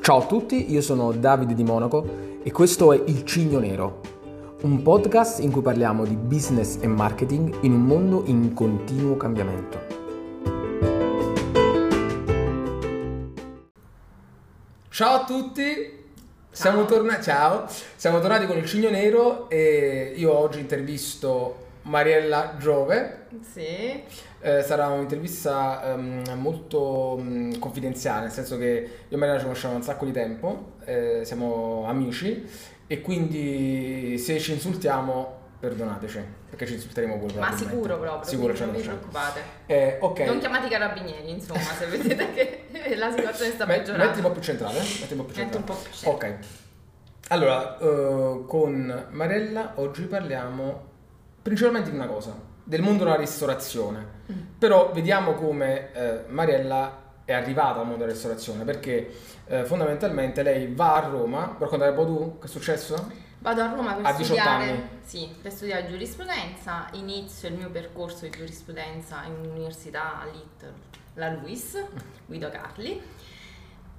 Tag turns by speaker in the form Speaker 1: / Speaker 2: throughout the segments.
Speaker 1: Ciao a tutti, io sono Davide di Monaco e questo è Il Cigno Nero, un podcast in cui parliamo di business e marketing in un mondo in continuo cambiamento.
Speaker 2: Ciao a tutti, siamo, torna- ciao. siamo tornati con il Cigno Nero e io oggi intervisto Mariella Giove.
Speaker 3: Sì,
Speaker 2: Eh, sarà un'intervista ehm, molto mm, confidenziale, nel senso che io e Mariella ci conosciamo da un sacco di tempo, eh, siamo amici e quindi se ci insultiamo perdonateci, perché ci insulteremo pure.
Speaker 3: ma
Speaker 2: probabilmente.
Speaker 3: sicuro proprio,
Speaker 2: Sicuro
Speaker 3: quindi
Speaker 2: ce la
Speaker 3: non vi
Speaker 2: facciamo.
Speaker 3: preoccupate.
Speaker 2: Eh, ok.
Speaker 3: Non chiamate i carabinieri, insomma, se vedete che la situazione sta
Speaker 2: Me-
Speaker 3: peggiorando.
Speaker 2: Metti un po' più centrale. eh? Metti un po' più
Speaker 3: Metti
Speaker 2: centrale.
Speaker 3: un po' più centrale.
Speaker 2: Ok. Allora, eh, con Marella oggi parliamo principalmente di una cosa, del mondo della ristorazione.
Speaker 3: Mm.
Speaker 2: Però vediamo come eh, Mariella è arrivata al mondo della ristorazione, perché eh, fondamentalmente lei va a Roma, vuoi raccontare un po' tu che è successo?
Speaker 3: Vado a Roma per
Speaker 2: A 18
Speaker 3: studiare,
Speaker 2: anni.
Speaker 3: sì, per studiare giurisprudenza, inizio il mio percorso di giurisprudenza in università all'IT, la LUIS, Guido Carli,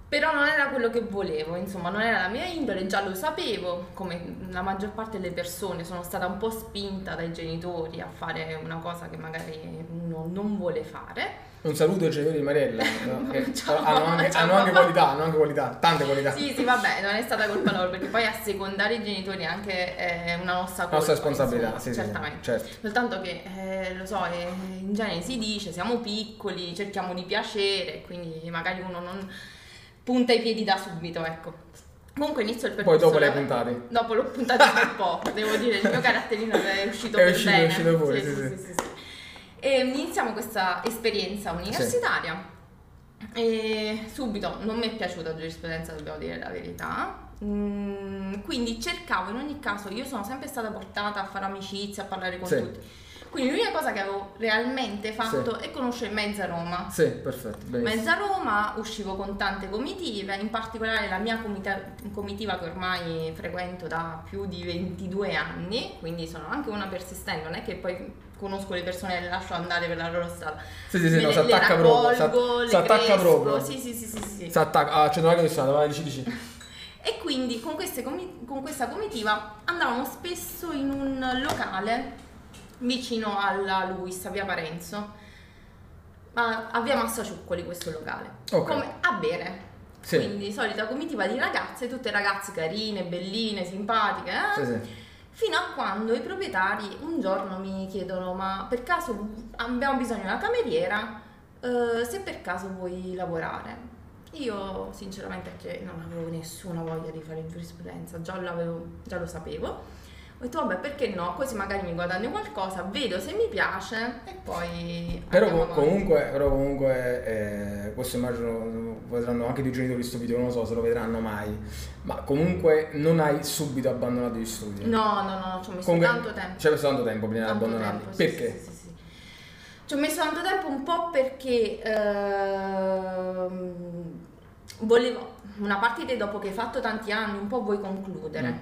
Speaker 3: però non era quello che volevo, insomma non era la mia indole, già lo sapevo, come la maggior parte delle persone sono stata un po' spinta dai genitori a fare una cosa che magari uno non vuole fare.
Speaker 2: Un saluto ai genitori di Mariella, no? Che
Speaker 3: Ciao,
Speaker 2: hanno, anche,
Speaker 3: ciao,
Speaker 2: hanno anche
Speaker 3: papà.
Speaker 2: qualità, hanno anche qualità, tante qualità.
Speaker 3: Diciamo. Sì, sì, vabbè, non è stata colpa loro, perché poi assecondare i genitori è anche eh, una nostra colpa.
Speaker 2: nostra responsabilità,
Speaker 3: insomma,
Speaker 2: sì, sì,
Speaker 3: certamente.
Speaker 2: certo.
Speaker 3: Soltanto che, eh, lo so, eh, in genere si dice, siamo piccoli, cerchiamo di piacere, quindi magari uno non punta i piedi da subito, ecco. Comunque inizio il
Speaker 2: Poi
Speaker 3: percorso.
Speaker 2: dopo le hai
Speaker 3: la-
Speaker 2: puntate.
Speaker 3: Dopo l'ho puntato un po', devo dire, il mio caratterino è uscito
Speaker 2: È
Speaker 3: per
Speaker 2: uscito-
Speaker 3: bene.
Speaker 2: è uscito fuori, sì, sì.
Speaker 3: sì, sì. E iniziamo questa esperienza universitaria. E subito non mi è piaciuta la giurisprudenza, dobbiamo dire la verità. Mm, quindi cercavo in ogni caso, io sono sempre stata portata a fare amicizia, a parlare con
Speaker 2: Sì.
Speaker 3: tutti. Quindi l'unica cosa che avevo realmente fatto è conoscere mezza Roma.
Speaker 2: Sì, perfetto, benissimo.
Speaker 3: Mezza Roma, uscivo con tante comitive, in particolare la mia comita- comitiva che ormai frequento da più di 22 anni, quindi sono anche una persistente, non è che poi conosco le persone e le lascio andare per la loro strada.
Speaker 2: Sì, sì, sì,
Speaker 3: Me
Speaker 2: no,
Speaker 3: le-
Speaker 2: si attacca
Speaker 3: le
Speaker 2: proprio.
Speaker 3: raccolgo,
Speaker 2: Si
Speaker 3: le
Speaker 2: attacca
Speaker 3: cresco,
Speaker 2: proprio.
Speaker 3: Sì, sì, sì, sì, sì.
Speaker 2: Si attacca. Ah, c'è una che mi sono andata, vai, dici, dici.
Speaker 3: E quindi con, queste comi- con questa comitiva andavamo spesso in un locale vicino alla Luis, a via Parenzo, ma a via Massaciuccoli questo locale,
Speaker 2: Ok.
Speaker 3: come a bere.
Speaker 2: Sì.
Speaker 3: Quindi solita comitiva di ragazze, tutte ragazze carine, belline, simpatiche, eh?
Speaker 2: Sì, sì.
Speaker 3: fino a quando i proprietari un giorno mi chiedono ma per caso abbiamo bisogno di una cameriera, eh, se per caso vuoi lavorare. Io sinceramente perché non avevo nessuna voglia di fare giurisprudenza, già, l'avevo- già lo sapevo. Ho detto vabbè perché no, così magari mi guadagno qualcosa, vedo se mi piace e poi...
Speaker 2: Però
Speaker 3: andiamo
Speaker 2: co-
Speaker 3: avanti.
Speaker 2: comunque, però comunque eh, questo immagino vedranno anche dei genitori questo video, non lo so se lo vedranno mai. Ma comunque non hai subito abbandonato gli studi.
Speaker 3: No, no, no, ci ho messo
Speaker 2: Comunque,
Speaker 3: tanto tempo.
Speaker 2: Ci hai messo tanto tempo prima di
Speaker 3: Tanto
Speaker 2: abbandonarli.
Speaker 3: tempo, sì,
Speaker 2: Perché?
Speaker 3: sì, sì, sì. Ci ho messo tanto tempo un po' perché ehm, volevo una partita dopo che hai fatto tanti anni, un po' vuoi concludere.
Speaker 2: Mm.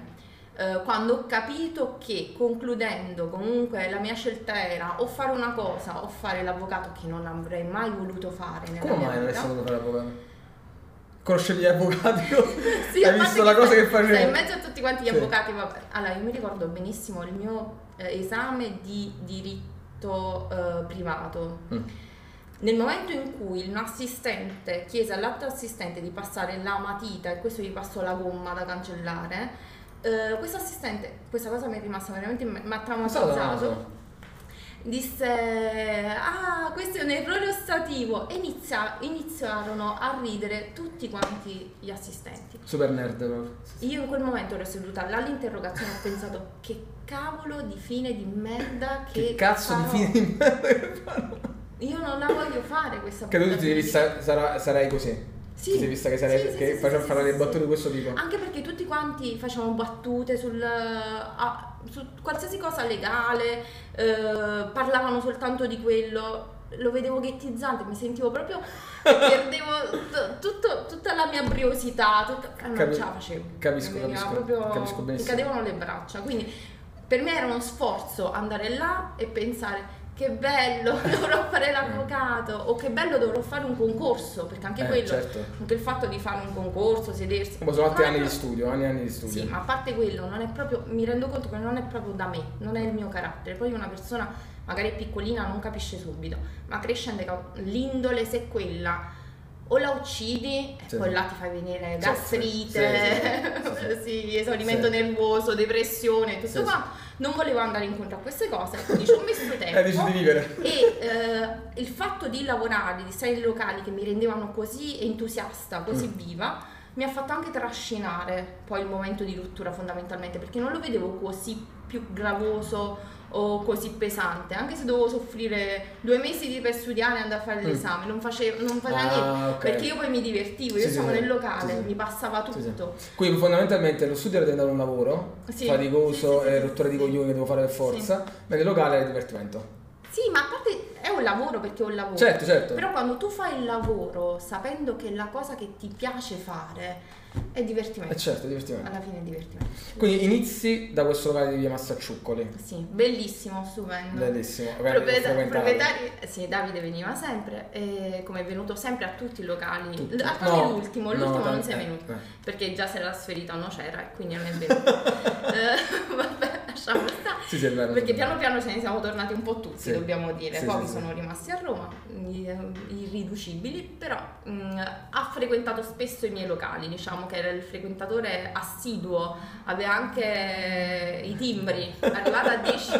Speaker 3: Eh, quando ho capito che concludendo comunque la mia scelta era o fare una cosa o fare l'avvocato che non avrei mai voluto fare nella
Speaker 2: Come
Speaker 3: mia
Speaker 2: mai non hai
Speaker 3: vita.
Speaker 2: saputo fare l'avvocato? Conoscevi gli avvocati?
Speaker 3: Sì, a
Speaker 2: hai
Speaker 3: parte
Speaker 2: visto la cosa
Speaker 3: stai-
Speaker 2: che facevi?
Speaker 3: stai in mezzo a tutti quanti gli
Speaker 2: Sì.
Speaker 3: avvocati. vabbè. Allora, io mi ricordo benissimo il mio eh, esame di diritto eh, privato.
Speaker 2: Mm.
Speaker 3: Nel momento in cui un assistente chiese all'altro assistente di passare la matita e questo gli passò la gomma da cancellare, eh, questo assistente, questa cosa mi è rimasta veramente, mi ha
Speaker 2: Non so, non lo
Speaker 3: traumatizzato
Speaker 2: so.
Speaker 3: disse ah questo è un errore ostativo e inizia- iniziarono a ridere tutti quanti gli assistenti
Speaker 2: Super nerd proprio.
Speaker 3: io in quel momento ero seduta là all'interrogazione e ho pensato che cavolo di fine di merda che,
Speaker 2: Che, cazzo
Speaker 3: farò?
Speaker 2: di film?
Speaker 3: io non la voglio fare questa
Speaker 2: Che tu
Speaker 3: brutta
Speaker 2: ti devi
Speaker 3: politica.
Speaker 2: sta- sarà- sarai così.
Speaker 3: Sì.
Speaker 2: Ti sei vista che, sarei,
Speaker 3: Sì, sì,
Speaker 2: che
Speaker 3: sì,
Speaker 2: facciamo
Speaker 3: sì,
Speaker 2: fare
Speaker 3: sì,
Speaker 2: le
Speaker 3: sì,
Speaker 2: battute di
Speaker 3: sì.
Speaker 2: questo tipo?
Speaker 3: Anche perché tutti quanti facevano battute sul, eh, a- su qualsiasi cosa legale, eh, parlavano soltanto di quello. Lo vedevo ghettizzante, mi sentivo proprio. perdevo t- tutto- tutta la mia briosità, tutta, eh, non
Speaker 2: Capi-
Speaker 3: ce la facevo.
Speaker 2: capisco,
Speaker 3: Mi veniva
Speaker 2: capisco,
Speaker 3: proprio-
Speaker 2: capisco benissimo.
Speaker 3: Mi cadevano le braccia. Quindi per
Speaker 2: Eh.
Speaker 3: me era uno sforzo andare là e pensare che bello, dovrò fare l'avvocato. imparato o che bello dovrò fare un concorso, perché anche
Speaker 2: Eh,
Speaker 3: quello,
Speaker 2: certo.
Speaker 3: anche il fatto di fare un concorso, sedersi...
Speaker 2: Ma sono altri
Speaker 3: non è
Speaker 2: anni di
Speaker 3: proprio-
Speaker 2: studio, anni e anni di studio.
Speaker 3: Sì, ma a parte quello, non è proprio, mi rendo conto che non è proprio da me, non è il mio carattere. Poi una persona magari piccolina non capisce subito, ma crescendo ca- l'indole se è quella o la uccidi e
Speaker 2: Sì.
Speaker 3: poi là ti fai venire
Speaker 2: Sì, sì, sì,
Speaker 3: gastrite,
Speaker 2: sì,
Speaker 3: sì, esaurimento
Speaker 2: Sì.
Speaker 3: nervoso, depressione, tutto
Speaker 2: Sì, sì.
Speaker 3: qua. Non volevo andare incontro a queste cose, quindi ci ho messo tempo.
Speaker 2: Hai deciso Eh, di vivere.
Speaker 3: E eh, il fatto di lavorare, di stare in locali che mi rendevano così entusiasta,
Speaker 2: Mm.
Speaker 3: così viva, mi ha fatto anche trascinare poi il momento di rottura fondamentalmente, perché non lo vedevo così più gravoso o così pesante, anche se dovevo soffrire due mesi di- per studiare e andare a fare l'esame, non facevo non faceva
Speaker 2: Mm. Ah,
Speaker 3: niente,
Speaker 2: ok.
Speaker 3: perché io poi mi divertivo, io
Speaker 2: Sì, sì,
Speaker 3: stavo
Speaker 2: sì.
Speaker 3: nel locale,
Speaker 2: Sì, sì.
Speaker 3: mi passava
Speaker 2: Sì, sì.
Speaker 3: tutto.
Speaker 2: Quindi fondamentalmente lo studio era diventato un lavoro
Speaker 3: Sì.
Speaker 2: faticoso
Speaker 3: Sì, sì, sì,
Speaker 2: e
Speaker 3: sì,
Speaker 2: rottura
Speaker 3: sì.
Speaker 2: di coglioni che devo fare per forza, mentre il locale era divertimento.
Speaker 3: Sì, ma a parte è un lavoro perché è un lavoro.
Speaker 2: Certo, certo.
Speaker 3: Però quando tu fai il lavoro sapendo che la cosa che ti piace fare è divertimento.
Speaker 2: Eh certo, divertimento.
Speaker 3: Alla fine è divertimento.
Speaker 2: Quindi inizi da questo locale di via Massacciuccoli.
Speaker 3: Sì, bellissimo, stupendo.
Speaker 2: Bellissimo. magari
Speaker 3: Proprietà,
Speaker 2: frequentarlo.
Speaker 3: proprietari, sì, Davide veniva sempre, e come è venuto sempre a tutti i locali,
Speaker 2: Tutti.
Speaker 3: a parte
Speaker 2: No,
Speaker 3: l'ultimo,
Speaker 2: no,
Speaker 3: l'ultimo non
Speaker 2: tanti-
Speaker 3: sei
Speaker 2: eh,
Speaker 3: venuto,
Speaker 2: eh.
Speaker 3: perché già si era trasferito a Nocera e quindi non è venuto. Eh, vabbè, lasciamo stare.
Speaker 2: Sì, sì, è vero.
Speaker 3: Perché piano piano ce ne siamo tornati un po' tutti,
Speaker 2: Sì.
Speaker 3: dobbiamo dire.
Speaker 2: Sì,
Speaker 3: Pochi
Speaker 2: sì, sì.
Speaker 3: sono rimasti a Roma, i- eh, irriducibili, però mh, ha frequentato spesso i miei locali, diciamo che era il frequentatore assiduo, aveva anche i timbri, arrivata a 10,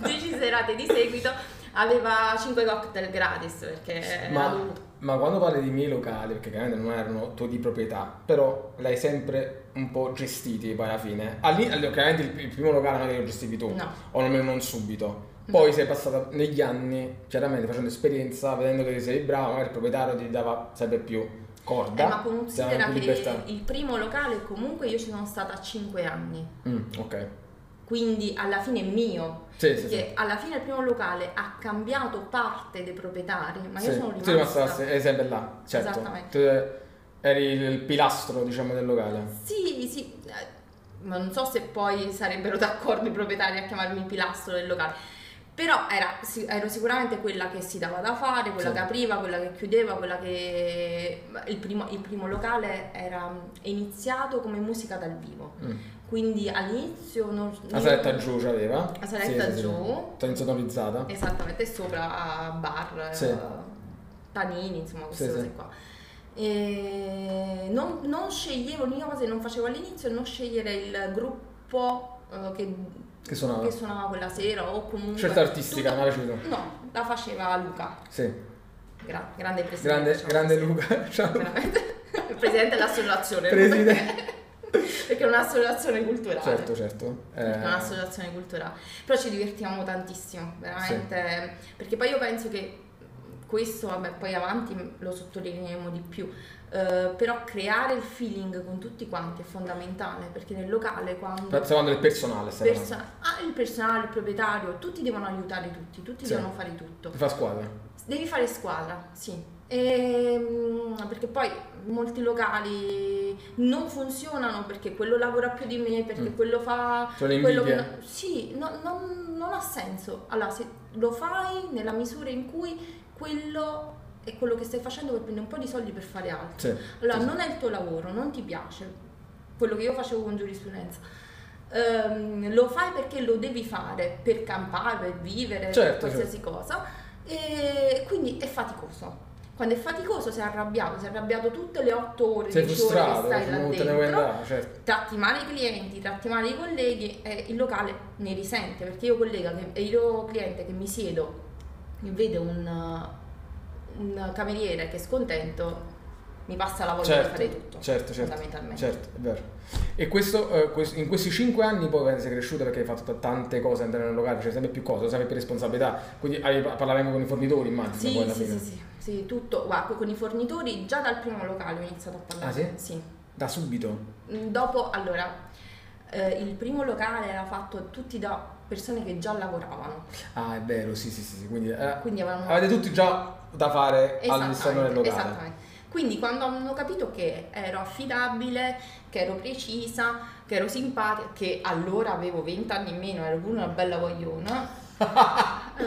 Speaker 3: 10 serate di seguito, aveva 5 cocktail gratis perché era
Speaker 2: Ma,
Speaker 3: dovuto.
Speaker 2: ma quando parli di miei locali, perché chiaramente non erano tuoi di proprietà, però l'hai sempre un po' gestiti poi alla fine. Allì, allora, chiaramente il, il primo locale non è che lo gestivi tu,
Speaker 3: No.
Speaker 2: o almeno non subito. Poi sei passata negli anni, chiaramente facendo esperienza, vedendo che sei bravo, magari il proprietario ti dava sempre più corda,
Speaker 3: Eh, ma considera
Speaker 2: più
Speaker 3: che
Speaker 2: libertà.
Speaker 3: il primo locale comunque io ci sono stata 5 anni,
Speaker 2: Mm, ok.
Speaker 3: quindi alla fine è mio,
Speaker 2: Sì, sì,
Speaker 3: perché
Speaker 2: sì.
Speaker 3: alla fine il primo locale ha cambiato parte dei proprietari, ma io
Speaker 2: Sì,
Speaker 3: sono
Speaker 2: Tu
Speaker 3: rimasta.
Speaker 2: sei rimasta se- eri sempre là, certo.
Speaker 3: Esattamente.
Speaker 2: Tu eri il pilastro, diciamo, del locale.
Speaker 3: Sì, sì, eh, ma non so se poi sarebbero d'accordo i proprietari a chiamarmi il pilastro del locale. Però era- sì, ero sicuramente quella che si dava da fare, quella
Speaker 2: Sì.
Speaker 3: che apriva, quella che chiudeva, quella che... Il primo, il primo locale era è iniziato come musica dal vivo,
Speaker 2: Mm.
Speaker 3: quindi all'inizio... Non,
Speaker 2: La
Speaker 3: non-
Speaker 2: saletta giù c'aveva.
Speaker 3: La saletta giù.
Speaker 2: Sì. Insonorizzata.
Speaker 3: Esattamente, sopra a bar,
Speaker 2: Sì.
Speaker 3: eh, panini, insomma, queste
Speaker 2: Sì, sì.
Speaker 3: cose qua. E non, non sceglievo, l'unica cosa che non facevo all'inizio è non scegliere il gruppo eh, che,
Speaker 2: Che suonava.
Speaker 3: che suonava quella sera o comunque...
Speaker 2: Ah. Scelta artistica,
Speaker 3: tutto-
Speaker 2: non la rifiuto.
Speaker 3: No, la faceva Luca,
Speaker 2: Sì.
Speaker 3: gra- grande presidente.
Speaker 2: Grande,
Speaker 3: diciamo
Speaker 2: grande
Speaker 3: così.
Speaker 2: Luca. Ciao.
Speaker 3: Veramente. Il presidente dell'associazione.
Speaker 2: Presidente.
Speaker 3: Perché è un'associazione culturale.
Speaker 2: Certo, certo. Eh,
Speaker 3: Perché è un'associazione culturale. Però ci divertiamo tantissimo, veramente. Perché poi io penso che questo, vabbè, poi avanti lo sottolineeremo di più. eh, però creare il feeling con tutti quanti è fondamentale perché nel locale quando
Speaker 2: stiamo parlando del personale, stiamo parlando.
Speaker 3: perso- ah, il personale, il proprietario, tutti devono aiutare tutti, tutti
Speaker 2: Sì.
Speaker 3: devono fare tutto.
Speaker 2: Ti fa squadra.
Speaker 3: Devi fare squadra, sì. Ehm, perché poi molti locali non funzionano perché quello lavora più di me, perché
Speaker 2: Mm.
Speaker 3: quello fa...
Speaker 2: Cioè le
Speaker 3: quello che
Speaker 2: invidie.
Speaker 3: no- sì, no- non, non ha senso. Allora, se lo fai nella misura in cui quello è quello che stai facendo per prendere un po' di soldi per fare altro.
Speaker 2: Sì.
Speaker 3: Allora,
Speaker 2: Sì, sì.
Speaker 3: non è il tuo lavoro, non ti piace quello che io facevo con giurisprudenza. Ehm, lo fai perché lo devi fare per campare, per vivere, per
Speaker 2: Certo,
Speaker 3: qualsiasi cosa. E quindi è faticoso. Quando è faticoso sei arrabbiato, sei arrabbiato tutte le otto ore,
Speaker 2: Sei
Speaker 3: 10 ore che
Speaker 2: frustrato,
Speaker 3: stai là
Speaker 2: non te ne vuoi
Speaker 3: dentro
Speaker 2: andare, certo.
Speaker 3: tratti male i clienti, tratti male i colleghi e il locale ne risente perché io collega che- e io cliente che mi siedo e vedo un, un cameriere che è scontento mi passa la voglia
Speaker 2: Certo,
Speaker 3: di fare tutto
Speaker 2: certo, certo,
Speaker 3: fondamentalmente
Speaker 2: certo, è vero. E questo, eh, quest- in questi cinque anni poi eh, sei cresciuta perché hai fatto t- tante cose, entrare nel locale, c'è sempre più cose, sempre più responsabilità, quindi hai- parlavi anche con i fornitori immagino
Speaker 3: Sì,
Speaker 2: poi alla
Speaker 3: sì,
Speaker 2: fine.
Speaker 3: sì, sì, sì, tutto, guarda, con i fornitori già dal primo locale ho iniziato a parlare.
Speaker 2: Ah, Da subito?
Speaker 3: Mm, Dopo, allora, eh, il primo locale era fatto tutti da persone che già lavoravano,
Speaker 2: Ah, è vero, sì, sì, sì, sì, quindi eh,
Speaker 3: quindi avevano
Speaker 2: avete tutti già da fare all'interno del
Speaker 3: Esattamente,
Speaker 2: locale.
Speaker 3: esattamente. Quindi quando hanno capito che ero affidabile, che ero precisa, che ero simpatica, che allora avevo 20 anni in meno, ero pure una bella vogliona, eh,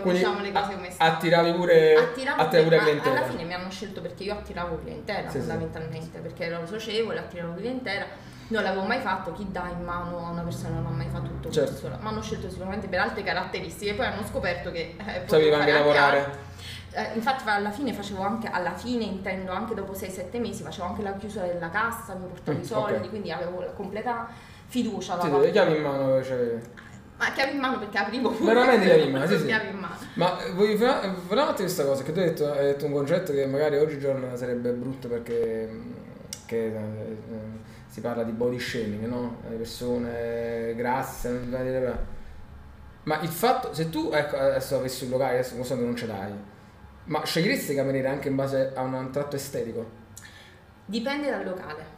Speaker 2: Quindi
Speaker 3: diciamo le cose
Speaker 2: a-
Speaker 3: come stanno.
Speaker 2: attiravi pure,
Speaker 3: Attiravo
Speaker 2: attiravi pure
Speaker 3: a-
Speaker 2: clientela.
Speaker 3: alla fine mi hanno scelto perché io attiravo clientela
Speaker 2: Sì, sì.
Speaker 3: fondamentalmente perché ero socievole attiravo clientela non l'avevo mai fatto chi dà in mano a una persona non ha mai fatto tutto
Speaker 2: Certo.
Speaker 3: questo mi hanno scelto sicuramente per altre caratteristiche poi hanno scoperto che eh, potevo
Speaker 2: Sapevi anche
Speaker 3: fare
Speaker 2: lavorare.
Speaker 3: altro. Eh, infatti fa- alla fine facevo anche alla fine intendo anche dopo 6-7 mesi facevo anche la chiusura della cassa mi portavo
Speaker 2: Mm,
Speaker 3: i soldi
Speaker 2: ok.
Speaker 3: quindi avevo la completa fiducia da
Speaker 2: Sì, sì,
Speaker 3: parte-
Speaker 2: le chiavi in mano cioè.
Speaker 3: ma chiavi in mano perché aprivo
Speaker 2: Veramente chiavi in mano, sì, sì.
Speaker 3: chiavi in mano
Speaker 2: Ma eh, voglio fare questa cosa, che tu hai detto, hai detto un concetto che magari oggigiorno sarebbe brutto perché mh, che, eh, eh, si parla di body shaming, no? Le persone grasse, non bla, bla, bla. ma il fatto, se tu ecco, adesso avessi un locale, adesso questo non ce l'hai, ma sceglieresti cameriere anche in base a un tratto estetico?
Speaker 3: Dipende dal locale.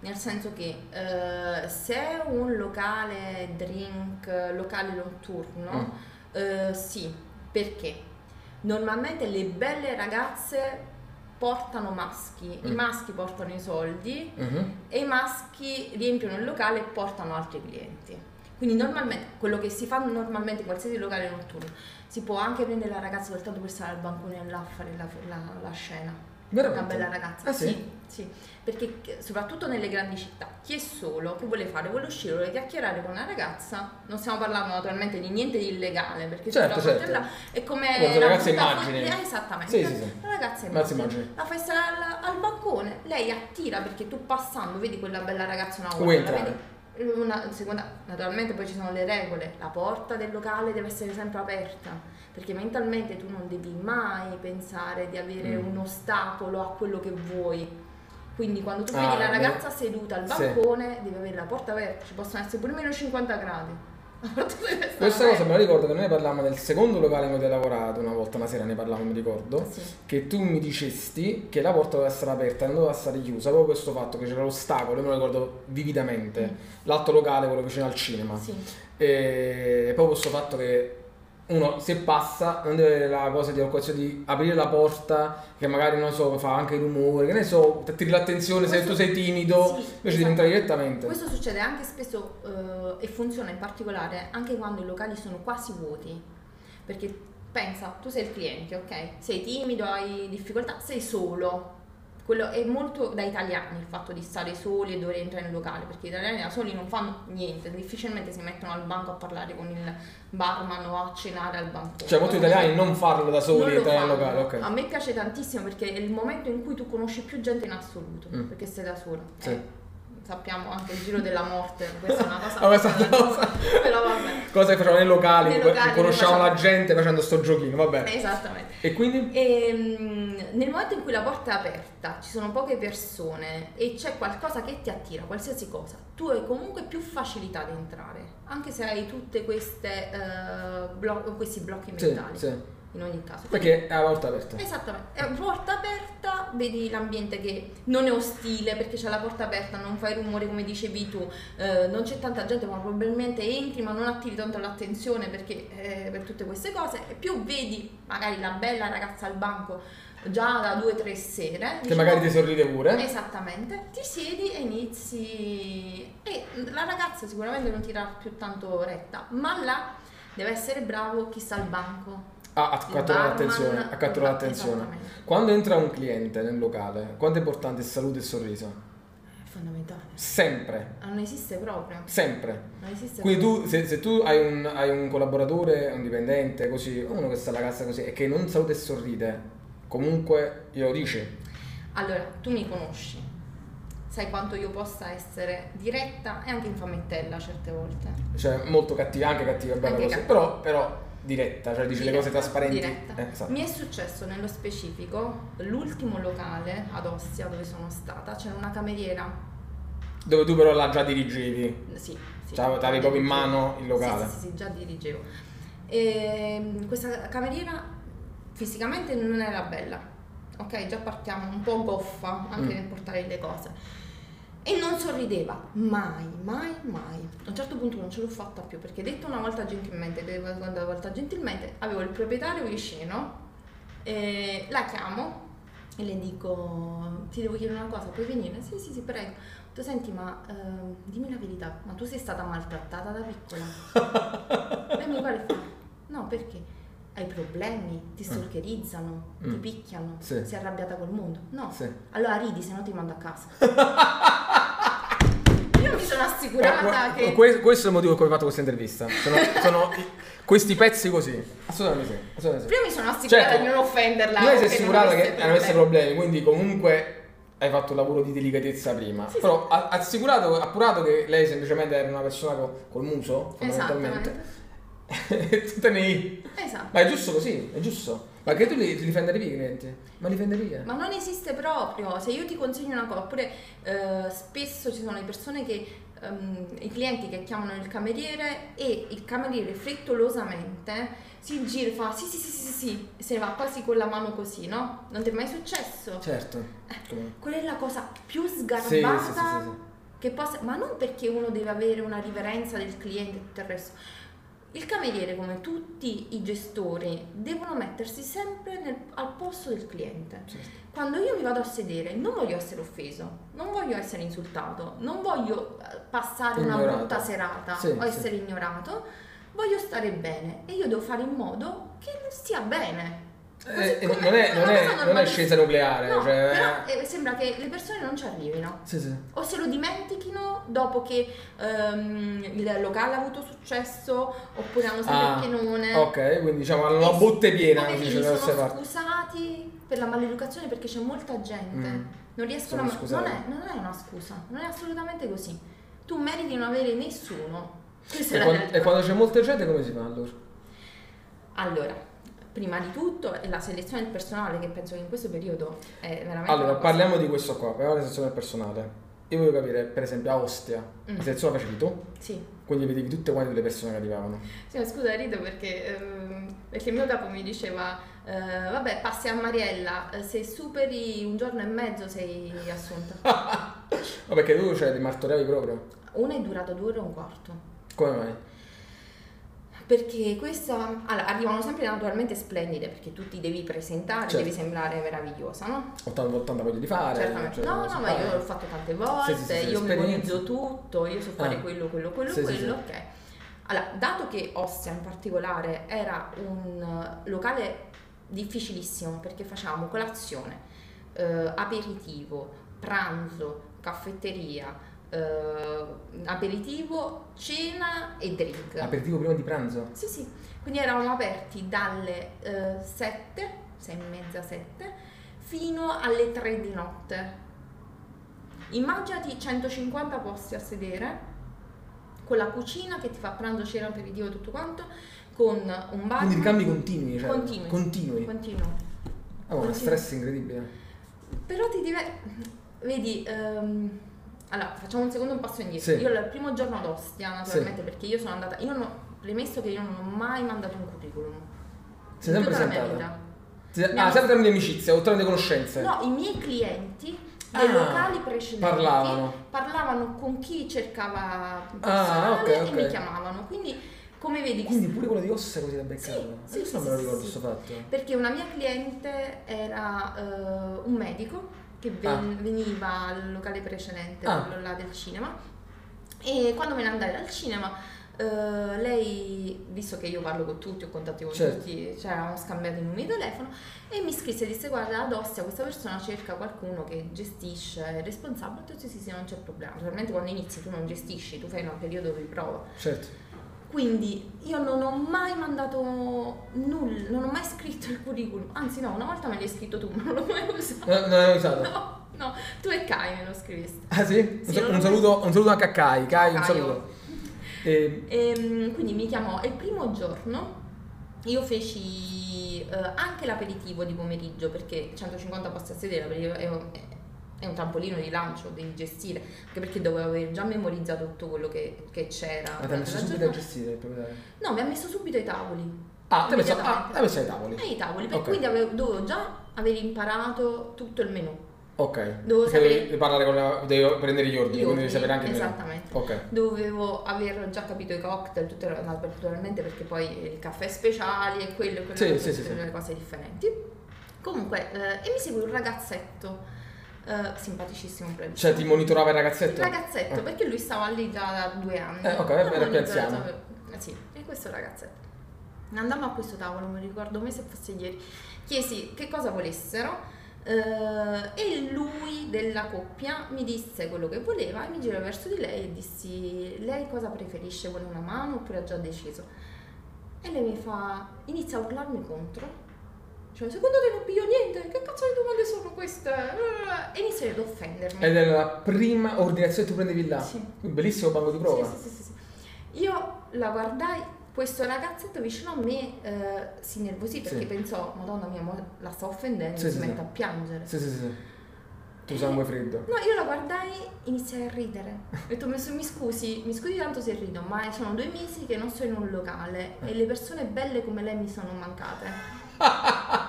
Speaker 3: Nel senso che eh, se è un locale drink, eh, locale
Speaker 2: Mm.
Speaker 3: notturno, eh, sì, perché normalmente le belle ragazze portano maschi, i
Speaker 2: Mm.
Speaker 3: maschi portano i soldi
Speaker 2: Mhm.
Speaker 3: e i maschi riempiono il locale e portano altri clienti. Quindi normalmente quello che si fa normalmente in qualsiasi locale notturno, si può anche prendere la ragazza soltanto per stare al bancone là a fare la, la- la scena.
Speaker 2: Veramente?
Speaker 3: Una bella ragazza.
Speaker 2: Ah, sì?
Speaker 3: sì. Perché eh, soprattutto nelle grandi città, chi è solo, che vuole fare, vuole uscire, vuole chiacchierare con una ragazza, non stiamo parlando naturalmente di niente di illegale, perché se
Speaker 2: Certo,
Speaker 3: la
Speaker 2: certo.
Speaker 3: porta là è come...
Speaker 2: Come le
Speaker 3: la
Speaker 2: ragazze
Speaker 3: frutta-
Speaker 2: immagini.
Speaker 3: eh, Esattamente.
Speaker 2: Sì, sì, sì.
Speaker 3: La
Speaker 2: Mazza
Speaker 3: ragazza immagini.
Speaker 2: immagini.
Speaker 3: La fai stare al, al balcone, lei attira perché tu passando vedi quella bella ragazza una volta,
Speaker 2: Vuoi
Speaker 3: la
Speaker 2: entrare?
Speaker 3: vedi una seconda, naturalmente poi ci sono le regole, la porta del locale deve essere sempre aperta, perché mentalmente tu non devi mai pensare di avere
Speaker 2: Mm.
Speaker 3: un ostacolo a quello che vuoi. Quindi quando tu
Speaker 2: Ah,
Speaker 3: vedi la
Speaker 2: beh.
Speaker 3: ragazza seduta al
Speaker 2: Sì.
Speaker 3: balcone devi avere la porta aperta, ci possono essere pure meno 50 gradi. La porta deve essere
Speaker 2: Questa cosa
Speaker 3: aperta.
Speaker 2: me la ricordo che noi ne parlavamo nel secondo locale in cui ho lavorato, una volta, una sera ne parlavamo, mi ricordo.
Speaker 3: Sì.
Speaker 2: che tu mi dicesti che la porta doveva essere aperta e non doveva stare chiusa, proprio questo fatto che c'era l'ostacolo, io me lo ricordo vividamente,
Speaker 3: Mm.
Speaker 2: l'altro locale, quello vicino al cinema,
Speaker 3: Sì.
Speaker 2: e poi questo fatto che uno se passa non deve avere la cosa di, la cosa di aprire la porta che magari non so fa anche rumore che ne so ti attiri l'attenzione se
Speaker 3: Questo-
Speaker 2: tu sei timido
Speaker 3: sì,
Speaker 2: invece devi
Speaker 3: esatto.
Speaker 2: entrare direttamente
Speaker 3: Questo succede anche spesso eh, e funziona in particolare anche quando i locali sono quasi vuoti. Perché pensa, tu sei il cliente, ok? Sei timido, hai difficoltà, sei solo. Quello è molto da italiani il fatto di stare soli e dover entrare in locale, perché gli italiani da soli non fanno niente, difficilmente si mettono al banco a parlare con il barman o a cenare al bancone.
Speaker 2: cioè molti italiani non farlo da
Speaker 3: Non
Speaker 2: soli
Speaker 3: lo
Speaker 2: entrare al
Speaker 3: fanno.
Speaker 2: locale ok
Speaker 3: A me piace tantissimo perché è il momento in cui tu conosci più gente in assoluto,
Speaker 2: Mm.
Speaker 3: perché sei da sola.
Speaker 2: Sì.
Speaker 3: Eh, sappiamo anche il giro della morte, questa è una cosa.
Speaker 2: Ah, questa è una cosa.
Speaker 3: Però vabbè.
Speaker 2: cosa che facevano nei locali,
Speaker 3: Nei
Speaker 2: che
Speaker 3: locali,
Speaker 2: conosciamo
Speaker 3: facciamo-
Speaker 2: la gente facendo sto giochino vabbè
Speaker 3: Esattamente.
Speaker 2: e quindi
Speaker 3: E, mm, nel momento in cui la porta è aperta, ci sono poche persone e c'è qualcosa che ti attira, qualsiasi cosa, tu hai comunque più facilità di entrare, anche se hai tutti questi blocchi
Speaker 2: sì,
Speaker 3: mentali, Eh
Speaker 2: sì.
Speaker 3: in ogni caso.
Speaker 2: Perché è la porta aperta.
Speaker 3: Esattamente, è porta aperta, vedi l'ambiente che non è ostile perché c'è la porta aperta, non fai rumore come dicevi tu, eh, non c'è tanta gente, ma probabilmente entri ma non attiri tanto l'attenzione perché eh, per tutte queste cose, e più vedi magari la bella ragazza al banco già da due o tre sere, diciamo,
Speaker 2: Che magari ti sorride
Speaker 3: eh,
Speaker 2: pure.
Speaker 3: Esattamente, ti siedi e inizi e la ragazza sicuramente non ti darà più tanto retta, ma là deve essere bravo chi sta al banco.
Speaker 2: Ah, a
Speaker 3: Il
Speaker 2: catturare
Speaker 3: barman-
Speaker 2: l'attenzione. A catturare l'attenzione.
Speaker 3: Esattamente.
Speaker 2: Quando entra un cliente nel locale, quanto è importante il saluto e il sorriso?
Speaker 3: È fondamentale.
Speaker 2: Sempre,
Speaker 3: Ah, Non esiste proprio.
Speaker 2: sempre.
Speaker 3: Non esiste
Speaker 2: Quindi tu, se, se tu hai un, hai un collaboratore, un dipendente, così, uno che sta alla cassa così, e che non saluta e sorride, comunque glielo dici.
Speaker 3: proprio. Allora, tu mi conosci. Sai quanto io possa essere diretta e anche infamettella certe volte.
Speaker 2: Cioè, molto cattiva, anche cattiva, bella
Speaker 3: Anche
Speaker 2: così.
Speaker 3: cattiva.
Speaker 2: Però, però, diretta, cioè dici le cose trasparenti.
Speaker 3: Diretta.
Speaker 2: Eh, esatto.
Speaker 3: Mi è successo nello specifico l'ultimo locale ad Ostia dove sono stata, c'era una cameriera.
Speaker 2: Dove tu però la già dirigevi.
Speaker 3: Sì, sì.
Speaker 2: Cioè, avevi proprio in mano il locale.
Speaker 3: Sì, sì, sì, già dirigevo. Ehm, questa cameriera fisicamente non era bella, ok? Già partiamo un po' goffa anche
Speaker 2: Mm.
Speaker 3: nel portare le cose. E non sorrideva mai, mai, mai. A un certo punto non ce l'ho fatta più perché detto una volta gentilmente, detto una seconda volta gentilmente, avevo il proprietario vicino, e la chiamo e le dico ti devo chiedere una cosa, puoi venire? Sì, sì, sì, prego. Ho detto, senti, ma ehm, dimmi la verità, ma tu sei stata maltrattata da piccola? Lei mi guarda e fa, No, perché? Hai problemi, ti stalkerizzano,
Speaker 2: Mm.
Speaker 3: ti picchiano,
Speaker 2: Sì.
Speaker 3: sei arrabbiata col mondo. No.
Speaker 2: Sì.
Speaker 3: Allora ridi, se no ti mando a casa. Io mi sono assicurata
Speaker 2: Eh, que-
Speaker 3: che...
Speaker 2: que- questo è il motivo per cui ho fatto questa intervista. Sono, sono i- questi pezzi così. Assolutamente sì. Assolutamente sì.
Speaker 3: Prima mi sono assicurata
Speaker 2: Certo.
Speaker 3: di non offenderla.
Speaker 2: Lei si è
Speaker 3: perché non
Speaker 2: assicurata
Speaker 3: avesse
Speaker 2: che non avesse
Speaker 3: problemi.
Speaker 2: problemi, quindi comunque hai fatto un lavoro di delicatezza prima.
Speaker 3: Sì,
Speaker 2: Però ha ha assicurato, ha appurato che lei semplicemente era una persona co- col muso, fondamentalmente.
Speaker 3: Esattamente.
Speaker 2: Tutte nei.
Speaker 3: Esatto.
Speaker 2: Ma è giusto così, è giusto. Ma che tu li, li fenderai via i clienti? Ma li fenderai via?
Speaker 3: Ma non esiste proprio, se io ti consiglio una cosa, oppure eh, spesso ci sono le persone che, ehm, i clienti che chiamano il cameriere e il cameriere frettolosamente si gira e fa sì sì sì sì sì, e se ne va quasi con la mano così, no? Non ti è mai successo?
Speaker 2: Certo. Come?
Speaker 3: Quella è la cosa più sgarbata
Speaker 2: Sì, sì, sì, sì, sì.
Speaker 3: che possa, ma non perché uno deve avere una riverenza del cliente e tutto il resto. Il cameriere, come tutti i gestori, devono mettersi sempre nel- al posto del cliente.
Speaker 2: Certo.
Speaker 3: Quando io mi vado a sedere, non voglio essere offeso, non voglio essere insultato, non voglio eh, passare una
Speaker 2: Ignorato.
Speaker 3: brutta serata
Speaker 2: Sì,
Speaker 3: o
Speaker 2: sì.
Speaker 3: essere ignorato, voglio stare bene e io devo fare in modo che stia bene.
Speaker 2: Eh,
Speaker 3: Così
Speaker 2: eh,
Speaker 3: come-
Speaker 2: non, è, non,
Speaker 3: una cosa
Speaker 2: è, non è
Speaker 3: normalissima.
Speaker 2: scienza nucleare.
Speaker 3: No,
Speaker 2: cioè,
Speaker 3: però eh, sembra che le persone non ci arrivino
Speaker 2: Sì, sì.
Speaker 3: o se lo dimentichino dopo che ehm, il locale ha avuto successo oppure hanno sempre
Speaker 2: Ah,
Speaker 3: il pienone.
Speaker 2: Ok, quindi diciamo hanno
Speaker 3: E
Speaker 2: la
Speaker 3: s-
Speaker 2: botte piena, cioè,
Speaker 3: poverini,
Speaker 2: come si dice da
Speaker 3: sono
Speaker 2: queste parti.
Speaker 3: scusati per la maleducazione perché c'è molta gente.
Speaker 2: Mm.
Speaker 3: Non
Speaker 2: Sono
Speaker 3: riescono a. Non
Speaker 2: scusati.
Speaker 3: è, non è una scusa, non è assolutamente così. Tu meriti di non avere nessuno. Questa
Speaker 2: E
Speaker 3: è la
Speaker 2: quando,
Speaker 3: realtà.
Speaker 2: e quando c'è molta gente come si fa allora?
Speaker 3: Allora, prima di tutto è la selezione del personale, che penso che in questo periodo è veramente.
Speaker 2: Allora,
Speaker 3: una cosa-
Speaker 2: parliamo di questo qua, parliamo della sezione del personale. Io voglio capire, per esempio, a Ostia,
Speaker 3: Mm.
Speaker 2: la sezione la facevi tu,
Speaker 3: Sì.
Speaker 2: quindi vedevi tutte quante le persone che arrivavano.
Speaker 3: Sì, ma scusa, rido perché, ehm, perché il mio capo mi diceva, eh, vabbè, passi a Mariella, eh, se superi un giorno e mezzo sei assunta.
Speaker 2: Ma perché tu cioè, ti martoriavi proprio?
Speaker 3: Una è durata due ore e un quarto.
Speaker 2: Come mai?
Speaker 3: Perché questa, allora, arrivano sempre naturalmente splendide, perché tu ti devi presentare,
Speaker 2: Certo.
Speaker 3: devi sembrare meravigliosa, no?
Speaker 2: 80-80 voglio di fare.
Speaker 3: Certamente.
Speaker 2: cioè,
Speaker 3: no,
Speaker 2: non
Speaker 3: no,
Speaker 2: so
Speaker 3: ma
Speaker 2: fare.
Speaker 3: io l'ho fatto tante volte,
Speaker 2: Sì, sì, sì, sì,
Speaker 3: io
Speaker 2: esperienza.
Speaker 3: memorizzo tutto, io so fare
Speaker 2: Ah.
Speaker 3: quello, quello, quello,
Speaker 2: Sì, sì,
Speaker 3: quello,
Speaker 2: sì.
Speaker 3: ok. Allora, dato che Ostia in particolare era un eh, locale difficilissimo perché facevamo colazione, eh, aperitivo, pranzo, caffetteria, eh, aperitivo, cena e drink.
Speaker 2: Aperitivo prima di pranzo?
Speaker 3: Sì, sì, quindi eravamo aperti dalle eh, 7, 6 e mezza, 7, fino alle 3 di notte. Immaginati 150 posti a sedere, con la cucina che ti fa pranzo, cena, aperitivo e tutto quanto, con un bar...
Speaker 2: Quindi ricambi continui, cioè.
Speaker 3: Ah, Continui.
Speaker 2: Continui.
Speaker 3: Continuo.
Speaker 2: Ah, ma uno
Speaker 3: Continui.
Speaker 2: stress incredibile.
Speaker 3: Però ti diver- Vedi, ehm, allora facciamo un secondo un passo indietro.
Speaker 2: Sì.
Speaker 3: Io il primo giorno ad Ostia, naturalmente, perché io sono andata... Io non ho premesso che io non ho mai mandato un curriculum.
Speaker 2: Sei
Speaker 3: In
Speaker 2: sempre
Speaker 3: tutta la mia
Speaker 2: sentata.
Speaker 3: vita.
Speaker 2: Ti-
Speaker 3: Mi
Speaker 2: Ah,
Speaker 3: hanno-
Speaker 2: sempre tramite amicizia o tramite conoscenze?
Speaker 3: No, i miei clienti
Speaker 2: Ah,
Speaker 3: dei locali precedenti
Speaker 2: parlavano.
Speaker 3: parlavano con chi cercava
Speaker 2: Ah,
Speaker 3: personale
Speaker 2: ok, ok.
Speaker 3: e mi chiamavano. Quindi, come vedi,
Speaker 2: Quindi pure quello di Ossa è così da beccarlo.
Speaker 3: Sì,
Speaker 2: Eh,
Speaker 3: sì,
Speaker 2: questo non me
Speaker 3: sì,
Speaker 2: lo ricordo
Speaker 3: sì,
Speaker 2: questo fatto.
Speaker 3: perché una mia cliente era eh, un medico che ven- veniva al locale precedente,
Speaker 2: Ah.
Speaker 3: quello là del cinema, e quando me ne andai dal cinema, eh, lei, visto che io parlo con tutti, ho contatti con
Speaker 2: Certo.
Speaker 3: tutti, cioè avevamo scambiato i numeri di telefono, e mi scrisse e disse guarda ad Ostia questa persona cerca qualcuno che gestisce, è responsabile, ho detto sì sì sì non c'è problema, naturalmente quando inizi tu non gestisci, tu fai un periodo di prova.
Speaker 2: Certo.
Speaker 3: Quindi io non ho mai mandato nulla, non ho mai scritto il curriculum. Anzi, no, una volta me l'hai scritto tu, ma non l'ho mai usato.
Speaker 2: Eh, No, non l'avevo usato.
Speaker 3: No, no, tu e Kai me lo scriveste.
Speaker 2: Ah sì? Un,
Speaker 3: Sì,
Speaker 2: sa-
Speaker 3: non
Speaker 2: un
Speaker 3: lo- oh.
Speaker 2: saluto, un saluto anche a Kai. Kai, un
Speaker 3: Caio.
Speaker 2: saluto. Eh, E,
Speaker 3: Ehm, quindi mi chiamò e il primo giorno io feci eh, anche l'aperitivo di pomeriggio perché 150 posti a sedere perché è un, è un trampolino di lancio, devi gestire, anche perché dovevo aver già memorizzato tutto quello che, che c'era.
Speaker 2: ma ti ha
Speaker 3: durante
Speaker 2: messo
Speaker 3: Ah, la
Speaker 2: subito a
Speaker 3: giornata.
Speaker 2: gestire il proprietario?
Speaker 3: No, mi ha messo subito i tavoli.
Speaker 2: Ah, ti ha messo, ah,
Speaker 3: Immediatamente.
Speaker 2: ti ha messo ai tavoli.
Speaker 3: ai tavoli, per
Speaker 2: Ok.
Speaker 3: quindi avevo, dovevo già aver imparato tutto il menù.
Speaker 2: Ok.
Speaker 3: Devo
Speaker 2: Perché
Speaker 3: sapere-
Speaker 2: devi parlare con la... devi prendere gli ordini,
Speaker 3: Gli
Speaker 2: quindi
Speaker 3: ordini, esatto.
Speaker 2: devi sapere anche il menù.
Speaker 3: Esattamente.
Speaker 2: Ok.
Speaker 3: Dovevo aver già capito i cocktail, tutto era andato naturalmente perché poi il caffè speciali e quello e quello,
Speaker 2: Sì,
Speaker 3: e quello,
Speaker 2: sì, sì,
Speaker 3: tutte
Speaker 2: sì.
Speaker 3: le cose differenti. Comunque, eh, e mi segue un ragazzetto, eh, simpaticissimo però.
Speaker 2: Cioè ti monitorava il ragazzetto?
Speaker 3: Il ragazzetto,
Speaker 2: Ah.
Speaker 3: perché lui stava lì già da due anni.
Speaker 2: Eh, ok,
Speaker 3: Non
Speaker 2: era più
Speaker 3: monitorato-
Speaker 2: anziano.
Speaker 3: eh, Sì, e questo ragazzetto. Andammo a questo tavolo, mi ricordo me se fosse ieri. Chiesi che cosa volessero eh, e lui della coppia mi disse quello che voleva e mi giro verso di lei e dissi lei cosa preferisce, vuole una mano oppure ha già deciso? E lei mi fa, inizia a urlarmi contro. Cioè, secondo te non piglio niente? Che cazzo di domande sono queste? E inizia ad offendermi.
Speaker 2: Ed era la prima ordinazione che tu prendevi là.
Speaker 3: Sì.
Speaker 2: Un bellissimo banco di prova.
Speaker 3: Sì, sì, sì, sì, sì. Io la guardai, questo ragazzetto vicino a me eh, si innervosì perché
Speaker 2: Sì.
Speaker 3: pensò, madonna mia, mo la sto offendendo,
Speaker 2: Sì,
Speaker 3: si
Speaker 2: sì,
Speaker 3: mette
Speaker 2: sì.
Speaker 3: a piangere.
Speaker 2: Sì, sì, sì. sì. Tu sangue freddo.
Speaker 3: No, io la guardai iniziai a ridere. Ho detto, mi, mi scusi, mi scusi tanto se rido, ma sono due mesi che non sono in un locale e le persone belle come lei mi sono mancate.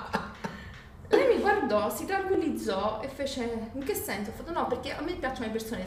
Speaker 3: lei mi guardò, si tranquillizzò e fece, in che senso? Ho fatto, no, perché a me piacciono le persone,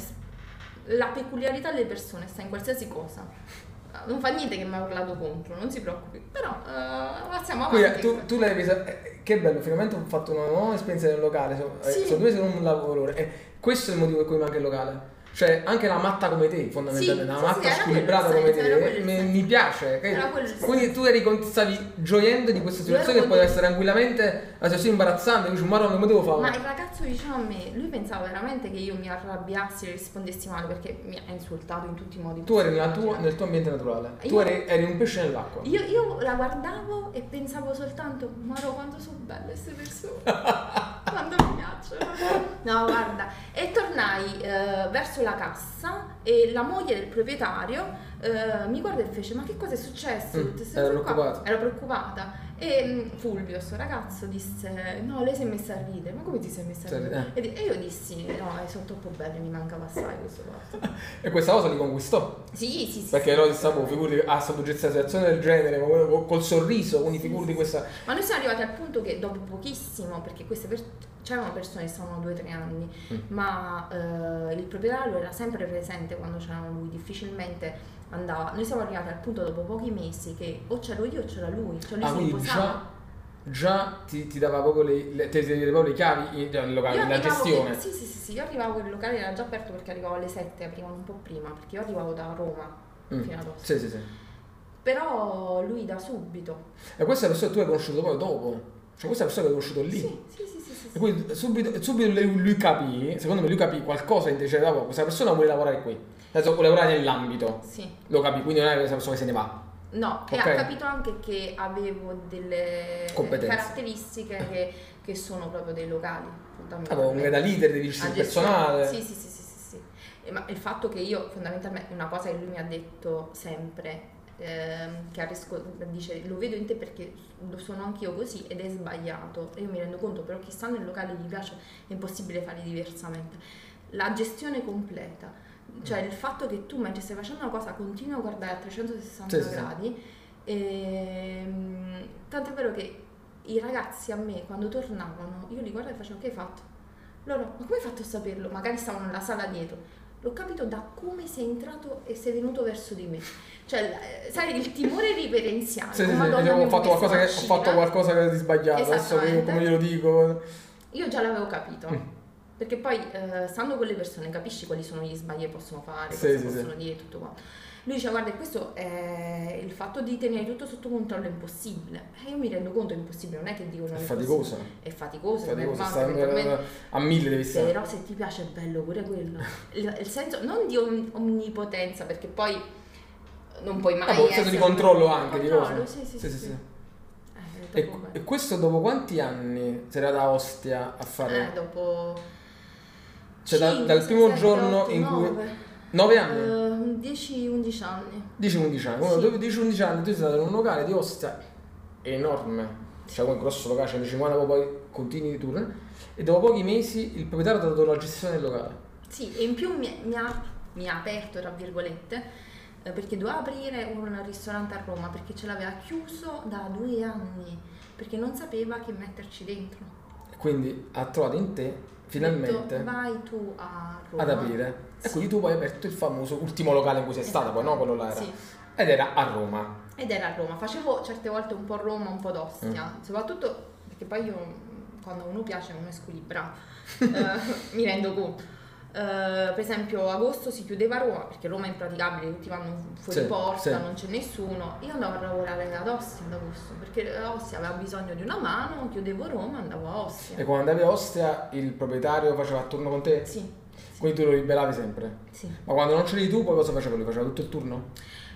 Speaker 3: la peculiarità delle persone sta in qualsiasi cosa. Non fa niente che mi ha urlato contro, non si preoccupi. Però, eh, siamo
Speaker 2: Quindi
Speaker 3: avanti.
Speaker 2: tu, tu l'hai presa. eh, Che bello, finalmente ho fatto una nuova esperienza nel locale. Sono, eh,
Speaker 3: Sì.
Speaker 2: sono due mesi che non lavoro. E questo è il motivo per cui manca il locale. Cioè, anche la matta come te, fondamentalmente,
Speaker 3: Sì,
Speaker 2: la
Speaker 3: sì,
Speaker 2: matta
Speaker 3: sì, era
Speaker 2: squilibrata
Speaker 3: quello
Speaker 2: come
Speaker 3: il senso, era
Speaker 2: te, eh,
Speaker 3: quello il
Speaker 2: mi,
Speaker 3: senso.
Speaker 2: mi piace.
Speaker 3: Era
Speaker 2: capito?
Speaker 3: quello il
Speaker 2: Quindi tu eri, con- stavi gioiendo di questa
Speaker 3: Io ero
Speaker 2: situazione che poteva
Speaker 3: contenta.
Speaker 2: essere tranquillamente la situazione imbarazzante. Dici, marò, come devo fare?
Speaker 3: Ma il ragazzo vicino a me, lui pensava veramente che io mi arrabbiassi e rispondessi male perché mi ha insultato in tutti i modi.
Speaker 2: Tu eri nella
Speaker 3: possibili.
Speaker 2: tua- nel tuo ambiente naturale. Tu
Speaker 3: Io-
Speaker 2: eri, eri un pesce nell'acqua.
Speaker 3: Io, io la guardavo e pensavo soltanto, Maro quanto sono belle queste persone, quanto mi piacciono. No, guarda, e tornai eh, verso la cassa e la moglie del proprietario eh, mi guarda e fece, ma che cosa è successo?
Speaker 2: Mm,
Speaker 3: Tutte queste
Speaker 2: era
Speaker 3: cose qua?"
Speaker 2: preoccupata.
Speaker 3: Era preoccupata. E mm, Fulvio, sto ragazzo, disse, no, lei si è messa a ridere, ma come ti sei messa a
Speaker 2: Sì,
Speaker 3: ridere? E di- E io dissi, no, eh, sono troppo belle, mi mancava assai questo fatto.
Speaker 2: E questa cosa li conquistò.
Speaker 3: Sì, sì, sì.
Speaker 2: Perché Erotis sapevo, figurati, ah, ha stato gestita una situazione del genere, ma quello col, col sorriso, quindi figurati questa...
Speaker 3: Ma noi siamo arrivati al punto che dopo pochissimo, perché queste per- c'erano persone che stavano 2-3 anni,
Speaker 2: Mm.
Speaker 3: ma eh, il proprietario era sempre presente quando c'era lui, difficilmente andava. Noi siamo arrivati al punto dopo pochi mesi che o c'ero io o c'era lui, cioè lui
Speaker 2: Ah,
Speaker 3: si
Speaker 2: quindi già,
Speaker 3: riposava.
Speaker 2: già ti, ti dava proprio le, le, te- te- te- proprio le chiavi in- nel locale,
Speaker 3: Io
Speaker 2: nella
Speaker 3: arrivavo
Speaker 2: gestione.
Speaker 3: che- sì, sì, sì, sì, io arrivavo che il locale era già aperto perché arrivavo alle 7, aprivano un po' prima, perché io arrivavo da Roma
Speaker 2: Mm.
Speaker 3: fino ad Ostia.
Speaker 2: Sì, sì, sì.
Speaker 3: Però lui da subito.
Speaker 2: E questa persona tu l'hai conosciuto poi dopo. Cioè questa persona che hai conosciuto lì.
Speaker 3: Sì, sì, sì, sì, sì,
Speaker 2: E
Speaker 3: sì.
Speaker 2: quindi subito, subito lui, lui capì, secondo me lui capì qualcosa in te, cioè, dopo, questa persona vuole lavorare qui. Adesso vuole lavorare nell'ambito.
Speaker 3: Sì.
Speaker 2: Lo capì, quindi non è questa persona che se ne va.
Speaker 3: No, e
Speaker 2: Ok.
Speaker 3: ha capito anche che avevo delle
Speaker 2: Competenze.
Speaker 3: caratteristiche che, che sono proprio dei
Speaker 2: Ah,
Speaker 3: locali,
Speaker 2: boh,
Speaker 3: fondamentalmente.
Speaker 2: come da leader, devi gestire
Speaker 3: A
Speaker 2: il
Speaker 3: gestione.
Speaker 2: personale.
Speaker 3: Ah, Sì, sì, sì, sì, sì, sì. E ma il fatto che io, fondamentalmente, una cosa che lui mi ha detto sempre, ehm, che ha risco- dice, lo vedo in te perché lo sono anch'io così ed è sbagliato. Io mi rendo conto, però chi sta nel locale gli piace, è impossibile fare diversamente. La gestione completa, cioè
Speaker 2: Mm.
Speaker 3: il fatto che tu mentre stai facendo una cosa continui a guardare a 360
Speaker 2: Sì, sì, sì.
Speaker 3: gradi, ehm, tant'è vero che i ragazzi a me quando tornavano, io li guardavo e facevo che hai fatto? Loro, ma come hai fatto a saperlo? Magari stavano nella sala dietro. L'ho capito da come sei entrato e sei venuto verso di me. Cioè, eh, sai, il timore reverenziale.
Speaker 2: Sì, sì, sì,
Speaker 3: Madonna
Speaker 2: diciamo,
Speaker 3: mia,
Speaker 2: ho, fatto
Speaker 3: come
Speaker 2: qualcosa che, ho
Speaker 3: sono
Speaker 2: fatto
Speaker 3: uscita.
Speaker 2: qualcosa che di sbagliato, adesso come,
Speaker 3: Esattamente.
Speaker 2: come glielo dico.
Speaker 3: Io già l'avevo capito.
Speaker 2: Mm.
Speaker 3: Perché poi, eh, stando con le persone, capisci quali sono gli sbagli che possono fare,
Speaker 2: Sì,
Speaker 3: cosa
Speaker 2: sì,
Speaker 3: possono dire e tutto quanto. Lui dice, guarda, questo è il fatto di tenere tutto sotto controllo è impossibile. E io mi rendo conto che è impossibile, non è che dico non
Speaker 2: È
Speaker 3: è
Speaker 2: faticoso,
Speaker 3: possibile. È faticoso, non è
Speaker 2: faticoso,
Speaker 3: facile,
Speaker 2: stare
Speaker 3: mentalmente-
Speaker 2: a mille devi stare.
Speaker 3: però se ti piace è bello pure quello. Il, il senso non di om- omnipotenza, perché poi non puoi mai.
Speaker 2: Ah, boh, il senso di
Speaker 3: essere-
Speaker 2: controllo anche, di
Speaker 3: Controllo,
Speaker 2: cose.
Speaker 3: Sì,
Speaker 2: Sì,
Speaker 3: sì, sì.
Speaker 2: sì,
Speaker 3: sì.
Speaker 2: sì.
Speaker 3: Eh, dopo,
Speaker 2: E, e questo dopo quanti anni sei andata a Ostia a
Speaker 3: eh,
Speaker 2: fare?
Speaker 3: dopo
Speaker 2: Cioè, da-
Speaker 3: cinque,
Speaker 2: dal primo
Speaker 3: sette,
Speaker 2: giorno
Speaker 3: otto,
Speaker 2: in cui-
Speaker 3: nove.
Speaker 2: Nove anni?
Speaker 3: Eh, 10-11 anni.
Speaker 2: 10-11 anni.
Speaker 3: sì.
Speaker 2: Quando dopo 10-11 anni tu sei andato in un locale di Ostia enorme, cioè un grosso locale, 150 poi continui di tour. E dopo pochi mesi il proprietario ti ha dato la gestione del locale.
Speaker 3: Sì, e in più mi, mi ha, mi ha aperto, tra virgolette, eh, perché doveva aprire un ristorante a Roma, perché ce l'aveva chiuso da due anni, perché non sapeva che metterci dentro.
Speaker 2: Quindi ha trovato in te
Speaker 3: Ho detto,
Speaker 2: finalmente
Speaker 3: vai tu a Roma.
Speaker 2: ad aprire. E
Speaker 3: Sì.
Speaker 2: quindi tu poi hai aperto il famoso ultimo locale in cui sei stata, poi no, quello là era.
Speaker 3: Sì,
Speaker 2: Ed era a Roma.
Speaker 3: ed era a Roma. Facevo certe volte un po' Roma, un po' d'Ostia,
Speaker 2: Mm.
Speaker 3: soprattutto perché poi io quando a uno piace uno è squilibrato, Eh, mi rendo conto. per esempio agosto si chiudeva Roma perché Roma è impraticabile, tutti vanno fuori
Speaker 2: Sì,
Speaker 3: porta,
Speaker 2: sì.
Speaker 3: non c'è nessuno. Io andavo a lavorare ad Ostia ad agosto perché Ostia aveva bisogno di una mano, chiudevo Roma, andavo a Ostia.
Speaker 2: E quando andavi a Ostia il proprietario faceva il turno con te?
Speaker 3: Sì,
Speaker 2: Quindi tu lo liberavi sempre.
Speaker 3: sì.
Speaker 2: Ma quando non c'eri tu poi cosa faceva lui? Faceva tutto il turno?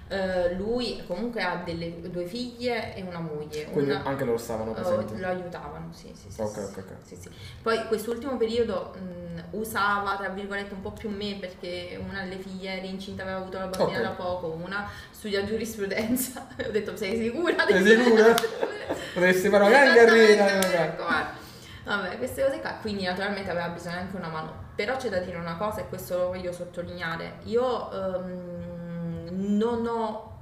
Speaker 3: Eh, lui comunque ha delle- due figlie e una moglie.
Speaker 2: Quindi
Speaker 3: Una-
Speaker 2: anche loro stavano
Speaker 3: eh,
Speaker 2: presenti.
Speaker 3: lo aiutavano, sì, sì, sì.
Speaker 2: Ok,
Speaker 3: sì,
Speaker 2: ok, ok.
Speaker 3: sì, sì. Poi quest'ultimo periodo mh, usava, tra virgolette, un po' più me perché una delle figlie era incinta, aveva avuto la bambina
Speaker 2: Ok.
Speaker 3: da poco, una studia giurisprudenza. Ho detto, sei sicura?
Speaker 2: Sei sicura? Potresti fare una grande
Speaker 3: Esattamente,
Speaker 2: carriera.
Speaker 3: mi
Speaker 2: magari.
Speaker 3: raccomando. Vabbè, queste cose qua, quindi naturalmente aveva bisogno anche una mano. Però c'è da dire una cosa e questo lo voglio sottolineare. Io ehm, non ho,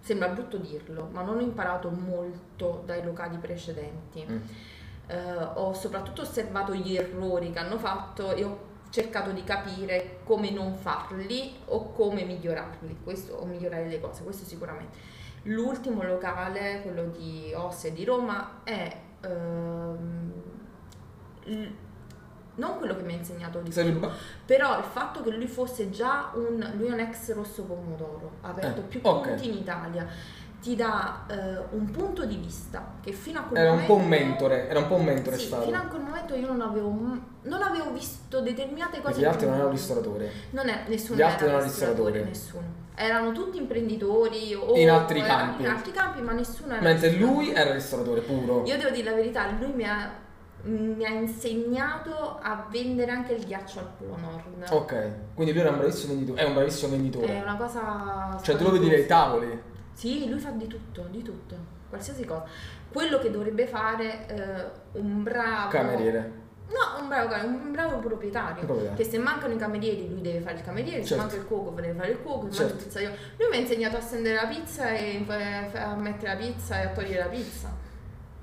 Speaker 3: sembra brutto dirlo, ma non ho imparato molto dai locali precedenti.
Speaker 2: Mm.
Speaker 3: Eh, ho soprattutto osservato gli errori che hanno fatto e ho cercato di capire come non farli o come migliorarli, questo, o migliorare le cose, questo sicuramente. L'ultimo locale, quello di Ostia e di Roma, è ehm, l- non quello che mi ha insegnato di
Speaker 2: Sei
Speaker 3: più,
Speaker 2: riba-
Speaker 3: però il fatto che lui fosse già un, lui è un ex rosso pomodoro, ha aperto
Speaker 2: Eh,
Speaker 3: più
Speaker 2: ok.
Speaker 3: punti in Italia, ti dà eh, un punto di vista che fino a quel
Speaker 2: Era un
Speaker 3: momento
Speaker 2: po' un mentore, era un po' un mentore
Speaker 3: sì,
Speaker 2: stato.
Speaker 3: fino a quel momento io non avevo, non avevo visto determinate
Speaker 2: Perché
Speaker 3: cose.
Speaker 2: gli altri
Speaker 3: che
Speaker 2: non erano ristoratori.
Speaker 3: Non è, nessuno
Speaker 2: Gli altri
Speaker 3: era
Speaker 2: non erano
Speaker 3: ristoratore,
Speaker 2: ristoratori.
Speaker 3: Nessuno. Erano tutti imprenditori o
Speaker 2: In altri
Speaker 3: era-
Speaker 2: campi.
Speaker 3: In altri campi, ma nessuno era.
Speaker 2: Mentre
Speaker 3: ristoratore.
Speaker 2: lui era ristoratore puro.
Speaker 3: Io devo dire la verità, lui mi ha, mi ha insegnato a vendere anche il ghiaccio al Polo Nord.
Speaker 2: Oh, Ok, quindi lui era un bravissimo venditore. È un bravissimo venditore.
Speaker 3: È una cosa.
Speaker 2: Cioè, tu lo vedi dai tavoli.
Speaker 3: Sì, lui fa di tutto, di tutto, qualsiasi cosa. Quello che dovrebbe fare eh, un bravo.
Speaker 2: Cameriere.
Speaker 3: No, un bravo, cane, un bravo proprietario.
Speaker 2: Un proprietario.
Speaker 3: Che se mancano i camerieri, lui deve fare il cameriere, se
Speaker 2: Certo.
Speaker 3: manca il cuoco, deve fare il cuoco, se
Speaker 2: Certo.
Speaker 3: manca il pizzaiolo. Lui mi ha insegnato a stendere la pizza e eh, a mettere la pizza e a togliere la pizza.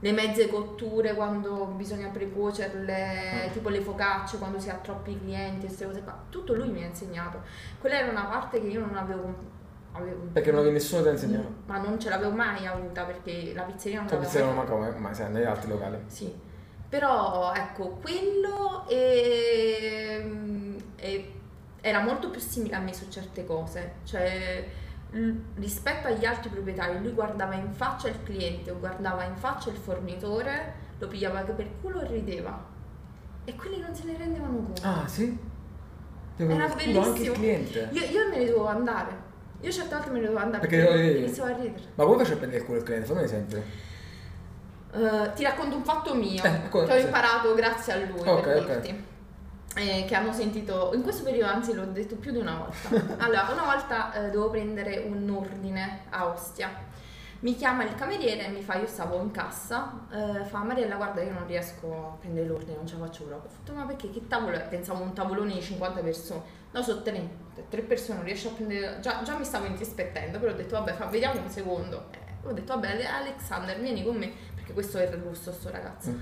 Speaker 3: Le mezze cotture quando bisogna precuocerle,
Speaker 2: Ah.
Speaker 3: tipo le focacce quando si ha troppi clienti, queste cose qua. Tutto lui mi ha insegnato. Quella era una parte che io non avevo. avevo- Mm,
Speaker 2: Perché non avevi nessuno che ti insegnava.
Speaker 3: Ma non ce l'avevo mai avuta perché la pizzeria non
Speaker 2: La
Speaker 3: l'aveva
Speaker 2: pizzeria
Speaker 3: mai
Speaker 2: non mancava, ma sai, negli altri locali.
Speaker 3: sì, però ecco, quello ehm, e- era molto più simile a me su certe cose, cioè l- rispetto agli altri proprietari, lui guardava in faccia il cliente o guardava in faccia il fornitore, lo pigliava anche per culo e rideva. E quelli non se ne rendevano conto.
Speaker 2: Ah, sì? Devo
Speaker 3: Era
Speaker 2: dire, scudo, anche il
Speaker 3: bellissimo.
Speaker 2: cliente.
Speaker 3: Io, io me ne dovevo andare. Io certe volte me ne dovevo andare
Speaker 2: Perché ridevi?
Speaker 3: iniziavo a ridere.
Speaker 2: Ma come faccio a prendere il culo il cliente? Fammi un esempio.
Speaker 3: Eh, ti racconto un fatto mio Cioè,
Speaker 2: Eh,
Speaker 3: che
Speaker 2: cosa-
Speaker 3: ho imparato grazie a lui
Speaker 2: Ok,
Speaker 3: per
Speaker 2: ok.
Speaker 3: dirti. Eh, che hanno sentito in questo periodo, anzi, l'ho detto più di una volta. allora, una volta eh, dovevo prendere un ordine a Ostia. Mi chiama il cameriere e mi fa: Io stavo in cassa. eh, fa Mariella, guarda, io non riesco a prendere l'ordine, non ce la faccio proprio. Ho fatto, ma perché che tavolo è? Pensavo un tavolone di 50 persone. No, sono tre. Tre persone, non riesco a prendere. Già, già mi stavo indispettendo, però ho detto, vabbè, fa, vediamo un secondo. Eh, ho detto, vabbè, Ale- Alexander, vieni con me, perché questo era il russo, sto ragazzo.
Speaker 2: Mm.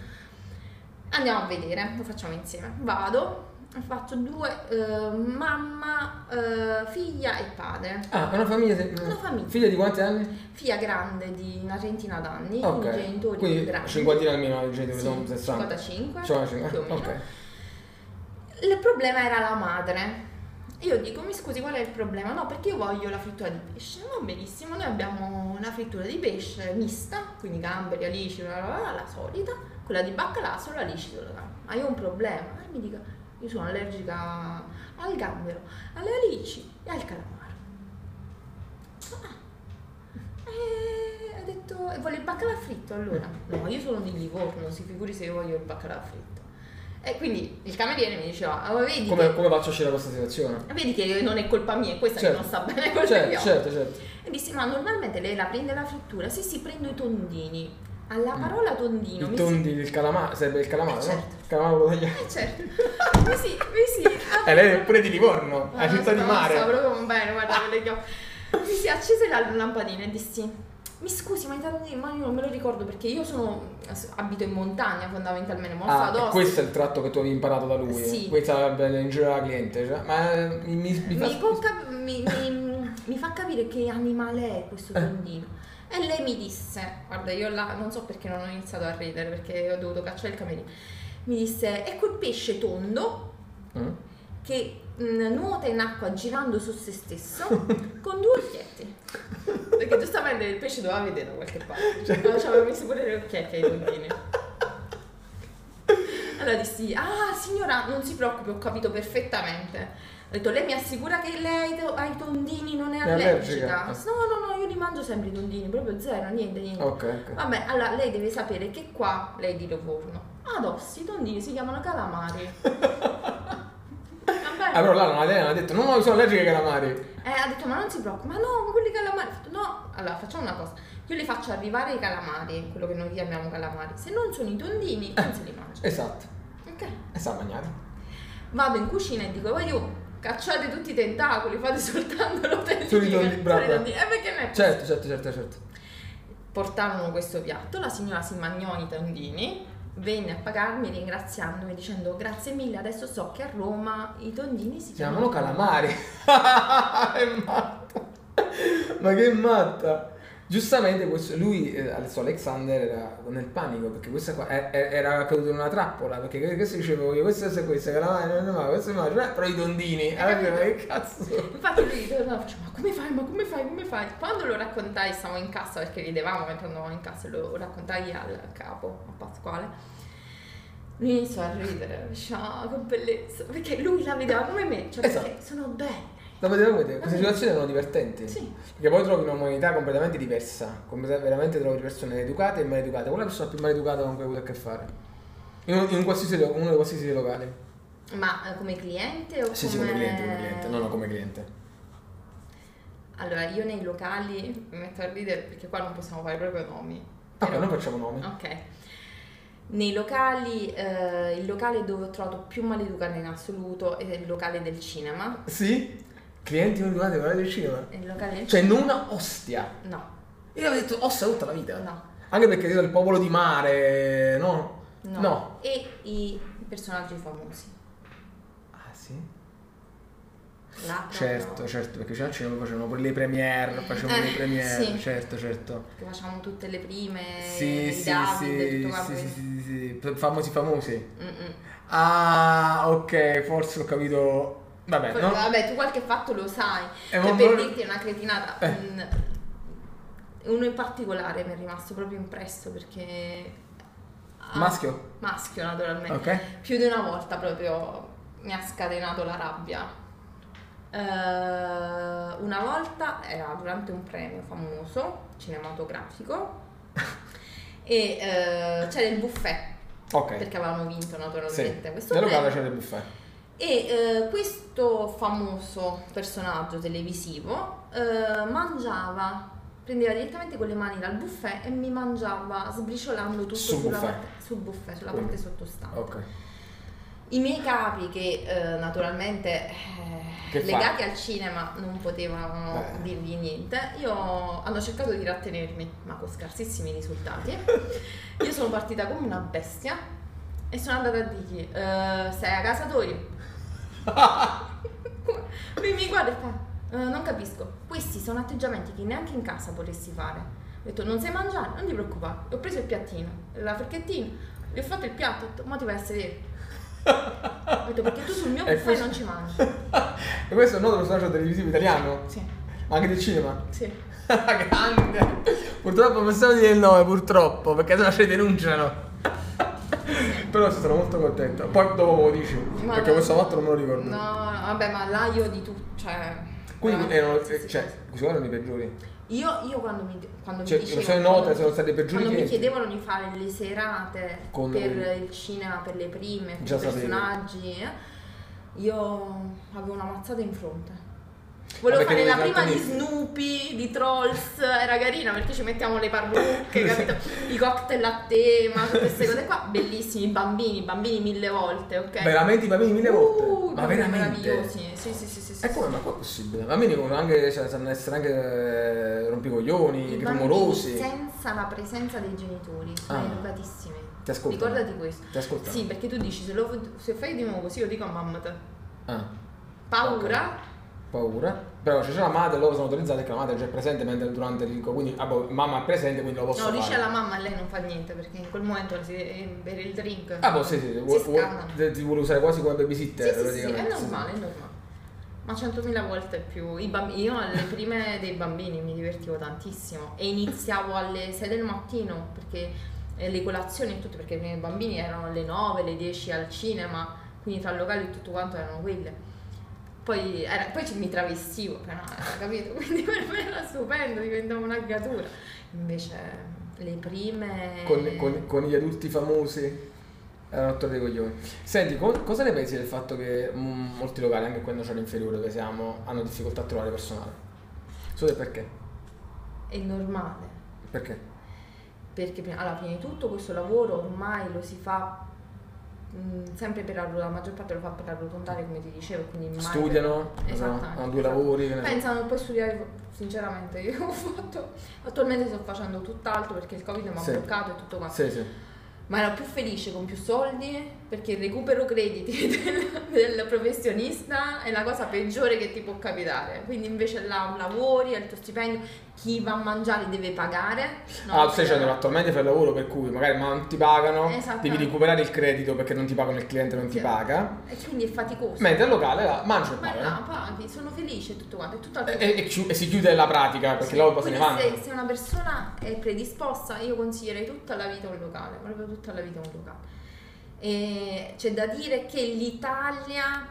Speaker 3: Andiamo a vedere, lo facciamo insieme. Vado, faccio due, eh, mamma, eh, figlia e padre.
Speaker 2: Ah, è una famiglia. se-
Speaker 3: Una famiglia.
Speaker 2: Figlia di quanti anni?
Speaker 3: Figlia grande di una trentina d'anni,
Speaker 2: Ah,
Speaker 3: i genitori
Speaker 2: Quindi
Speaker 3: grandi.
Speaker 2: cinquantina almeno, i genitori
Speaker 3: Sì,
Speaker 2: sono 60.
Speaker 3: 55,
Speaker 2: Sono 50,
Speaker 3: più o meno.
Speaker 2: Ok.
Speaker 3: Il problema era la madre. Io dico, mi scusi, qual è il problema? No, perché io voglio la frittura di pesce. Va benissimo, noi abbiamo una frittura di pesce mista, quindi gamberi, alici, la, la, la, la solita, quella di baccalà, solo alici, solo gamberi. Ma io ho un problema. E mi dica, io sono allergica al gambero, alle alici e al calamaro. Ah. E ha detto, e vuole il baccalà fritto allora? No, io sono di Livorno, si figuri se io voglio il baccalà fritto. E quindi il cameriere mi diceva, "Ah, vedi
Speaker 2: Come,
Speaker 3: che-
Speaker 2: come faccio a uscire da questa situazione?
Speaker 3: Vedi che non è colpa mia, è questa
Speaker 2: Certo.
Speaker 3: che non sta bene con gli
Speaker 2: Certo,
Speaker 3: occhi.
Speaker 2: certo, certo.
Speaker 3: E disse, ma normalmente lei la prende la frittura? Sì, sì, prendo i tondini. Alla parola tondino
Speaker 2: Mm. Il
Speaker 3: mi
Speaker 2: tondi, il calamaro, sarebbe il calamaro,
Speaker 3: Eh,
Speaker 2: no?
Speaker 3: certo.
Speaker 2: Il calamaro lo taglia.
Speaker 3: si... Eh, certo. mi si, mi si...
Speaker 2: E lei è pure di Livorno,
Speaker 3: Ma
Speaker 2: la città di
Speaker 3: non sta- Non Ah, sta
Speaker 2: mare.
Speaker 3: proprio non bene, guarda con le chiappe. Mi si accese la lampadina e dissi... Mi scusi, ma, i tondini- ma io non me lo ricordo perché io sono... abito in montagna fondamentalmente, ma non
Speaker 2: Ah,
Speaker 3: sto
Speaker 2: e
Speaker 3: ad Ostia.
Speaker 2: questo è il tratto che tu avevi imparato da lui. eh?
Speaker 3: Sì.
Speaker 2: Questa è in giro alla cliente. cioè, ma eh, mi, mi, mi fa.
Speaker 3: mi, può cap- mi- mi- mi fa capire che animale è
Speaker 2: Eh.
Speaker 3: questo tondino. E lei mi disse, guarda io là non so perché non ho iniziato a ridere, perché ho dovuto cacciare il camerino. Mi disse, è quel pesce tondo
Speaker 2: Mm?
Speaker 3: che mh, nuota in acqua girando su se stesso con due occhietti. Perché giustamente il pesce doveva vedere da qualche parte. Allora ci aveva messo pure le occhiette ai bambini. Allora dissi, ah signora, non si preoccupi, ho capito perfettamente. Ho detto, lei mi assicura che lei to- ai tondini non è,
Speaker 2: È allergica?
Speaker 3: allergica? No, no, no, io li mangio sempre i tondini, proprio zero, niente, niente.
Speaker 2: Ok, ok.
Speaker 3: Vabbè, allora lei deve sapere che qua, lei di Livorno, ad Ossi i tondini si chiamano calamari. Vabbè.
Speaker 2: Ah, però là la Maddalena ha detto: No, no, io sono allergica ai calamari.
Speaker 3: Eh, ha detto, ma non si preoccupi, ma no, ma quelli calamari... Ho fatto, No, allora facciamo una cosa, io li faccio arrivare i calamari, quello che noi chiamiamo calamari. Se non sono i tondini, non se li mangio.
Speaker 2: Esatto.
Speaker 3: Ok.
Speaker 2: E sta mangiando.
Speaker 3: Vado in cucina e dico, voglio cacciate tutti i tentacoli, fate soltanto l'hotel.
Speaker 2: Sui tondini, brava.
Speaker 3: Eh, perché non è
Speaker 2: Certo, certo, certo, certo.
Speaker 3: portarono questo piatto, la signora si magnò i tondini, venne a pagarmi ringraziandomi dicendo grazie mille, adesso so che a Roma i tondini si
Speaker 2: Si
Speaker 3: chiamano
Speaker 2: Chiamano calamari. è matta. Ma che matta. Giustamente questo, lui, eh, adesso Alexander era nel panico perché questa qua è- è- era caduto in una trappola perché que- questo dicevo io, questo è questo, calamari, non è male, questo è male, cioè, però i dondini, alla fine, ma Ah, che cazzo.
Speaker 3: Infatti lui tornava faceva, ma come fai, ma come fai, come fai? Quando lo raccontai, stavamo in cassa perché ridevamo mentre andavamo in cassa, lo raccontai al capo, a Pasquale. Lui iniziò a ridere, diceva, "Ah, che bellezza, perché lui la vedeva come me, cioè perché
Speaker 2: Esatto.
Speaker 3: sono belle.
Speaker 2: La potete vedere, queste situazioni erano divertenti.
Speaker 3: Sì.
Speaker 2: Perché poi trovi un'umanità completamente diversa, complet- veramente trovi persone educate e maleducate. Quella è la persona più maleducata con cui hai avuto a che fare? In un, in un qualsiasi lo- uno dei qualsiasi locali.
Speaker 3: Ma eh, come cliente o
Speaker 2: Sì,
Speaker 3: come...
Speaker 2: sì, come cliente, come cliente. No, no, come cliente.
Speaker 3: Allora, io nei locali mi metto a ridere perché qua non possiamo fare proprio nomi.
Speaker 2: Ah,
Speaker 3: Però-
Speaker 2: non facciamo nomi.
Speaker 3: Ok. Nei locali, eh, il locale dove ho trovato più maleducata in assoluto è il locale del cinema.
Speaker 2: Sì? Clienti maleducati per parlare del cinema.
Speaker 3: È Il locale del
Speaker 2: Cioè, non una ostia.
Speaker 3: cinema? No,
Speaker 2: Io avevo detto ostia tutta la vita.
Speaker 3: no,
Speaker 2: Anche perché io il popolo di mare, no?
Speaker 3: no.
Speaker 2: No.
Speaker 3: E i personaggi famosi.
Speaker 2: Ah, sì?
Speaker 3: Là proprio-
Speaker 2: Certo, certo, perché c'era il cinema, facevano pure le premiere, facevano le
Speaker 3: Eh,
Speaker 2: premiere,
Speaker 3: sì.
Speaker 2: certo, certo.
Speaker 3: Che facciamo tutte le prime.
Speaker 2: Sì,
Speaker 3: i
Speaker 2: sì,
Speaker 3: Davide,
Speaker 2: sì,
Speaker 3: tutto Mm,
Speaker 2: sì,
Speaker 3: quanto.
Speaker 2: sì, sì, sì, sì, famosi famosi.
Speaker 3: Mm-mm.
Speaker 2: Ah, ok, forse ho capito. Vabbè,
Speaker 3: Poi,
Speaker 2: Eh, no?
Speaker 3: Vabbè, tu qualche fatto lo sai.
Speaker 2: Eh,
Speaker 3: Cioè,
Speaker 2: ma-
Speaker 3: per dirti una cretinata.
Speaker 2: Eh.
Speaker 3: mm, Uno in particolare mi è rimasto proprio impresso perché. ah,
Speaker 2: Maschio?
Speaker 3: Maschio, naturalmente.
Speaker 2: Ok.
Speaker 3: Più di una volta proprio mi ha scatenato la rabbia. Eh, una volta era durante un premio famoso cinematografico e eh, c'era il buffet
Speaker 2: Ok.
Speaker 3: perché avevamo vinto
Speaker 2: Sì.
Speaker 3: naturalmente questo
Speaker 2: Nel locale
Speaker 3: premio.
Speaker 2: c'era il buffet.
Speaker 3: E eh, questo famoso personaggio televisivo eh, mangiava, prendeva direttamente con le mani dal buffet e mi mangiava sbriciolando tutto
Speaker 2: Sul
Speaker 3: sulla
Speaker 2: buffet.
Speaker 3: parte, sul buffet, sulla
Speaker 2: Quindi.
Speaker 3: parte sottostante.
Speaker 2: Ok.
Speaker 3: I miei capi che eh, naturalmente eh,
Speaker 2: Che fai?
Speaker 3: legati al cinema non potevano
Speaker 2: Beh.
Speaker 3: dirgli niente, io hanno cercato di rattenermi, ma con scarsissimi risultati. io sono partita come una bestia e sono andata a dirgli, "Eh, sei a casa Tori? Lui mi guarda e fa, "Eh, non capisco, questi sono atteggiamenti che neanche in casa potresti fare. Ho detto, non sai mangiare, non ti preoccupare. Ho preso il piattino, la forchettina, gli ho fatto il piatto, ho detto, ma ti vai a sedere. Ho detto, perché tu sul mio
Speaker 2: E
Speaker 3: buffet
Speaker 2: questo-
Speaker 3: non ci mangi.
Speaker 2: E questo è un noto personaggio televisivo italiano,
Speaker 3: Sì,
Speaker 2: ma anche del cinema.
Speaker 3: sì.
Speaker 2: Grande! Purtroppo non possiamo dire il nome, purtroppo, perché sennò ci denunciano. Però sono molto contento. Poi dopo me lo dici,
Speaker 3: Ma
Speaker 2: perché
Speaker 3: no.
Speaker 2: questo fatto non me lo ricordo.
Speaker 3: No, vabbè, ma là io di tutto, cioè...
Speaker 2: Quindi
Speaker 3: veramente,
Speaker 2: erano,
Speaker 3: sì, sì.
Speaker 2: cioè, questi qua erano i peggiori.
Speaker 3: Io, io quando mi, quando
Speaker 2: Cioè,
Speaker 3: mi dicevano...
Speaker 2: sono note, sono state peggiori
Speaker 3: Quando mi
Speaker 2: clienti.
Speaker 3: chiedevano di fare le serate
Speaker 2: Con-
Speaker 3: per il cinema, per le prime, per
Speaker 2: Già
Speaker 3: i
Speaker 2: sapevi.
Speaker 3: personaggi, eh, io avevo una mazzata in fronte. Volevo
Speaker 2: perché
Speaker 3: fare la
Speaker 2: dovevi
Speaker 3: prima di
Speaker 2: trattenere.
Speaker 3: Snoopy, di Trolls, era carina perché ci mettiamo le parrucche, capito? I cocktail a tema, tutte queste cose qua, bellissimi, i bambini, i bambini mille volte, ok?
Speaker 2: Veramente i bambini mille volte.
Speaker 3: Uh,
Speaker 2: ma
Speaker 3: bambini
Speaker 2: veramente.
Speaker 3: Meravigliosi, sì, sì, sì, sì. sì,
Speaker 2: E come? Ma qua è possibile? I bambini devono anche, cioè, sanno essere anche eh, rompicoglioni,
Speaker 3: I
Speaker 2: anche
Speaker 3: bambini
Speaker 2: rumorosi.
Speaker 3: senza la presenza dei genitori sono
Speaker 2: Ah.
Speaker 3: educatissimi.
Speaker 2: Ti ascoltano.
Speaker 3: Ricordati questo.
Speaker 2: Ti ascoltano.
Speaker 3: Sì, perché tu dici se, lo- se fai di nuovo così, io dico a mamma te.
Speaker 2: Ah.
Speaker 3: Paura,
Speaker 2: paura, però ci c'è la madre, loro sono autorizzati che la madre è già presente mentre durante l'inco, quindi ah, boh, mamma è presente, quindi lo posso
Speaker 3: No,
Speaker 2: fare.
Speaker 3: dice alla mamma, lei non fa niente perché in quel momento si eh, bere il drink.
Speaker 2: Ah, boh, sì, sì, vuol- vuol-
Speaker 3: scambiano.
Speaker 2: ti vuole usare quasi come
Speaker 3: Sì,
Speaker 2: babysitter
Speaker 3: sì, sì,
Speaker 2: Cioè, praticamente.
Speaker 3: è
Speaker 2: sì, sì.
Speaker 3: normale, è normale. Ma 100.000 volte più. I bamb- io alle prime dei bambini mi divertivo tantissimo e iniziavo alle 6 del mattino perché eh, le colazioni e tutto, perché i miei bambini erano alle 9, alle 10 al cinema, quindi tra locali e tutto quanto erano quelle. Poi, era- poi ci- mi travestivo, però, eh, capito? Quindi per me era stupendo, diventavo una gatura. Invece le prime...
Speaker 2: Con, con- con gli adulti famosi erano rotto dei coglioni. Senti, co- cosa ne pensi del fatto che mm, molti locali, anche quando c'è l'inferiore che siamo, hanno difficoltà a trovare personale? Solo perché?
Speaker 3: È normale.
Speaker 2: Perché?
Speaker 3: perché prima- allora, prima di tutto questo lavoro ormai lo si fa mh, sempre per arro- la maggior parte lo fa per arrotondare come ti dicevo quindi mai
Speaker 2: Studiano,
Speaker 3: per- Esattamente,
Speaker 2: hanno, hanno due
Speaker 3: esatto.
Speaker 2: lavori, che ne so.
Speaker 3: pensano poi studiare sinceramente io ho fatto attualmente sto facendo tutt'altro perché il covid mi ha
Speaker 2: Sì.
Speaker 3: bloccato e tutto quanto
Speaker 2: Sì, sì.
Speaker 3: ma ero più felice con più soldi perché recupero crediti del, del professionista è la cosa peggiore che ti può capitare quindi invece là lavori hai il tuo stipendio chi va a mangiare deve pagare No, cioè,
Speaker 2: ah, stai dicendo attualmente fai il lavoro per cui magari ma non ti pagano,
Speaker 3: Esatto.
Speaker 2: devi recuperare il credito perché non ti pagano, il cliente non ti
Speaker 3: Sì.
Speaker 2: paga.
Speaker 3: E quindi è faticoso.
Speaker 2: Mentre al locale là, mangia e
Speaker 3: Ma
Speaker 2: paga.
Speaker 3: no, paghi, sono felice e tutto quanto, è tutto al
Speaker 2: E, e chi- e si chiude la pratica Eh, perché loro poi se ne vanno.
Speaker 3: se, se una persona è predisposta, io consiglierei tutta la vita un locale, proprio tutta la vita un locale. E c'è da dire che l'Italia,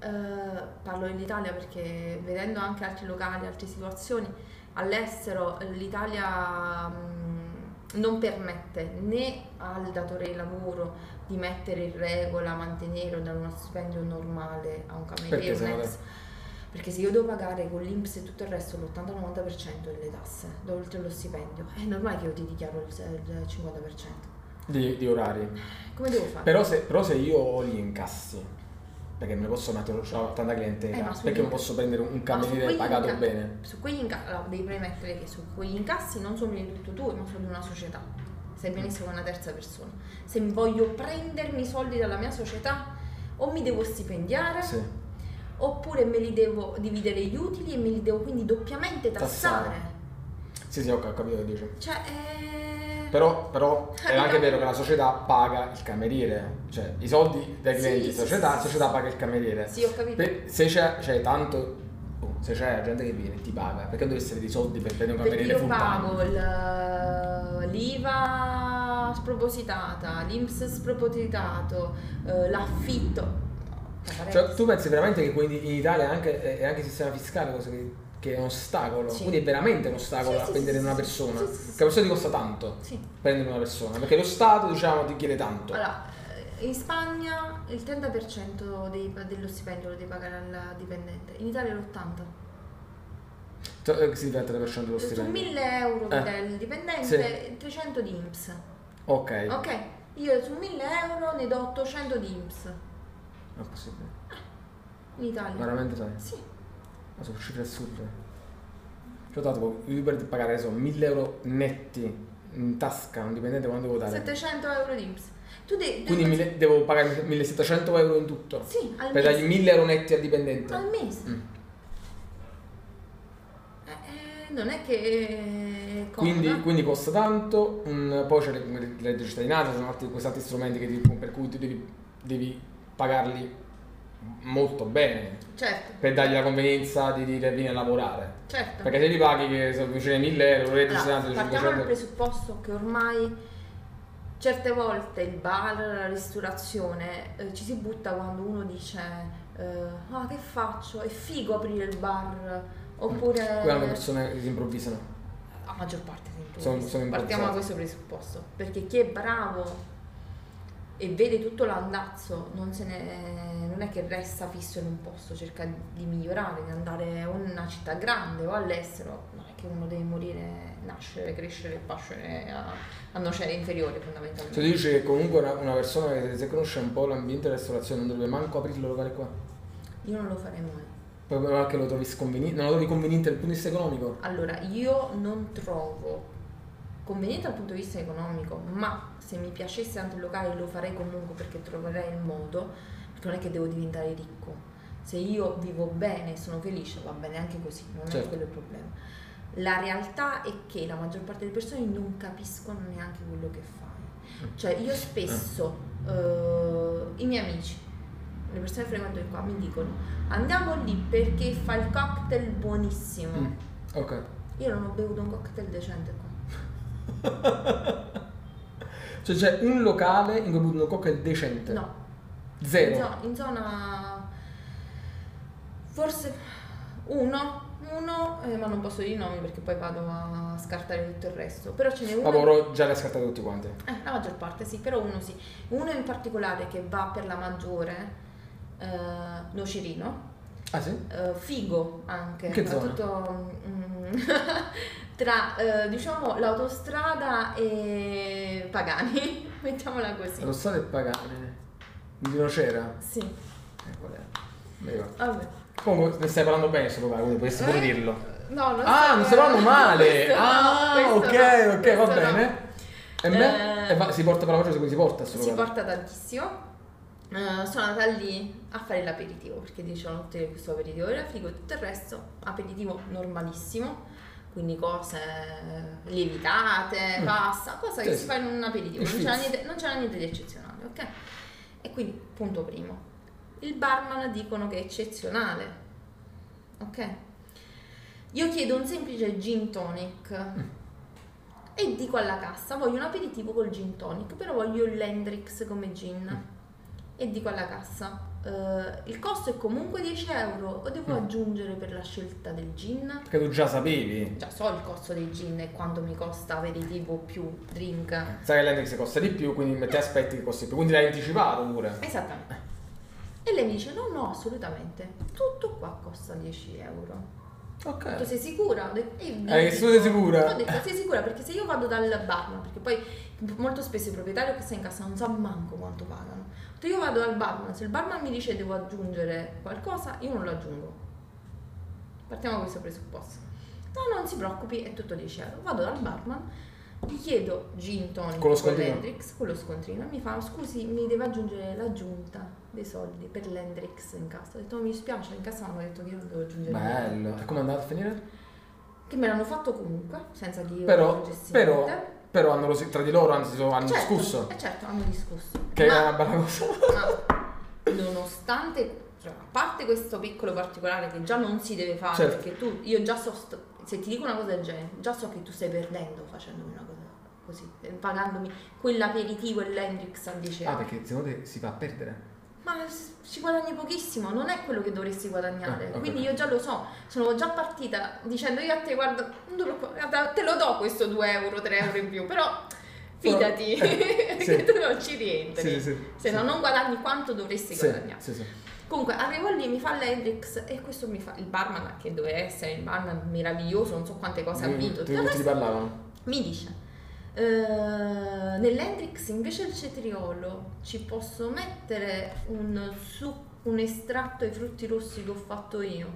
Speaker 3: eh, parlo dell'Italia perché vedendo anche altri locali, altre situazioni, all'estero eh, l'Italia mh, non permette né al datore di lavoro di mettere in regola, mantenere o dare uno stipendio normale a un
Speaker 2: Perché
Speaker 3: cameriere,
Speaker 2: se no
Speaker 3: un
Speaker 2: dai?
Speaker 3: ex. Perché se io devo pagare con l'Inps e tutto il resto l'80-90% delle tasse, oltre lo stipendio, è normale che io ti dichiaro il il 50%.
Speaker 2: Di, di orari.
Speaker 3: Come devo fare?
Speaker 2: Però se, però se io ho gli incassi, perché me ne posso mettere ho tanta
Speaker 3: Eh,
Speaker 2: clientela,
Speaker 3: ma su
Speaker 2: perché non
Speaker 3: quegli-
Speaker 2: posso prendere un cameriere
Speaker 3: quegli
Speaker 2: pagato
Speaker 3: inca-
Speaker 2: bene?
Speaker 3: Su quegli incassi, devi premettere che su quegli incassi non sono di tutto tu, ma sono di una società.
Speaker 2: Mm.
Speaker 3: Sai benissimo che è una terza persona. Se voglio prendermi i soldi dalla mia società, o mi devo stipendiare,
Speaker 2: Sì.
Speaker 3: oppure me li devo dividere gli utili e me li devo quindi doppiamente tassare.
Speaker 2: Tassare. Sì, sì, ho cap- capito che dici.
Speaker 3: Cioè, eh,
Speaker 2: Però, però è
Speaker 3: Ah,
Speaker 2: anche
Speaker 3: no.
Speaker 2: vero che la società paga il cameriere, cioè i soldi dai
Speaker 3: Sì,
Speaker 2: clienti,
Speaker 3: sì,
Speaker 2: società,
Speaker 3: sì, sì,
Speaker 2: società
Speaker 3: sì.
Speaker 2: paga il cameriere.
Speaker 3: Sì, ho capito.
Speaker 2: Per- se c'è, c'è tanto, oh, se c'è gente che viene e ti paga, perché dovresti avere i soldi per prendere un
Speaker 3: Perché
Speaker 2: cameriere
Speaker 3: io
Speaker 2: full time?
Speaker 3: pago il- eh, l'IVA spropositata, l'IMS spropositato, eh, l'affitto.
Speaker 2: Cioè, tu pensi veramente che quindi in Italia anche, è- è anche il sistema fiscale cosa che, che è un ostacolo?
Speaker 3: Sì.
Speaker 2: Quindi è veramente un ostacolo
Speaker 3: Sì,
Speaker 2: a
Speaker 3: sì,
Speaker 2: prendere
Speaker 3: sì,
Speaker 2: una
Speaker 3: sì,
Speaker 2: persona.
Speaker 3: sì, sì, sì,
Speaker 2: Che a persona ti costa tanto
Speaker 3: Sì.
Speaker 2: prendere una persona, perché lo Stato diciamo ti chiede tanto.
Speaker 3: Allora, eh, in Spagna il 30% dei- dello stipendio lo devi pagare al dipendente, in Italia l'80%.
Speaker 2: Cioè, eh, si diventa la persona dello
Speaker 3: Su
Speaker 2: stipendio.
Speaker 3: 1000 euro
Speaker 2: Eh.
Speaker 3: del dipendente,
Speaker 2: Sì. Eh.
Speaker 3: 300 di IMSS.
Speaker 2: Ok,
Speaker 3: Ok, io su 1000 euro ne do 800 di IMSS
Speaker 2: non è possibile.
Speaker 3: in Italia.
Speaker 2: Veramente sai.
Speaker 3: Sì.
Speaker 2: Ma sono cifre assurde. Cioè, tanto Uber deve pagare adesso 1000 euro netti in tasca, non dipendente quando devo dare.
Speaker 3: 700 euro di IMSS. Tu devi...
Speaker 2: Quindi mille- devo pagare 1700 euro in tutto.
Speaker 3: Sì, al
Speaker 2: per dargli
Speaker 3: mese.
Speaker 2: 1000 euro netti al dipendente.
Speaker 3: Al mese.
Speaker 2: Mm.
Speaker 3: Eh, eh, non è che... è eh. comoda.
Speaker 2: Quindi, quindi costa tanto, un- poi c'è il il reddito di cittadinanza, ci sono altri, questi altri strumenti che ti- per cui tu devi, devi pagarli molto bene
Speaker 3: Certo,
Speaker 2: per dargli la convenienza di dire vieni a lavorare.
Speaker 3: certo.
Speaker 2: Perché se li paghi che sono vicini ai 1000 euro, reddito di
Speaker 3: Allora,
Speaker 2: cittadinanza di
Speaker 3: partiamo dal
Speaker 2: 500
Speaker 3: presupposto che ormai certe volte il bar, la ristorazione eh, ci si butta quando uno dice eh, ah che faccio? È figo aprire il bar oppure
Speaker 2: Quelle sono le persone che si improvvisano.
Speaker 3: a maggior parte si improvvisa.
Speaker 2: Sono- sono
Speaker 3: Partiamo
Speaker 2: improvvisati.
Speaker 3: da questo presupposto, perché chi è bravo e vede tutto l'andazzo non, se ne- non è che resta fisso in un posto, cerca di migliorare, di andare o in una città grande o all'estero, non è che uno deve morire, nascere, crescere e pascere a, a nocere inferiore
Speaker 2: Se
Speaker 3: fondamentalmente.
Speaker 2: tu dici che comunque una, una persona che se conosce un po' l'ambiente della ristorazione non dovrebbe manco aprire il locale qua.
Speaker 3: Io non lo farei mai.
Speaker 2: Proprio anche lo trovi sconveniente, non lo trovi conveniente dal punto di vista economico.
Speaker 3: Allora, io non trovo conveniente dal punto di vista economico, ma se mi piacesse anche il locale lo farei comunque perché troverei il modo, perché non è che devo diventare ricco. se io vivo bene e sono felice va bene anche così, non
Speaker 2: Certo.
Speaker 3: è quello il problema. La realtà è che la maggior parte delle persone non capiscono neanche quello che
Speaker 2: Mm.
Speaker 3: fai. Cioè io spesso, eh, i miei amici, le persone che frequento di qua mi dicono andiamo lì perché fa il cocktail buonissimo.
Speaker 2: Mm, Ok.
Speaker 3: Io non ho bevuto un cocktail decente qua.
Speaker 2: Cioè c'è un locale in cui bevono cocktail decente.
Speaker 3: No, in,
Speaker 2: Cioè, Zero.
Speaker 3: zo- in zona forse uno, uno eh, ma non posso dire i nomi perché poi vado a scartare tutto il resto. Però ce n'è uno.
Speaker 2: Vabbè, ora già le ha scartate tutti quanti.
Speaker 3: Eh, la maggior parte sì, però uno sì. Uno in particolare che va per la maggiore, eh, Nocirino,
Speaker 2: Ah sì?
Speaker 3: eh, Figo anche,
Speaker 2: In che zona?
Speaker 3: soprattutto mm, tra eh, diciamo l'autostrada e Pagani, mettiamola così.
Speaker 2: Lo stato è pagare. Di Nocera?
Speaker 3: Sì,
Speaker 2: Eh, qual è? Non mi ricordo.
Speaker 3: vabbè.
Speaker 2: Comunque ne stai parlando bene sto locale, quindi potresti pure
Speaker 3: Eh?
Speaker 2: dirlo.
Speaker 3: No, non
Speaker 2: Ah,
Speaker 3: so-
Speaker 2: mi sembrano male.
Speaker 3: Questo no,
Speaker 2: ah,
Speaker 3: questo
Speaker 2: ok, ok,
Speaker 3: no,
Speaker 2: va
Speaker 3: questo no.
Speaker 2: bene. E me?
Speaker 3: Eh,
Speaker 2: E va- si porta per la voce, quindi si porta
Speaker 3: Si
Speaker 2: assolutamente.
Speaker 3: porta tantissimo. Eh, sono andata lì a fare l'aperitivo perché dicevano tutti che questo aperitivo era figo e tutto il resto aperitivo normalissimo quindi cose lievitate
Speaker 2: Mm.
Speaker 3: pasta cosa che
Speaker 2: Sì,
Speaker 3: si
Speaker 2: sì.
Speaker 3: fa in un aperitivo
Speaker 2: Il
Speaker 3: non c'era,
Speaker 2: fizz.
Speaker 3: niente, non c'era niente di eccezionale ok e quindi punto primo il barman dicono che è eccezionale ok io chiedo un semplice gin tonic e dico alla cassa voglio un aperitivo col gin tonic però voglio l'Hendrix come gin e dico alla cassa "Eh, il costo è comunque 10 euro o devo
Speaker 2: Mm.
Speaker 3: aggiungere per la scelta del gin?
Speaker 2: Che tu già sapevi.
Speaker 3: Già so il costo dei gin e quanto mi costa aperitivo più drink.
Speaker 2: Sai che l'Hendrix costa di più, quindi ti aspetti che costi di più. Quindi l'hai anticipato pure.
Speaker 3: Esattamente. E lei mi dice no, no, assolutamente. Tutto qua costa 10 euro. Tu
Speaker 2: Ok.
Speaker 3: sei sicura? Ho detto, e io
Speaker 2: Eh, tu
Speaker 3: dico-
Speaker 2: sei sicura?
Speaker 3: Ho detto, sei sicura perché se io vado dal barman, perché poi molto spesso il proprietario che sta in cassa non sa manco quanto pagano. Ho detto, io vado dal barman, se il barman mi dice devo aggiungere qualcosa, io non lo aggiungo. Partiamo da questo presupposto. No, non si preoccupi, è tutto 10 euro. Vado dal barman, gli chiedo gin tonic
Speaker 2: Con lo scontrino?
Speaker 3: l'Hendrix, con lo scontrino, e mi fa scusi, mi deve aggiungere l'aggiunta dei soldi per l'Hendrix in cassa. Ho detto, "No, mi dispiace, in cassa mi hanno detto che io non devo aggiungere niente."
Speaker 2: Bello. E come è andato a finire?
Speaker 3: Che me l'hanno fatto comunque, senza che io
Speaker 2: Però,
Speaker 3: aggiungessi
Speaker 2: però,
Speaker 3: niente.
Speaker 2: però hanno rosi- tra di loro anzi, so- hanno
Speaker 3: Certo,
Speaker 2: discusso.
Speaker 3: eh certo, hanno discusso.
Speaker 2: Che
Speaker 3: ma,
Speaker 2: era una bella cosa.
Speaker 3: ma nonostante, cioè, a parte questo piccolo particolare che già non si deve fare,
Speaker 2: Certo.
Speaker 3: perché tu, io già so, st- se ti dico una cosa del genere, già so che tu stai perdendo facendomi una cosa così, eh, pagandomi quell'aperitivo e l'Hendrix a 10
Speaker 2: Ah,
Speaker 3: euro.
Speaker 2: perché secondo te si fa perdere?
Speaker 3: Ma s- ci guadagni pochissimo, non è quello che dovresti guadagnare.
Speaker 2: Ah, ok.
Speaker 3: Quindi io già lo so, sono già partita dicendo io a te guarda, non te lo- guarda, te lo do questo 2 euro, 3 euro in più, però fidati
Speaker 2: Però- eh,
Speaker 3: che
Speaker 2: sì.
Speaker 3: tu non ci rientri.
Speaker 2: sì.
Speaker 3: Se no non guadagni quanto dovresti
Speaker 2: Sì,
Speaker 3: guadagnare.
Speaker 2: sì, sì.
Speaker 3: Comunque arrivo lì, mi fa l'Hendrix e questo mi fa il barman che doveva essere il barman meraviglioso, non so quante cose ha vinto.
Speaker 2: Tutti
Speaker 3: tutto il
Speaker 2: tutti
Speaker 3: resto
Speaker 2: li parlavano.
Speaker 3: mi dice eh, nell'Hendrix invece del cetriolo ci posso mettere un succo un estratto ai frutti rossi che ho fatto io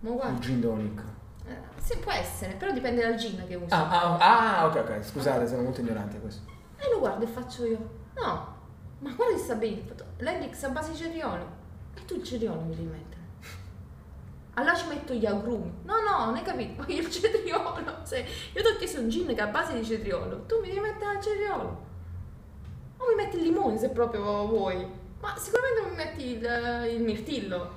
Speaker 3: ma
Speaker 2: Il
Speaker 3: guarda
Speaker 2: gin tonic.
Speaker 3: eh, sì, può essere però dipende dal gin che uso
Speaker 2: Ah, ah, ah, ok, ok. Scusate, sono molto ignorante a questo.
Speaker 3: e lo guardo e faccio io no ma guarda che sta bene Ho fatto, l'Hendrix a base di cetriolo e tu il cetriolo mi devi mettere allora ci metto gli agrumi no no non hai capito voglio il cetriolo Se- io ti ho chiesto un gin che è a base di cetriolo tu mi devi mettere il cetriolo o mi metti il limone se proprio vuoi ma sicuramente non mi metti il, il mirtillo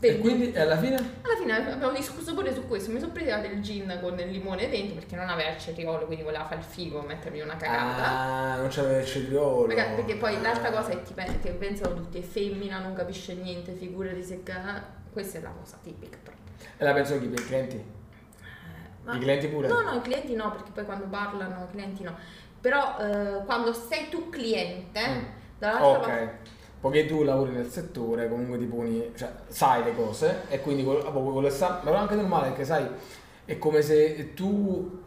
Speaker 3: Per
Speaker 2: E quindi, e alla fine?
Speaker 3: alla fine abbiamo discusso pure su questo. Mi sono presa del gin con del limone dentro perché non aveva il cetriolo, quindi voleva fare il figo, mettermi una cagata.
Speaker 2: Ah, non c'aveva il cetriolo.
Speaker 3: Raga, perché poi l'altra
Speaker 2: Ah.
Speaker 3: cosa è che pe- che pensano tutti è femmina, non capisce niente, figura di secca. Questa è la cosa tipica eh, proprio.
Speaker 2: E la penso chi? Per i clienti? I clienti pure?
Speaker 3: No, no, i clienti no, perché poi quando parlano i clienti no. Però eh, quando sei tu cliente,
Speaker 2: Mm.
Speaker 3: dall'altra parte...
Speaker 2: Ok. Poiché tu lavori nel settore, comunque ti poni, cioè, sai le cose e quindi quello, ah, proprio quello sa- ma è anche normale perché sai, è come se tu,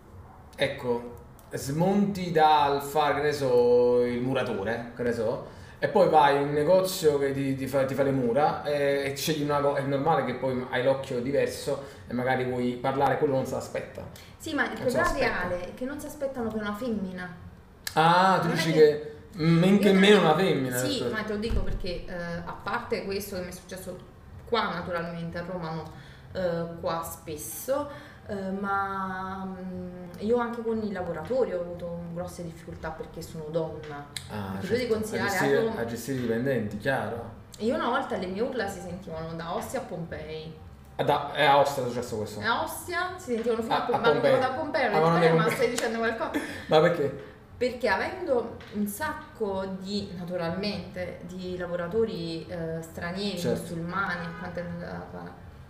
Speaker 2: ecco, smonti dal fare, che ne so, il muratore, che ne so, e poi vai in un negozio che ti, ti fa, ti fa le mura e, e scegli una cosa, è normale che poi hai l'occhio diverso e magari vuoi parlare, quello non si aspetta.
Speaker 3: Sì, ma il
Speaker 2: Non se
Speaker 3: problema
Speaker 2: l'aspetta.
Speaker 3: reale è che non si aspettano che una femmina
Speaker 2: Ah, tu
Speaker 3: Non è
Speaker 2: dici
Speaker 3: che-
Speaker 2: che... Minchè
Speaker 3: Io tra
Speaker 2: meno
Speaker 3: l'altro-
Speaker 2: una femmina.
Speaker 3: Sì,
Speaker 2: cioè.
Speaker 3: ma te lo dico perché eh, a parte questo che mi è successo qua naturalmente a Roma, no, eh, qua spesso, eh, ma mm, io anche con i lavoratori ho avuto grosse difficoltà perché sono donna.
Speaker 2: Ah,
Speaker 3: Perché tu devi considerare
Speaker 2: a, gestire,
Speaker 3: anche un-
Speaker 2: a gestire i dipendenti, chiaro.
Speaker 3: Io una volta le mie urla si sentivano da Ostia a Pompei.
Speaker 2: Ah, da- è a Ostia è successo questo.
Speaker 3: A Ostia si sentivano fino
Speaker 2: Ah,
Speaker 3: a,
Speaker 2: a
Speaker 3: Pompei, ma
Speaker 2: Pompei.
Speaker 3: venivano da Pompei,
Speaker 2: Ah, ma
Speaker 3: erano
Speaker 2: non
Speaker 3: di
Speaker 2: è
Speaker 3: Pompei, ma
Speaker 2: Pompei.
Speaker 3: stai dicendo qualcosa?
Speaker 2: Ma perché?
Speaker 3: Perché avendo un sacco di, naturalmente, di lavoratori eh, stranieri,
Speaker 2: Certo.
Speaker 3: musulmani, e quante-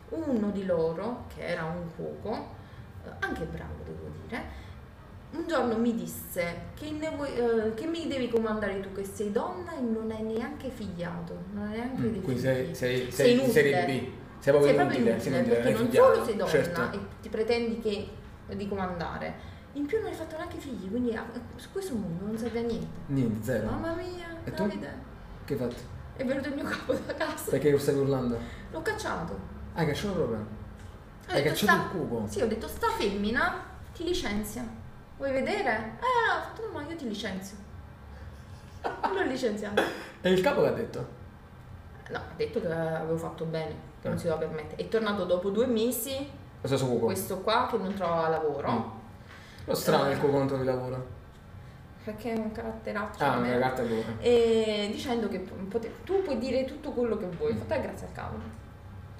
Speaker 3: uno di loro, che era un cuoco, eh, anche bravo devo dire, un giorno mi disse che, ne vuoi- eh, che mi devi comandare tu che sei donna e non hai neanche figliato, non hai neanche dei
Speaker 2: Mm, Quindi
Speaker 3: figli.
Speaker 2: sei, sei,
Speaker 3: Sei
Speaker 2: sei, in serie B.
Speaker 3: inutile.
Speaker 2: Sei proprio
Speaker 3: sei proprio
Speaker 2: inutile,
Speaker 3: inutile,
Speaker 2: sei inutile,
Speaker 3: perché
Speaker 2: non
Speaker 3: non
Speaker 2: hai
Speaker 3: solo
Speaker 2: figliato,
Speaker 3: sei donna
Speaker 2: certo.
Speaker 3: e ti pretendi che, di comandare, in più non hai fatto neanche figli, quindi a- su questo mondo non serve a niente.
Speaker 2: Niente, zero.
Speaker 3: Mamma mia,
Speaker 2: E tu?
Speaker 3: Davide,
Speaker 2: Che hai fatto?
Speaker 3: è venuto il mio capo da casa.
Speaker 2: Perché stai urlando?
Speaker 3: L'ho cacciato.
Speaker 2: Ah, che c'è un problema.
Speaker 3: Ho
Speaker 2: Hai
Speaker 3: detto,
Speaker 2: cacciato il
Speaker 3: "Sta-
Speaker 2: cubo.
Speaker 3: Sì, ho detto sta femmina ti licenzia. Vuoi vedere? Eh, ho fatto, no, io ti licenzio. E L'ho licenziato.
Speaker 2: E il capo che ha detto?
Speaker 3: No, ha detto che avevo fatto bene, che non
Speaker 2: Eh.
Speaker 3: si doveva permettere. È tornato dopo due mesi,
Speaker 2: Lo stesso cubo. Mm.
Speaker 3: questo qua che non trova lavoro.
Speaker 2: Lo strano è il cubo non trovi lavoro.
Speaker 3: perché è un caratteraccio
Speaker 2: Ah,
Speaker 3: di
Speaker 2: una
Speaker 3: merda.
Speaker 2: carta è dura.
Speaker 3: e dicendo che pu- pote- tu puoi dire tutto quello che vuoi fatta grazie al cavolo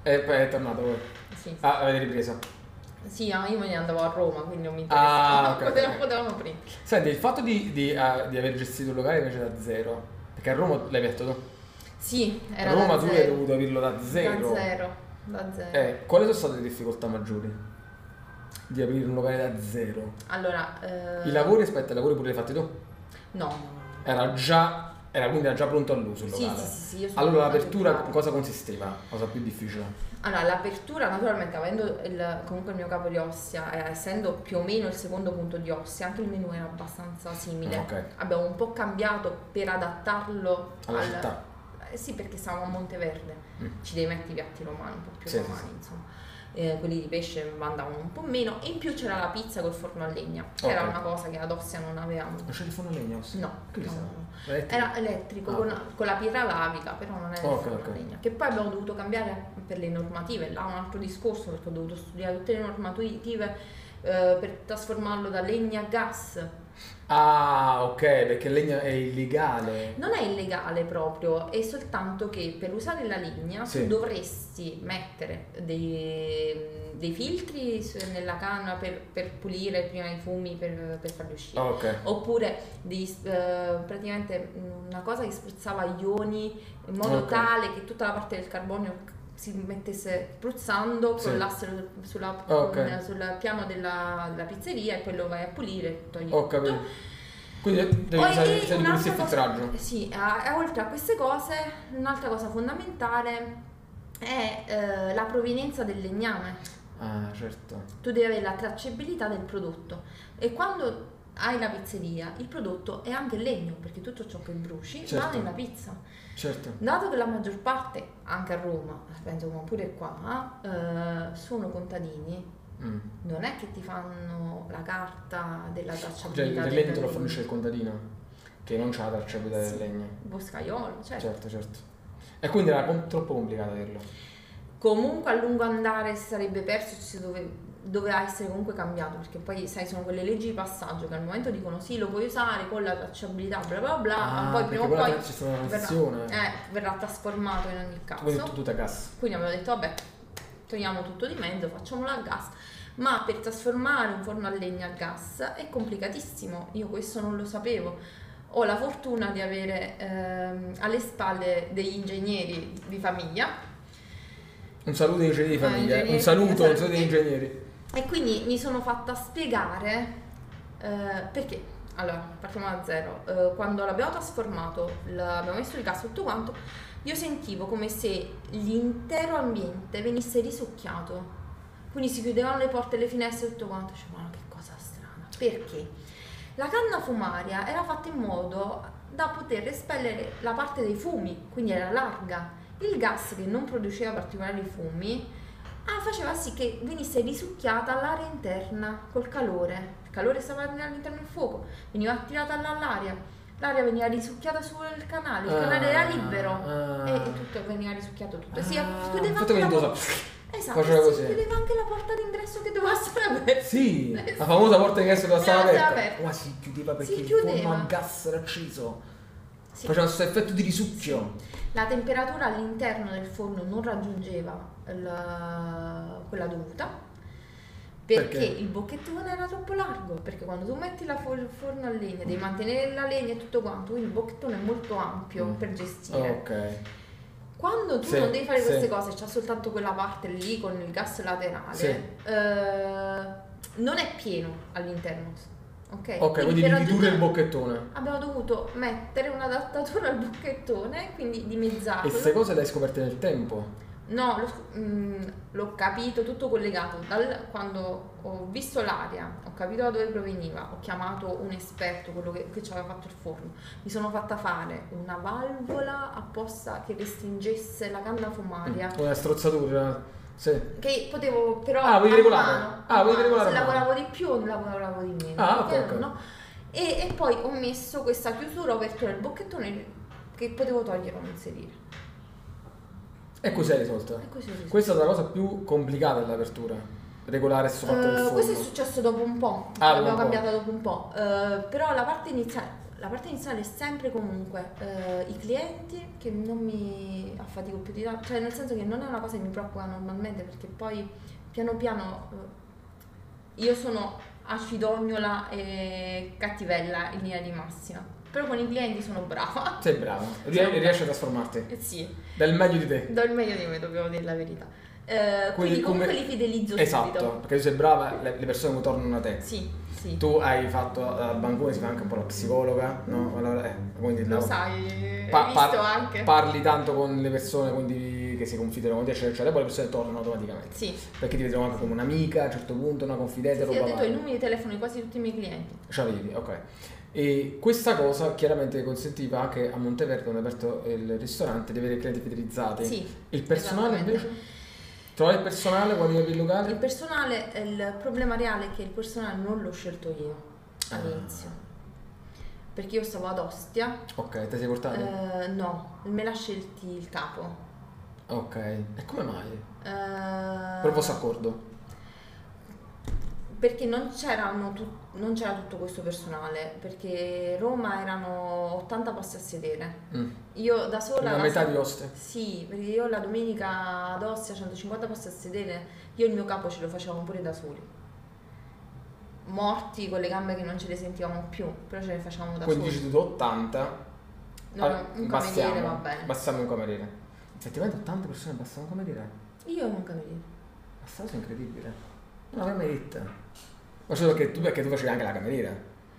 Speaker 2: E poi è tornato voi.
Speaker 3: sì,
Speaker 2: Ah, avete ripreso.
Speaker 3: Sì, ah, io me ne andavo a Roma quindi non mi interessava
Speaker 2: Ah, ok, ok.
Speaker 3: potevamo, potevamo prendere
Speaker 2: Senti, il fatto di, di, ah, di aver gestito il locale invece da zero, perché a Roma l'hai aperto tu.
Speaker 3: sì era
Speaker 2: a Roma
Speaker 3: da
Speaker 2: tu hai
Speaker 3: zero.
Speaker 2: dovuto aprirlo da zero.
Speaker 3: da zero da zero
Speaker 2: Eh, quali sono state le difficoltà maggiori? Di aprire un locale da zero.
Speaker 3: allora eh,
Speaker 2: I lavori, aspetta, i lavori pure li hai fatti tu?
Speaker 3: no no, no.
Speaker 2: Era già, era quindi era già pronto all'uso il
Speaker 3: Sì,
Speaker 2: locale.
Speaker 3: sì, sì, sì, io sono
Speaker 2: Allora
Speaker 3: andata
Speaker 2: l'apertura
Speaker 3: tutti
Speaker 2: in cosa consisteva? La cosa più difficile.
Speaker 3: Allora, l'apertura, naturalmente, avendo il- comunque il mio capo di Ostia, eh, essendo più o meno il secondo punto di Ostia, anche il menù era abbastanza simile.
Speaker 2: Ah, ok.
Speaker 3: Abbiamo un po' cambiato per adattarlo
Speaker 2: Alla
Speaker 3: al-
Speaker 2: città.
Speaker 3: Eh, sì, perché stavamo a Monteverde,
Speaker 2: Mm.
Speaker 3: ci devi mettere i piatti romani, un po' più
Speaker 2: Sì, sì,
Speaker 3: romani,
Speaker 2: sì.
Speaker 3: insomma. Eh, quelli di pesce andavano un po' meno. E in più c'era la pizza col forno a legna, che era
Speaker 2: Ok.
Speaker 3: una cosa che ad Ostia non avevamo.
Speaker 2: Non c'è il forno a legna? Ossia?
Speaker 3: No,
Speaker 2: Che
Speaker 3: no,
Speaker 2: sa?
Speaker 3: no.
Speaker 2: Elettrico?
Speaker 3: Era elettrico
Speaker 2: Ah.
Speaker 3: con, con la pietra lavica, però non era
Speaker 2: Ok,
Speaker 3: il forno a
Speaker 2: ok.
Speaker 3: legna. Che poi abbiamo dovuto cambiare per le normative, là un altro discorso perché ho dovuto studiare tutte le normative eh, per trasformarlo da legna a gas.
Speaker 2: Ah, ok, perché il legno è illegale.
Speaker 3: Non è illegale proprio, è soltanto che per usare la legna
Speaker 2: Sì.
Speaker 3: tu dovresti mettere dei, dei filtri su- nella canna per, per pulire prima i fumi, per, per farli uscire.
Speaker 2: Ah, ok.
Speaker 3: Oppure degli sp- eh, praticamente mh, una cosa che spruzzava gli ioni in modo
Speaker 2: Ok.
Speaker 3: tale che tutta la parte del carbonio si mettesse spruzzando,
Speaker 2: Sì.
Speaker 3: crollassero sulla-
Speaker 2: Ok.
Speaker 3: con- sul piano della, della pizzeria e poi lo vai a pulire, togli
Speaker 2: Ho
Speaker 3: tutto.
Speaker 2: capito. Quindi devi
Speaker 3: Poi
Speaker 2: usare usare il
Speaker 3: un'altra
Speaker 2: pulizia e il
Speaker 3: cosa-
Speaker 2: filtraggio.
Speaker 3: Sì, a- a- oltre a queste cose, un'altra cosa fondamentale è eh, la provenienza del legname
Speaker 2: Ah, certo.
Speaker 3: tu devi avere la tracciabilità del prodotto e quando hai la pizzeria il prodotto è anche legno perché tutto ciò che bruci va
Speaker 2: Certo.
Speaker 3: nella pizza
Speaker 2: Certo.
Speaker 3: dato che la maggior parte anche a Roma penso ma pure qua eh, sono contadini
Speaker 2: Mm.
Speaker 3: non è che ti fanno la carta della
Speaker 2: Cioè, il
Speaker 3: tracciabilità del
Speaker 2: legno te lo
Speaker 3: legno.
Speaker 2: fornisce il contadino, che non c'ha la tracciabilità
Speaker 3: Sì.
Speaker 2: del legno.
Speaker 3: boscaiolo cioè
Speaker 2: Certo, certo. E quindi era com- troppo complicato averlo.
Speaker 3: comunque a lungo andare si sarebbe perso ci si dove- doveva essere comunque cambiato perché poi sai sono quelle leggi di passaggio che al momento dicono sì lo puoi usare con la tracciabilità bla bla bla ma poi
Speaker 2: Ah, perché
Speaker 3: prima o
Speaker 2: quella
Speaker 3: poi
Speaker 2: c'è stata una
Speaker 3: verrà,
Speaker 2: transizione.
Speaker 3: eh, verrà trasformato in ogni caso
Speaker 2: Quindi tu- tutta gas.
Speaker 3: quindi abbiamo detto vabbè togliamo tutto di mezzo facciamolo a gas ma per trasformare un forno a legna a gas è complicatissimo io questo non lo sapevo ho la fortuna di avere ehm, alle spalle degli ingegneri di famiglia
Speaker 2: Un saluto ai ingegneri di
Speaker 3: Ah,
Speaker 2: famiglia. eh.
Speaker 3: ingegneri- esatto.
Speaker 2: Un saluto, un saluto
Speaker 3: saluti.
Speaker 2: agli ingegneri.
Speaker 3: E quindi mi sono fatta spiegare eh, perché. Allora, partiamo da zero. Eh, quando l'abbiamo trasformato, l'abbiamo messo il gas tutto quanto, io sentivo come se l'intero ambiente venisse risucchiato. Quindi si chiudevano le porte e le finestre e tutto quanto. Dicevo, ma che cosa strana. Perché? La canna fumaria era fatta in modo da poter espellere la parte dei fumi, quindi era larga. Il gas che non produceva particolari fumi Ah, faceva sì che venisse risucchiata l'area interna col calore. Il calore stava all'interno del fuoco, veniva attirata dall'aria. l'aria veniva risucchiata sul canale, Ah, il canale era libero e, e tutto veniva risucchiato tutto. Si chiudeva
Speaker 2: Ah, tutto
Speaker 3: anche la porta. Esatto,
Speaker 2: Faceva
Speaker 3: e si
Speaker 2: così.
Speaker 3: chiudeva anche la porta d'ingresso che doveva stare aperta.
Speaker 2: Sì, la famosa porta di ingresso della
Speaker 3: Era
Speaker 2: sala aperta.
Speaker 3: aperta.
Speaker 2: Ma si chiudeva perché
Speaker 3: Si
Speaker 2: il forno
Speaker 3: chiudeva.
Speaker 2: a gas era acceso.
Speaker 3: Sì.
Speaker 2: Faceva questo effetto di risucchio.
Speaker 3: La temperatura all'interno del forno non raggiungeva la- quella dovuta perché,
Speaker 2: Perché?
Speaker 3: il bocchettone era troppo largo, perché quando tu metti la fo- il forno a legna devi mantenere la legna e tutto quanto, quindi il bocchettone è molto ampio
Speaker 2: Mm.
Speaker 3: per gestire.
Speaker 2: Ok.
Speaker 3: Quando tu
Speaker 2: Sì,
Speaker 3: non devi fare
Speaker 2: sì.
Speaker 3: queste cose, c'è soltanto quella parte lì con il gas laterale,
Speaker 2: Sì.
Speaker 3: eh, non è pieno all'interno, ok?
Speaker 2: Ok, quindi
Speaker 3: per
Speaker 2: devi ridurre il
Speaker 3: raggiungere-
Speaker 2: bocchettone.
Speaker 3: Abbiamo dovuto mettere un adattatore al bocchettone, quindi
Speaker 2: E
Speaker 3: dimezzato.
Speaker 2: queste cose le hai scoperte nel tempo.
Speaker 3: No, lo sc- mm, l'ho capito tutto collegato dal quando ho visto l'aria, ho capito da dove proveniva, ho chiamato un esperto, quello che, che ci aveva fatto il forno. Mi sono fatta fare una valvola apposta che restringesse la canna fumaria.
Speaker 2: Una strozzatura. Sì.
Speaker 3: Che potevo però.
Speaker 2: Ah, volevi
Speaker 3: a
Speaker 2: regolare?
Speaker 3: mano,
Speaker 2: Ah,
Speaker 3: a
Speaker 2: volevi
Speaker 3: mano,
Speaker 2: regolare
Speaker 3: Se
Speaker 2: a mano.
Speaker 3: lavoravo di più o lavoravo di meno.
Speaker 2: Ah, ok,
Speaker 3: perché
Speaker 2: ok.
Speaker 3: no? E, e poi ho messo questa chiusura, ho aperto il bocchettone che potevo togliere o inserire.
Speaker 2: E così hai risolto.
Speaker 3: E così ho risolto.
Speaker 2: Questa è la cosa più complicata dell'apertura. Regolare sto fatto del
Speaker 3: Eh,
Speaker 2: forno.
Speaker 3: questo è successo dopo un po',
Speaker 2: Ah, dopo
Speaker 3: l'abbiamo
Speaker 2: un po'.
Speaker 3: cambiata dopo un po', Eh, però la parte iniziale, la parte iniziale è sempre comunque eh, i clienti che non mi affatico più di tanto, cioè nel senso che non è una cosa che mi preoccupa normalmente perché poi piano piano eh, io sono acidognola e cattivella in linea di massima, però con i clienti sono brava.
Speaker 2: Sei bravo. Rie-
Speaker 3: Sono brava.
Speaker 2: riesci a trasformarti.
Speaker 3: Eh Sì,
Speaker 2: Dal meglio di te.
Speaker 3: do il meglio di me, dobbiamo dire la verità. Eh, quindi,
Speaker 2: come-
Speaker 3: comunque li fidelizzo
Speaker 2: Esatto,
Speaker 3: subito.
Speaker 2: perché tu sei brava, le, le persone che tornano da te.
Speaker 3: Sì, sì.
Speaker 2: Tu hai fatto eh, al bancone, si fa anche un po' la psicologa, no? Allora, eh, quindi
Speaker 3: Lo
Speaker 2: la-
Speaker 3: sai,
Speaker 2: pa-
Speaker 3: hai visto
Speaker 2: par-
Speaker 3: anche.
Speaker 2: parli tanto con le persone quindi, che si confidano con te, eccetera, eccetera, e poi le persone tornano automaticamente.
Speaker 3: sì,
Speaker 2: Perché ti vedono anche come un'amica a un certo punto, una confidente,
Speaker 3: sì, sì,
Speaker 2: roba
Speaker 3: ho detto i
Speaker 2: varia.
Speaker 3: numeri di telefono di quasi tutti i miei clienti.
Speaker 2: C'avevi, ok. E questa cosa chiaramente consentiva anche a Monteverde, quando è aperto il ristorante, di avere clienti fidelizzati.
Speaker 3: Sì,
Speaker 2: Il personale
Speaker 3: esattamente.
Speaker 2: invece? Trovare il personale quando avevi il locale?
Speaker 3: Il personale, il problema reale è che il personale non l'ho scelto io all'inizio.
Speaker 2: Ah.
Speaker 3: Perché io stavo ad Ostia,
Speaker 2: Ok, te sei portato?
Speaker 3: eh, no, me l'ha scelti il capo.
Speaker 2: Ok. E come mai?
Speaker 3: Eh,
Speaker 2: Proposto accordo.
Speaker 3: perché non, c'erano tut- non c'era tutto questo personale, perché Roma erano 80 posti a sedere.
Speaker 2: Mm.
Speaker 3: Io da sola...
Speaker 2: Una
Speaker 3: la
Speaker 2: metà di oste.
Speaker 3: Sì, perché io la domenica ad Ostia 150 posti a sedere, io e il mio capo ce lo facevamo pure da soli. Morti con le gambe che non ce le sentivamo più, però ce le facevamo da
Speaker 2: Quindi
Speaker 3: soli.
Speaker 2: dici tu 80.
Speaker 3: No,
Speaker 2: allora,
Speaker 3: no, un cameriere
Speaker 2: bastiamo,
Speaker 3: va bene.
Speaker 2: Bastiamo ah, un cameriere. Effettivamente 80 persone bastano un cameriere.
Speaker 3: Io e un cameriere.
Speaker 2: Ma sta cosa è incredibile. Non l'avrei mai detta. Ma solo che tu, perché tu facevi anche la cameriera.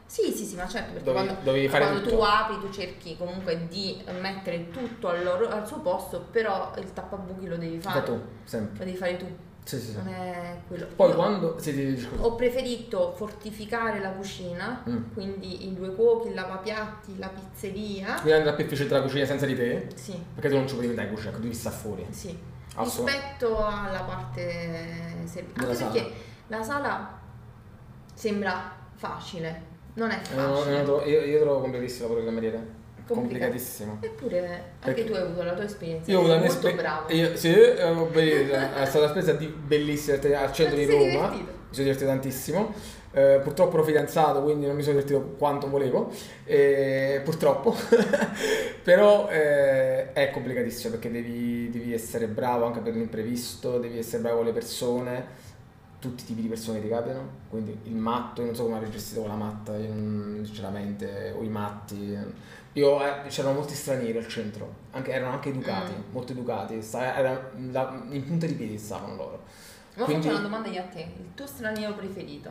Speaker 3: Sì, sì, sì, ma certo, perché
Speaker 2: Dovevi-
Speaker 3: quando,
Speaker 2: dovevi fare
Speaker 3: quando tu
Speaker 2: tutto.
Speaker 3: apri tu cerchi comunque di mettere tutto al, loro- al suo posto, però il tappabuchi lo devi fare.
Speaker 2: Da tu, sempre.
Speaker 3: Lo devi fare tu,
Speaker 2: Sì, sì,
Speaker 3: non
Speaker 2: sì.
Speaker 3: è quello.
Speaker 2: Poi
Speaker 3: Io-
Speaker 2: quando... Sì, sì, sì, scusa.
Speaker 3: Ho preferito fortificare la cucina,
Speaker 2: Mm.
Speaker 3: quindi i due cuochi, il lavapiatti, la pizzeria.
Speaker 2: Quindi andrà più efficiente la cucina senza di te?
Speaker 3: Sì,
Speaker 2: Perché tu non ci puoi diventare in cucina, tu devi stare fuori.
Speaker 3: sì.
Speaker 2: Assolutamente.
Speaker 3: Rispetto alla parte servizio.
Speaker 2: Della
Speaker 3: Anche
Speaker 2: sala.
Speaker 3: perché la sala sembra facile, non è
Speaker 2: Eh, no,
Speaker 3: facile.
Speaker 2: io, trovo- io, io trovo complicatissimo il lavoro di cameriere.
Speaker 3: Complicato.
Speaker 2: Complicatissimo.
Speaker 3: Eppure anche
Speaker 2: Perché-
Speaker 3: tu hai avuto la tua esperienza.
Speaker 2: Io ho avuto
Speaker 3: sei
Speaker 2: la mia
Speaker 3: molto
Speaker 2: espe-
Speaker 3: bravo.
Speaker 2: Io, sì, eh, ho be- è stata una spesa di bellissima te- al centro di
Speaker 3: Sei
Speaker 2: Roma.
Speaker 3: divertito.
Speaker 2: Mi sono divertito tantissimo. Eh, purtroppo ero fidanzato, quindi non mi sono divertito quanto volevo. Eh, purtroppo. Però eh, è complicatissimo perché devi, devi essere bravo anche per l'imprevisto, devi essere bravo con le persone. Tutti i tipi di persone che ti capitano, quindi il matto, io non so come avrei gestito con la matta, io non- sinceramente, o i matti, io, eh, c'erano molti stranieri al centro, anche- erano anche educati,
Speaker 3: Mm.
Speaker 2: molto educati, sta- era- la- in punta di piedi stavano loro.
Speaker 3: Ma
Speaker 2: quindi-
Speaker 3: faccio una domanda io a te. Il tuo straniero preferito?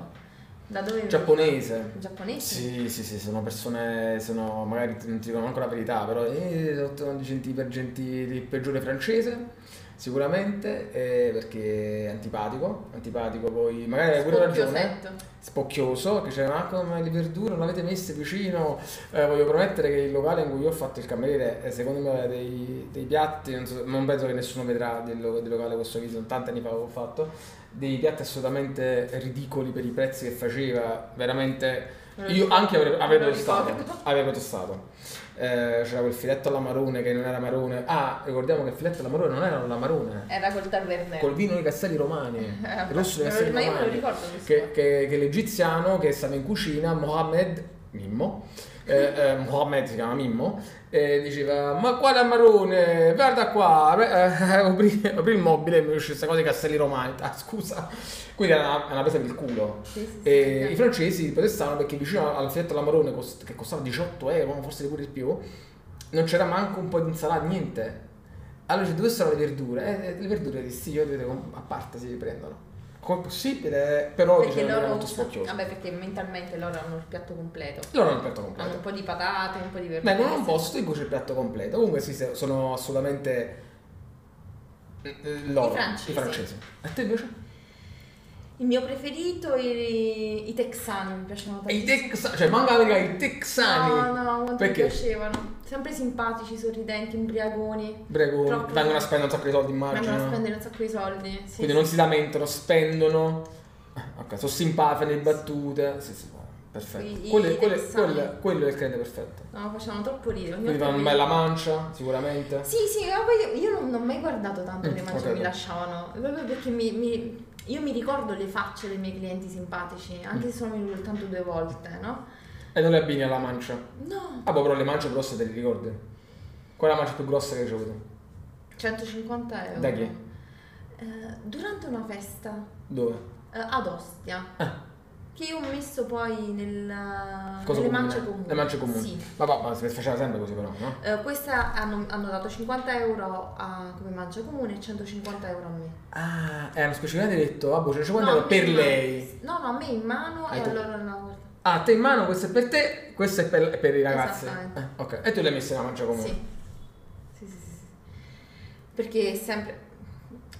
Speaker 3: Da dove
Speaker 2: Giapponese.
Speaker 3: Giapponese?
Speaker 2: Sì, sì, sì, sono persone, sono, magari non ti dicono ancora la verità, però eh, sono gentili per gentili, il peggiore francese, sicuramente, eh, perché è antipatico, antipatico poi, magari hai pure ragione.
Speaker 3: Spocchiosetto.
Speaker 2: spocchioso che c'era anche ma le verdure non avete messe vicino Eh, voglio promettere che il locale in cui io ho fatto il cameriere eh, secondo me ha dei, dei piatti non, so- non penso che nessuno vedrà del, lo- del locale questo video tanti anni fa avevo fatto dei piatti assolutamente ridicoli per i prezzi che faceva veramente
Speaker 3: Me lo
Speaker 2: Io
Speaker 3: ricordo.
Speaker 2: anche avrei, avrei
Speaker 3: Me Mm. lo
Speaker 2: tostato.
Speaker 3: ricordo.
Speaker 2: Avrei tostato. Eh, c'era quel filetto alla marone che non era marone. Ah, ricordiamo che il filetto alla marone non era alla marone.
Speaker 3: Era col Tavernello.
Speaker 2: Col vino dei castelli romani. Il rosso dei castelli
Speaker 3: Eh. Ma io me lo
Speaker 2: romani.
Speaker 3: ricordo questo.
Speaker 2: Che, che- che l'egiziano che stava in cucina, Mohammed, Mimmo, eh, eh, Mohammed si chiama Mimmo, eh, diceva ma quale amarone, guarda qua, eh, eh, aprì, aprì il mobile e mi uscì questa cosa dei castelli romani, ah scusa, quindi era una, una presa per il culo.
Speaker 3: Sì, sì, sì,
Speaker 2: E
Speaker 3: sì.
Speaker 2: I francesi protestavano perché vicino al filetto all'amarone cost- che costava 18 euro, ma forse pure di più, non c'era manco un po' di insalata, niente. Allora dice, dove sono le verdure? Eh, eh, le verdure di sì, io dovete com- a parte si riprendono. Come possibile? Però
Speaker 3: perché
Speaker 2: dicevano che
Speaker 3: loro
Speaker 2: era molto
Speaker 3: usano-
Speaker 2: spocchioso.
Speaker 3: Vabbè, perché mentalmente loro hanno il piatto completo.
Speaker 2: Loro hanno il piatto
Speaker 3: Hanno un
Speaker 2: completo.
Speaker 3: po' di patate, un po' di verdure.
Speaker 2: Vengono a un posto in cui c'è il piatto completo. Comunque sì, se- sono assolutamente eh, eh, loro,
Speaker 3: I francesi.
Speaker 2: E te invece?
Speaker 3: Il mio preferito, i, i texani, mi piacevano
Speaker 2: E i
Speaker 3: tantissimo.
Speaker 2: texani, cioè manca la verità, i texani.
Speaker 3: No, no, quanto
Speaker 2: Perché?
Speaker 3: mi piacevano. Sempre simpatici, sorridenti, imbriagoni.
Speaker 2: Prego,
Speaker 3: Troppo-
Speaker 2: vengono a spendere un sacco di soldi, immagino.
Speaker 3: Vengono a spendere un sacco di soldi. Sì,
Speaker 2: Quindi
Speaker 3: sì.
Speaker 2: non si lamentano, spendono. Ah, Ok, sono simpatiche le battute. Sì, sì, perfetto.
Speaker 3: I- i
Speaker 2: Quello, è- quello è-
Speaker 3: texani.
Speaker 2: quello è- quello è il cliente perfetto.
Speaker 3: No, facevano troppo ridere. ogni
Speaker 2: Quindi
Speaker 3: volta
Speaker 2: fanno
Speaker 3: che
Speaker 2: una bella mancia, sicuramente.
Speaker 3: Sì, sì, ma poi io, io non, non ho mai guardato tanto
Speaker 2: Mm,
Speaker 3: le
Speaker 2: ho
Speaker 3: mance che
Speaker 2: capito.
Speaker 3: mi lasciavano, proprio perché mi, mi- io mi ricordo le facce dei miei clienti simpatici, anche
Speaker 2: Mm.
Speaker 3: se sono venuti soltanto due volte, no?
Speaker 2: E non le abbini alla mancia. Ah,
Speaker 3: No,
Speaker 2: boh, però le mance grosse te le ricordi? Qual è la mancia più grossa che hai ricevuto?
Speaker 3: 150 euro.
Speaker 2: Da chi?
Speaker 3: Eh, durante una festa
Speaker 2: Dove?
Speaker 3: eh, ad Ostia, che io ho messo poi nel,
Speaker 2: Ah. Cosa comune?
Speaker 3: nelle Ah, mance comuni.
Speaker 2: Le mance comuni.
Speaker 3: Sì.
Speaker 2: Ma, ma, ma si faceva sempre così però, no?
Speaker 3: Eh, questa hanno, hanno dato 50 euro a- come mancia comune e 150 euro a me.
Speaker 2: Ah, erano specificamente detto, ah boh, c'è 50
Speaker 3: No,
Speaker 2: euro
Speaker 3: a me
Speaker 2: per
Speaker 3: in mano.
Speaker 2: lei.
Speaker 3: No, no, a me in mano
Speaker 2: Hai
Speaker 3: e
Speaker 2: tu.
Speaker 3: allora no, guarda.
Speaker 2: Ah, te in mano, questo è per te, questo è per, per i ragazzi.
Speaker 3: Esattamente.
Speaker 2: Ah, ok, e tu le hai messe la mancia comune.
Speaker 3: Sì. Sì, sì, sì, sì. Perché è sempre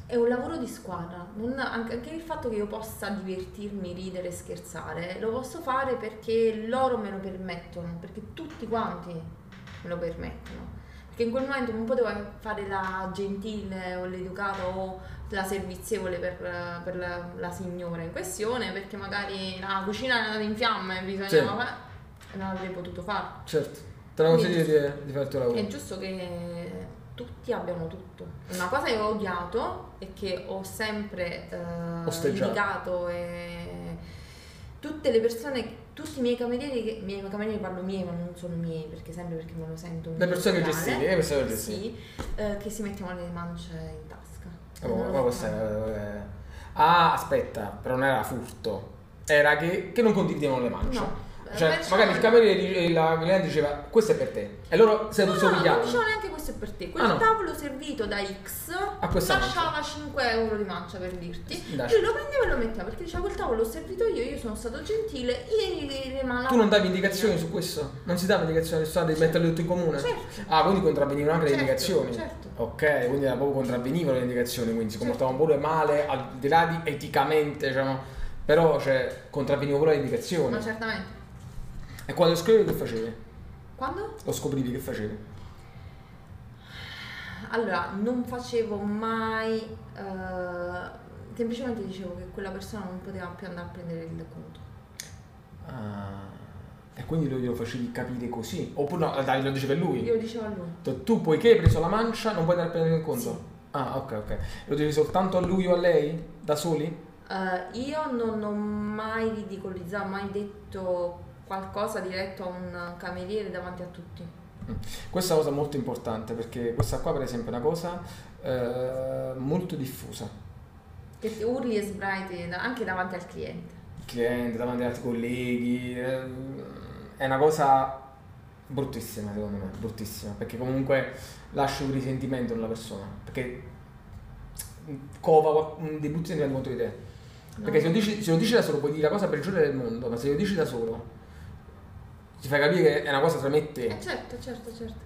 Speaker 3: è un lavoro di squadra, non- anche, anche il fatto che io possa divertirmi, ridere, e scherzare, lo posso fare perché loro me lo permettono, perché tutti quanti me lo permettono. Perché in quel momento non potevo fare la gentile o l'educata o la servizievole per, per la, la signora in questione, perché magari la cucina è andata in fiamme e bisognava... Non avrei potuto fare.
Speaker 2: Certo, te la consiglio di, di fare il tuo lavoro.
Speaker 3: È giusto che tutti abbiano tutto. Una cosa che ho odiato e che ho sempre eh,
Speaker 2: Osteggiato.
Speaker 3: criticato e tutte le persone, tutti i miei camerieri, che, miei camerieri parlo miei ma non sono miei perché sempre perché me lo sento.
Speaker 2: Le persone che
Speaker 3: gestite
Speaker 2: gestivi, le persone che gestivi.
Speaker 3: Sì, eh, che si mettono le mance in tasca.
Speaker 2: Ah, boh,
Speaker 3: Non lo
Speaker 2: ma questo
Speaker 3: fanno.
Speaker 2: è- eh, Ah, aspetta, però non era furto. Era che, che non condividevano le mance.
Speaker 3: No.
Speaker 2: Cioè,
Speaker 3: eh, Penso-
Speaker 2: magari il cameriere dice- e la cliente diceva questo è per te. E loro se lo
Speaker 3: No, no, non
Speaker 2: pigliavano.
Speaker 3: diceva neanche questo è per te. Quel
Speaker 2: Ah, no.
Speaker 3: tavolo servito da X
Speaker 2: A questa
Speaker 3: lasciava 5 euro di mancia per dirti.
Speaker 2: Dai.
Speaker 3: Lui lo prendeva e lo metteva perché diceva quel tavolo l'ho servito io, io sono stato gentile, ieri le- le mani.
Speaker 2: Tu non davi indicazioni su questo? Non si dava indicazioni su di metterle tutte in comune?
Speaker 3: Certo.
Speaker 2: Ah, quindi contravvenivano anche
Speaker 3: Certo,
Speaker 2: le indicazioni.
Speaker 3: certo.
Speaker 2: Ok, quindi era proprio contravvenivano le indicazioni, quindi si comportavano
Speaker 3: Certo.
Speaker 2: pure male, al di là di eticamente, diciamo. Però, cioè, contravvenivo pure le indicazioni.
Speaker 3: Ma certo. certamente.
Speaker 2: E quando lo scrivevi che facevi?
Speaker 3: Quando?
Speaker 2: Lo scoprivi che facevi?
Speaker 3: Allora, non facevo mai. eh, semplicemente dicevo che quella persona non poteva più andare a prendere il conto.
Speaker 2: Ah, e quindi lo glielo facevi capire così? Oppure no, dai, lo diceva lui.
Speaker 3: Io lo dicevo a lui.
Speaker 2: Tu- Tu poiché hai preso la mancia non puoi andare a prendere il conto? Ah, ok, ok. Lo dicevi soltanto a lui o a lei? Da soli?
Speaker 3: Eh, io non ho mai ridicolizzato, mai detto qualcosa diretto a un cameriere davanti a tutti.
Speaker 2: Questa è una cosa molto importante perché questa qua per esempio è una cosa eh, molto diffusa.
Speaker 3: Che ti urli e sbraiti da- anche davanti al cliente.
Speaker 2: Il cliente, davanti agli altri colleghi, eh, è una cosa bruttissima secondo me, bruttissima, perché comunque lascia un risentimento nella persona, perché cova qual- dei brutti sentimenti contro di te. Perché se lo, dici, se lo dici da solo puoi dire la cosa peggiore del mondo, ma se lo dici da solo ti fai capire che è una cosa tra me e te.
Speaker 3: Eh, certo, certo, certo.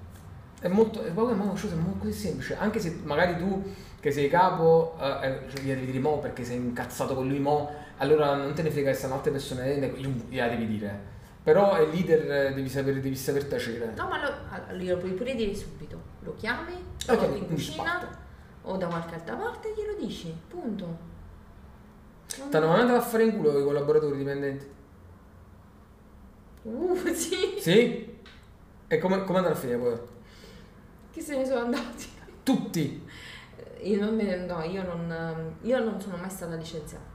Speaker 2: È molto, è proprio una cosa molto così semplice, anche se magari tu che sei capo eh, eh, cioè, gli devi dire mo perché sei incazzato con lui mo, allora non te ne frega che stanno altre persone dentro, gli- gliela devi dire. Però è il leader, eh, devi saper, devi saper tacere.
Speaker 3: No, ma lo, allora, glielo puoi pure dire subito. Lo chiami,
Speaker 2: Ok,
Speaker 3: lo porti in
Speaker 2: quindi
Speaker 3: cucina
Speaker 2: parte.
Speaker 3: o da qualche altra parte e glielo dici. Punto. Non-
Speaker 2: T'hanno mandato a fare in culo i collaboratori dipendenti.
Speaker 3: Uh, sì,
Speaker 2: Sì? E come, come andrà a finire poi?
Speaker 3: che se ne sono andati.
Speaker 2: Tutti!
Speaker 3: Io non me ne, no, io non, io non sono mai stata licenziata.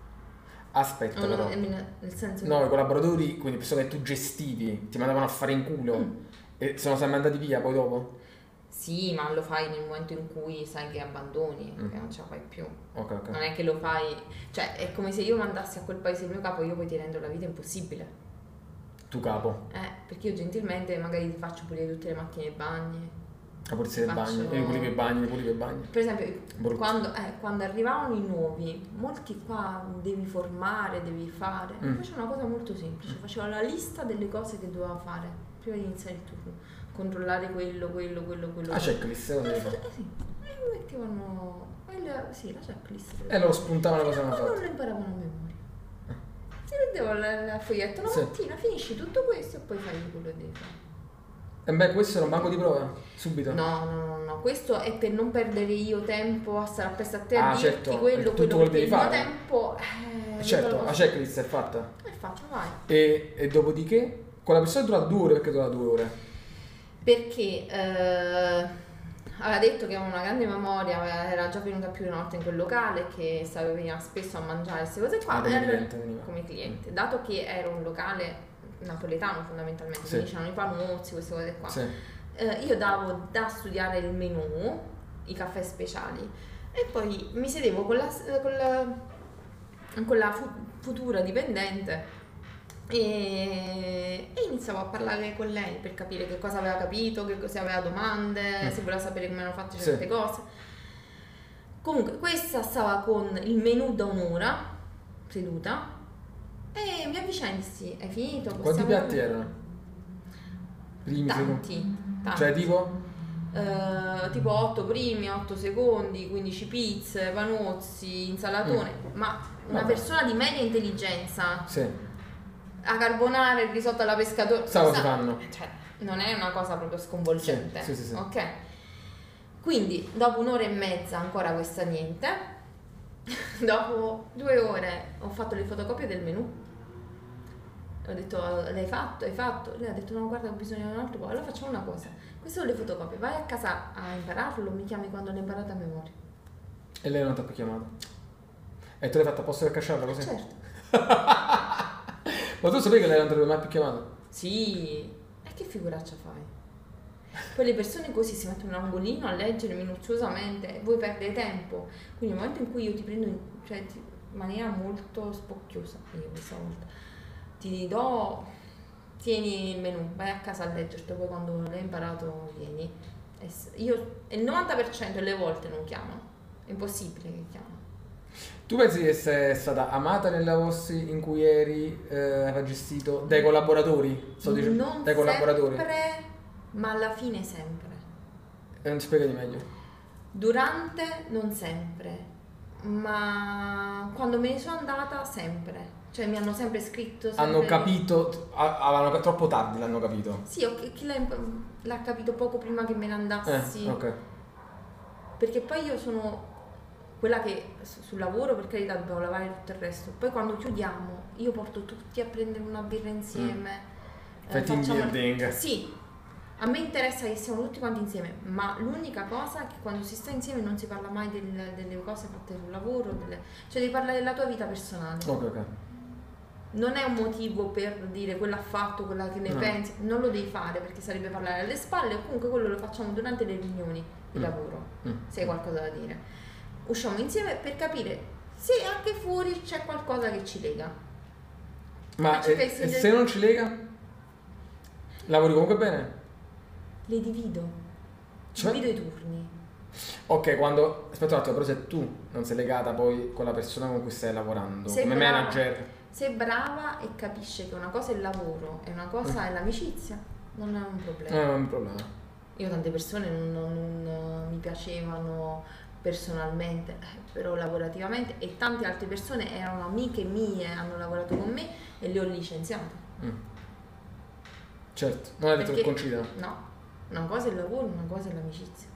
Speaker 2: Aspetta
Speaker 3: Non-
Speaker 2: però.
Speaker 3: eh, me- nel senso che-
Speaker 2: No, i collaboratori, quindi persone che tu gestivi, ti mandavano a fare in culo.
Speaker 3: Mm.
Speaker 2: E sono sempre andati via poi dopo?
Speaker 3: Sì, ma lo fai nel momento in cui sai che abbandoni,
Speaker 2: Mm.
Speaker 3: che non ce la fai più.
Speaker 2: Ok, ok.
Speaker 3: Non è che lo fai, cioè è come se io mandassi a quel paese il mio capo, io poi ti rendo la vita impossibile.
Speaker 2: Tu capo,
Speaker 3: Eh, perché io gentilmente magari ti faccio pulire tutte le mattine i bagni.
Speaker 2: la polizia del
Speaker 3: Faccio-
Speaker 2: bagno. eh, Io pulivo i bagni, pulivo i bagni.
Speaker 3: Per esempio,
Speaker 2: Brutto.
Speaker 3: quando, eh, quando arrivavano i nuovi, molti qua devi formare, devi fare.
Speaker 2: Mm.
Speaker 3: Facevo una cosa molto semplice, facevo la lista delle cose che doveva fare prima di iniziare il turno. Controllare quello, quello, quello, quello.
Speaker 2: La checklist, secondo
Speaker 3: Eh,
Speaker 2: me.
Speaker 3: sì. E mettevano... quella- sì, la checklist.
Speaker 2: E loro spuntavano cosa hanno
Speaker 3: Ma non
Speaker 2: fatto. Eh.
Speaker 3: lo imparavano a memoria. Ti prendevo la, la foglietta la
Speaker 2: Sì.
Speaker 3: mattina, finisci tutto questo e poi fai quello che devi fare.
Speaker 2: E beh, questo era un banco di prova? Subito?
Speaker 3: No, no, no, no, questo è per non perdere io tempo a stare a pesta a te a
Speaker 2: Ah,
Speaker 3: dirti
Speaker 2: certo,
Speaker 3: quello,
Speaker 2: tutto
Speaker 3: quello
Speaker 2: quello
Speaker 3: che
Speaker 2: devi
Speaker 3: il mio
Speaker 2: fare.
Speaker 3: tempo. Eh,
Speaker 2: Eh, Certo, la
Speaker 3: a
Speaker 2: checklist è fatta.
Speaker 3: E faccio, vai.
Speaker 2: E, e dopodiché? Con la persona è durata due ore perché dura due ore.
Speaker 3: Perché eh, aveva detto che aveva una grande memoria, aveva- era già venuta più di una notte in quel locale, che sapeva veniva spesso a mangiare queste cose qua.
Speaker 2: Ah, come
Speaker 3: e allora-
Speaker 2: cliente veniva.
Speaker 3: come cliente. Dato che era un locale napoletano fondamentalmente,
Speaker 2: Sì.
Speaker 3: quindi c'erano i panuzzi, queste cose qua.
Speaker 2: Sì.
Speaker 3: Eh, io davo da studiare il menù, i caffè speciali, e poi mi sedevo con la, eh, con la- con la fu- futura dipendente e, e iniziavo a parlare con lei per capire che cosa aveva capito, che cosa aveva domande,
Speaker 2: Mm.
Speaker 3: se voleva sapere come erano fatte
Speaker 2: Sì.
Speaker 3: certe cose. Comunque, questa stava con il menù da un'ora, seduta, e mi avvicinassi, hai finito?
Speaker 2: Quanti
Speaker 3: Possiamo-
Speaker 2: piatti erano? Primi, secondi.
Speaker 3: Tanti, tanti.
Speaker 2: Cioè, tipo?
Speaker 3: Eh, tipo 8 primi, 8 secondi, 15 pizze, panozzi, insalatone, ma una
Speaker 2: Vabbè.
Speaker 3: persona di media intelligenza
Speaker 2: Sì.
Speaker 3: a carbonare il risotto alla pescatore
Speaker 2: Sa cosa fanno?
Speaker 3: Cioè, non è una cosa proprio sconvolgente.
Speaker 2: Sì, sì, sì, sì.
Speaker 3: Ok. Quindi, dopo un'ora e mezza, ancora questa niente. dopo due ore ho fatto le fotocopie del menù. Ho detto, l'hai fatto, hai fatto? Lei ha detto, no, guarda, ho bisogno di un altro po'. Allora facciamo una cosa. Queste sono le fotocopie. Vai a casa a impararlo, mi chiami quando l'hai imparato a memoria.
Speaker 2: E lei non ti ha più chiamato. E tu l'hai fatta apposta per cacciarla così?
Speaker 3: Certo.
Speaker 2: Ma tu sapevi che lei non ti avrebbe mai più chiamato?
Speaker 3: Sì, e che figuraccia fai? Poi le persone così si mettono in un angolino a leggere minuziosamente e voi perdete tempo. Quindi nel momento in cui io ti prendo in, cioè, ti- in maniera molto spocchiosa, io questa volta, ti do, tieni il menù, vai a casa a leggerti, poi quando l'hai imparato vieni. E s- io e il 90% delle volte non chiamano, è impossibile che chiamano.
Speaker 2: Tu pensi di essere stata amata nel lavoro in cui eri eh, gestito dai collaboratori? Sto dicendo,
Speaker 3: non
Speaker 2: dai collaboratori.
Speaker 3: sempre, ma alla fine sempre.
Speaker 2: Eh, non spiegati meglio.
Speaker 3: Durante non sempre, ma quando me ne sono andata sempre. Cioè mi hanno sempre scritto... sempre-
Speaker 2: Hanno capito, a- avevano- troppo tardi l'hanno capito.
Speaker 3: Sì, o chi- chi l'ha, imp- l'ha capito poco prima che me ne
Speaker 2: Eh,
Speaker 3: andassi.
Speaker 2: ok.
Speaker 3: Perché poi io sono quella che su- sul lavoro, per carità, dobbiamo lavare tutto il resto. Poi quando chiudiamo, io porto tutti a prendere una birra insieme. eh,
Speaker 2: Mm. Fai team
Speaker 3: facciamo-
Speaker 2: building.
Speaker 3: Sì. A me interessa che siamo tutti quanti insieme, ma l'unica cosa è che quando si sta insieme non si parla mai del- delle cose fatte sul lavoro, delle- cioè devi parlare della tua vita personale.
Speaker 2: Ok, ok.
Speaker 3: Non è un motivo per dire quello ha fatto, quella che ne
Speaker 2: No.
Speaker 3: pensi, non lo devi fare perché sarebbe parlare alle spalle o comunque quello lo facciamo durante le riunioni di
Speaker 2: Mm.
Speaker 3: lavoro
Speaker 2: Mm.
Speaker 3: se hai qualcosa da dire. Usciamo insieme per capire se anche fuori c'è qualcosa che ci lega.
Speaker 2: Ma
Speaker 3: Ma ci
Speaker 2: eh,
Speaker 3: pensi
Speaker 2: e
Speaker 3: del-
Speaker 2: se non ci lega? Lavori comunque bene?
Speaker 3: Le divido,
Speaker 2: Cioè?
Speaker 3: divido i turni.
Speaker 2: Ok, quando... Aspetta un attimo, però se tu non sei legata poi con la persona con cui stai lavorando,
Speaker 3: Sei
Speaker 2: come
Speaker 3: brava.
Speaker 2: manager,
Speaker 3: Se è brava e capisce che una cosa è il lavoro e una cosa è l'amicizia, non è un problema.
Speaker 2: non è un problema.
Speaker 3: Io tante persone non, non- non mi piacevano personalmente, eh, però lavorativamente e tante altre persone erano amiche mie, hanno lavorato con me e le ho licenziate.
Speaker 2: Mm. Certo, non hai detto che
Speaker 3: Perché-
Speaker 2: concida.
Speaker 3: No, una cosa è il lavoro, una cosa è l'amicizia.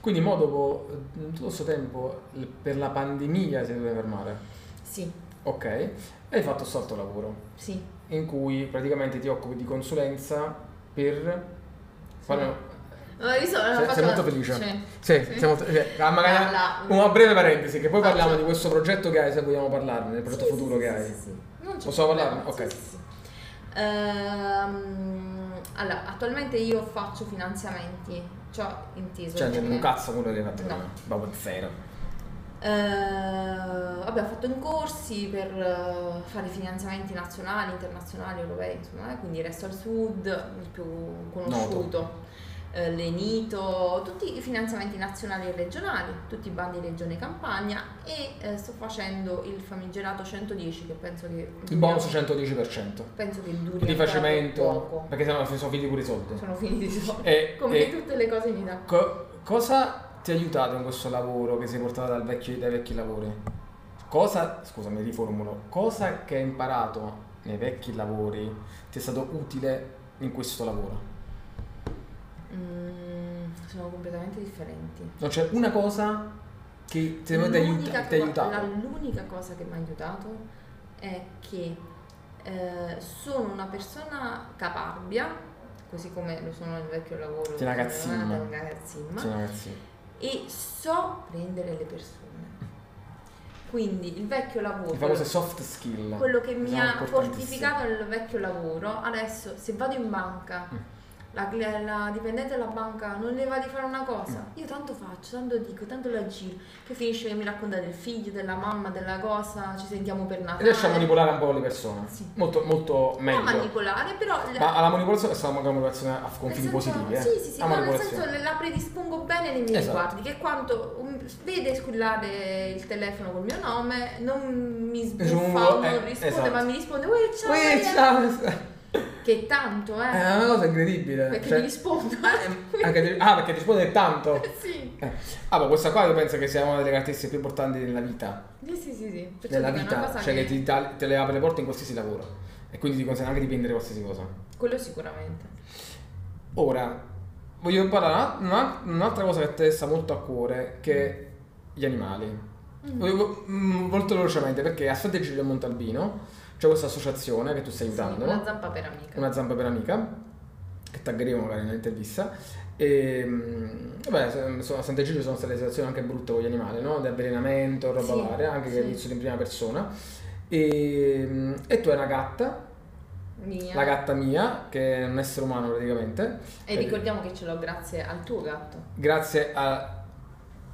Speaker 2: Quindi mo dopo eh, tutto questo tempo l- per la pandemia si deve fermare.
Speaker 3: Sì,
Speaker 2: Ok, e hai fatto questo altro lavoro.
Speaker 3: sì.
Speaker 2: In in cui praticamente ti occupi di consulenza per... quando-
Speaker 3: Ma io sono-
Speaker 2: sei,
Speaker 3: faccio-
Speaker 2: sei molto felice.
Speaker 3: sì.
Speaker 2: Sì,
Speaker 3: Sì.
Speaker 2: sei molto- cioè, ah, magari-
Speaker 3: Parla-
Speaker 2: una breve parentesi, che poi
Speaker 3: Faccio-
Speaker 2: parliamo di questo progetto che hai, se vogliamo parlarne, del progetto
Speaker 3: Sì,
Speaker 2: futuro
Speaker 3: sì,
Speaker 2: che
Speaker 3: sì,
Speaker 2: hai.
Speaker 3: sì, sì. Non c'è
Speaker 2: Possiamo
Speaker 3: problema,
Speaker 2: parlarne?
Speaker 3: sì,
Speaker 2: Ok.
Speaker 3: sì, sì. Ehm, allora, attualmente io faccio finanziamenti, ciò inteso.
Speaker 2: Cioè,
Speaker 3: come-
Speaker 2: un cazzo quello che hai fatto
Speaker 3: No.
Speaker 2: prima. Proprio zero.
Speaker 3: Eh, vabbè, ho fatto incorsi per eh, fare finanziamenti nazionali, internazionali, europei, insomma, eh, quindi Resto al Sud, il più conosciuto, eh, l'Enito, tutti i finanziamenti nazionali e regionali, tutti i bandi Regione Campania e eh, sto facendo il famigerato 110 che penso che...
Speaker 2: Il bonus 110%.
Speaker 3: Penso che duri
Speaker 2: Il
Speaker 3: ancora
Speaker 2: rifacimento, Eh,
Speaker 3: poco.
Speaker 2: perché sennò sono finiti pure i soldi.
Speaker 3: Sono finiti i soldi.
Speaker 2: E,
Speaker 3: Come
Speaker 2: e
Speaker 3: tutte le cose in Italia.
Speaker 2: co- cosa ti ha aiutato in questo lavoro che sei portato dal vecchio- dai vecchi lavori? Cosa, scusami, riformulo, cosa che hai imparato nei vecchi lavori ti è stato utile in questo lavoro?
Speaker 3: Mm, sono completamente differenti.
Speaker 2: Non c'è una cosa che ti ti
Speaker 3: L'unica
Speaker 2: aiuta- ti ha
Speaker 3: co-
Speaker 2: aiutato.
Speaker 3: la- l'unica cosa che mi ha aiutato è che eh, sono una persona caparbia, così come lo sono nel vecchio lavoro.
Speaker 2: Sei una
Speaker 3: sono
Speaker 2: cazzimma.
Speaker 3: nata una cazzimma,
Speaker 2: Sì, ragazzi.
Speaker 3: E so prendere le persone. Quindi il vecchio lavoro.
Speaker 2: Le famose soft skill.
Speaker 3: quello che mi
Speaker 2: sono
Speaker 3: ha
Speaker 2: importantissime.
Speaker 3: fortificato nel vecchio lavoro, adesso se vado in banca,
Speaker 2: Mm.
Speaker 3: la, cl- la dipendente della banca non ne va di fare una cosa,
Speaker 2: Mm.
Speaker 3: io tanto faccio, tanto dico, tanto la giro, che finisce che mi racconta del figlio, della mamma, della cosa, ci sentiamo per Natale.
Speaker 2: Riesci a manipolare un po' le persone.
Speaker 3: Sì.
Speaker 2: Molto, molto meglio.
Speaker 3: Non manipolare, però... la-
Speaker 2: Ma alla manipolazione è stata una manipolazione a
Speaker 3: nel
Speaker 2: confini
Speaker 3: senso-
Speaker 2: positivi, eh?
Speaker 3: Sì, sì, sì,
Speaker 2: La
Speaker 3: no, nel
Speaker 2: manipolazione.
Speaker 3: senso la predispongo bene nei miei
Speaker 2: Esatto.
Speaker 3: riguardi, che quando um, vede squillare il telefono col mio nome, non mi sbuffa o non
Speaker 2: eh,
Speaker 3: risponde,
Speaker 2: esatto.
Speaker 3: ma mi risponde, "Uè, ciao,
Speaker 2: Ui,
Speaker 3: Maria".
Speaker 2: ciao.
Speaker 3: che tanto, eh.
Speaker 2: È una cosa incredibile.
Speaker 3: Perché
Speaker 2: cioè,
Speaker 3: mi rispondo.
Speaker 2: anche di- ah, perché ti risponde tanto.
Speaker 3: sì.
Speaker 2: Eh. Ah, ma questa qua io penso che sia una delle caratteristiche più importanti della vita.
Speaker 3: sì, sì, sì, sì. Perciò
Speaker 2: Della
Speaker 3: dico, è una
Speaker 2: vita,
Speaker 3: cosa
Speaker 2: cioè che
Speaker 3: che-
Speaker 2: ti dà- te le apre le porte in qualsiasi lavoro. E quindi ti consente anche di prendere qualsiasi cosa.
Speaker 3: Quello sicuramente.
Speaker 2: Ora, voglio parlare una- una- un'altra cosa che a te sta molto a cuore, che è gli animali. Voglio- mm, molto velocemente, perché a Strategia del Montalbino c'è questa associazione che tu
Speaker 3: Mm.
Speaker 2: stai aiutando,
Speaker 3: Una
Speaker 2: no?
Speaker 3: zampa per amica.
Speaker 2: Una zampa per amica, che taggeremo magari nell'intervista. E mm, vabbè, se- so- a Sant'Egidio sono state situazioni anche brutte con gli animali, no? Di avvelenamento, roba
Speaker 3: Sì,
Speaker 2: varia, anche che
Speaker 3: sì.
Speaker 2: è visto in prima persona. E, mm, e tu hai una gatta,
Speaker 3: Mia.
Speaker 2: la gatta mia, che è un essere umano praticamente.
Speaker 3: E ricordiamo che ce l'ho grazie al tuo gatto.
Speaker 2: grazie a,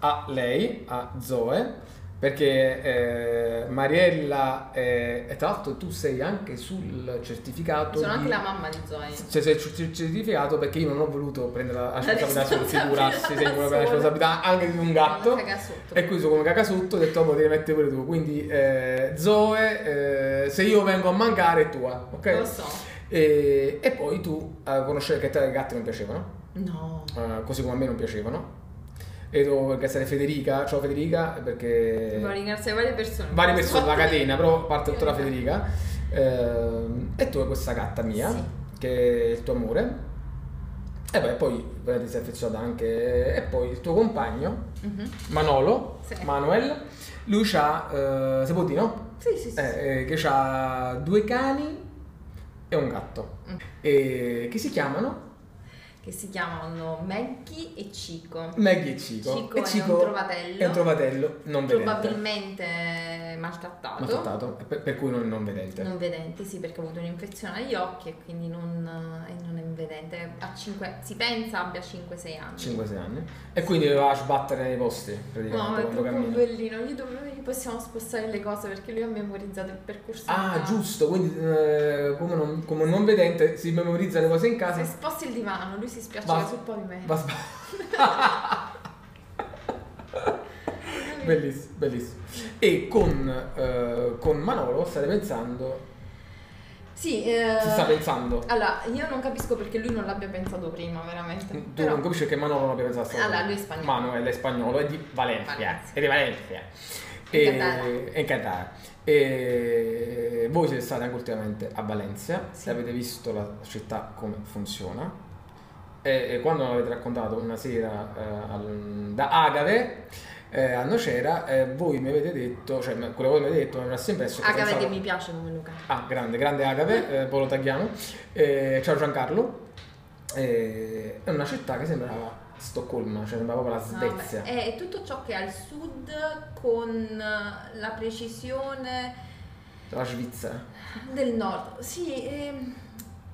Speaker 2: a lei, a Zoe, perché eh, Mariella eh, e tra l'altro tu sei anche sul certificato.
Speaker 3: Sono anche
Speaker 2: di-
Speaker 3: la mamma di Zoe.
Speaker 2: Cioè, sei sul cer- certificato perché io non ho voluto prendere la responsabilità sulla
Speaker 3: responsabilità
Speaker 2: figura, sì, sì,
Speaker 3: da
Speaker 2: proprio la
Speaker 3: sola.
Speaker 2: responsabilità anche di un gatto.
Speaker 3: Una caga sotto.
Speaker 2: esatto. E qui sono come cacasotto, ho detto, "Oh, te ne metti pure tu. Quindi, eh, Zoe, eh, se io vengo a mancare è tua, ok?
Speaker 3: Lo so.
Speaker 2: E, e poi tu eh, conoscevi che a te i gatti non piacevano.
Speaker 3: No.
Speaker 2: Eh, così come a me non piacevano. E devo ringraziare Federica, ciao Federica, perché
Speaker 3: Devo ringraziare varie persone.
Speaker 2: Eh. varie persone, la catena, però parte tutta la
Speaker 3: Federica.
Speaker 2: Federica. Ehm, e tu hai questa gatta mia,
Speaker 3: Sì.
Speaker 2: che è il tuo amore. E beh, poi veramente sei affezionata anche. E poi il tuo compagno,
Speaker 3: Mhm.
Speaker 2: Manolo,
Speaker 3: Sì.
Speaker 2: Manuel, lui c'ha, eh, se può dire, no?
Speaker 3: Sì, sì, sì. sì.
Speaker 2: Eh, eh, che ha due cani e un gatto.
Speaker 3: Mm.
Speaker 2: E che si chiamano
Speaker 3: Che si chiamano Maggie e Chico.
Speaker 2: Maggie e Chico.
Speaker 3: Chico
Speaker 2: e
Speaker 3: è un trovatello.
Speaker 2: È un trovatello non vedente.
Speaker 3: Probabilmente maltrattato.
Speaker 2: Ma trattato, per, per cui non, non vedente.
Speaker 3: Non vedente, sì, perché ha avuto un'infezione agli occhi e quindi non, e non è vedente. Ha cinque- si pensa abbia 5-6 anni.
Speaker 2: 5-6 anni. E quindi doveva sbattere nei posti
Speaker 3: No,
Speaker 2: praticamente
Speaker 3: è
Speaker 2: quando
Speaker 3: proprio un
Speaker 2: cammina.
Speaker 3: bellino. Gli, dov- gli possiamo spostare le cose perché lui ha memorizzato il percorso.
Speaker 2: Ah,
Speaker 3: di-
Speaker 2: giusto, quindi eh, come, non, come un non vedente si memorizzano le cose in casa.
Speaker 3: Se sposti il divano, lui si spiaccica
Speaker 2: Va-
Speaker 3: sul pavimento.
Speaker 2: Va sba- bellissimo, bellissimo. E con, eh, con Manolo state pensando.
Speaker 3: Sì, eh,
Speaker 2: Si sta pensando.
Speaker 3: allora io non capisco perché lui non l'abbia pensato prima, veramente.
Speaker 2: Tu
Speaker 3: Però-
Speaker 2: non capisci che Manolo non abbia pensato a sta
Speaker 3: Allora,
Speaker 2: cosa.
Speaker 3: lui è spagnolo.
Speaker 2: Manuel è spagnolo, è di Valencia.
Speaker 3: Valencia.
Speaker 2: È di Valencia.
Speaker 3: In
Speaker 2: E-
Speaker 3: Qatar.
Speaker 2: in Qatar. E voi siete stati anche ultimamente a Valencia,
Speaker 3: Sì.
Speaker 2: avete visto la città come funziona. e, e quando l'avete raccontato una sera eh, al- da Agave eh, a Nocera, eh, voi mi avete detto, cioè me- quello che voi mi avete detto mi è rimasto impresso. che
Speaker 3: Agave che
Speaker 2: pensavo-
Speaker 3: mi piace come Luca.
Speaker 2: Ah, grande, grande Agave, eh, poi lo tagliamo. Eh, ciao Giancarlo. Eh, è una città che sembrava Stoccolma, cioè sembrava proprio la Svezia.
Speaker 4: Ah, beh, è tutto ciò che è al sud con la precisione
Speaker 2: La Svizzera,
Speaker 4: del nord. Sì, ehm,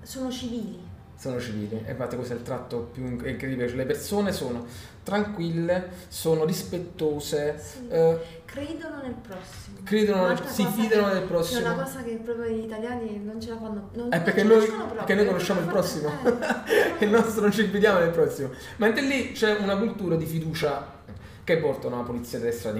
Speaker 4: sono civili.
Speaker 2: sono civili. E infatti questo è il tratto più inc- incredibile. Cioè, le persone sono tranquille, sono rispettose,
Speaker 4: Sì.
Speaker 2: eh,
Speaker 4: credono nel prossimo.
Speaker 2: credono,
Speaker 4: Un'altra
Speaker 2: si
Speaker 4: cosa
Speaker 2: fidano
Speaker 4: che-
Speaker 2: del
Speaker 4: C'è
Speaker 2: prossimo.
Speaker 4: una cosa che proprio gli italiani non ce la fanno. Non,
Speaker 2: È
Speaker 4: non
Speaker 2: perché
Speaker 4: ce
Speaker 2: noi,
Speaker 4: riescono proprio,
Speaker 2: perché noi conosciamo il
Speaker 4: non
Speaker 2: prossimo.
Speaker 4: fanno- eh.
Speaker 2: il nostro non ci fidiamo del prossimo. Mentre lì c'è una cultura di fiducia che porta una polizia delle strade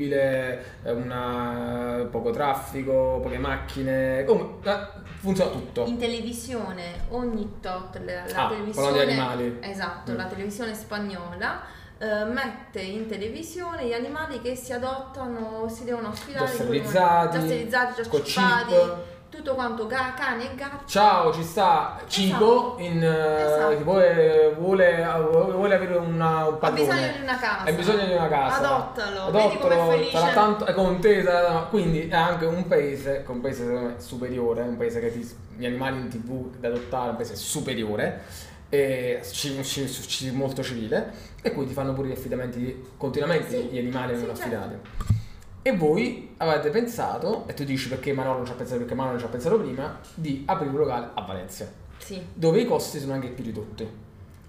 Speaker 2: incredibile, eh, una- poco traffico, poche macchine. Comunque, eh, funziona tutto.
Speaker 4: In televisione ogni tot la, la
Speaker 2: Ah,
Speaker 4: televisione
Speaker 2: parlando di animali.
Speaker 4: Esatto,
Speaker 2: Mm.
Speaker 4: la televisione spagnola eh, mette in televisione gli animali che si adottano, si devono
Speaker 2: Già
Speaker 4: ospitare in quel
Speaker 2: sterilizzati,
Speaker 4: momento. già sterilizzati, già
Speaker 2: col
Speaker 4: cippati,
Speaker 2: chip.
Speaker 4: tutto quanto ga- cane e gatto.
Speaker 2: Ciao, ci sta
Speaker 4: Esatto.
Speaker 2: Cico in, eh,
Speaker 4: Esatto.
Speaker 2: che vuole, vuole, vuole avere una, un
Speaker 4: Ha bisogno
Speaker 2: padrone.
Speaker 4: di una casa.
Speaker 2: Hai bisogno di una casa.
Speaker 4: Adottalo, vedi
Speaker 2: Adottalo,
Speaker 4: com'è felice.
Speaker 2: sarà tanto è contenta, quindi è anche un paese, che è un paese secondo me superiore, un paese che ti- gli animali in tv da adottare, è un paese superiore, e ci- ci- ci- molto civile, e cui ti fanno pure gli affidamenti, continuamente
Speaker 4: Sì,
Speaker 2: gli animali
Speaker 4: sì,
Speaker 2: vengono
Speaker 4: certo.
Speaker 2: affidati. E voi avete pensato, e tu dici perché Manolo non ci ha pensato, perché Manolo non ci ha pensato prima, di aprire un locale a Valencia,
Speaker 3: Sì,
Speaker 2: dove i costi sono anche più ridotti,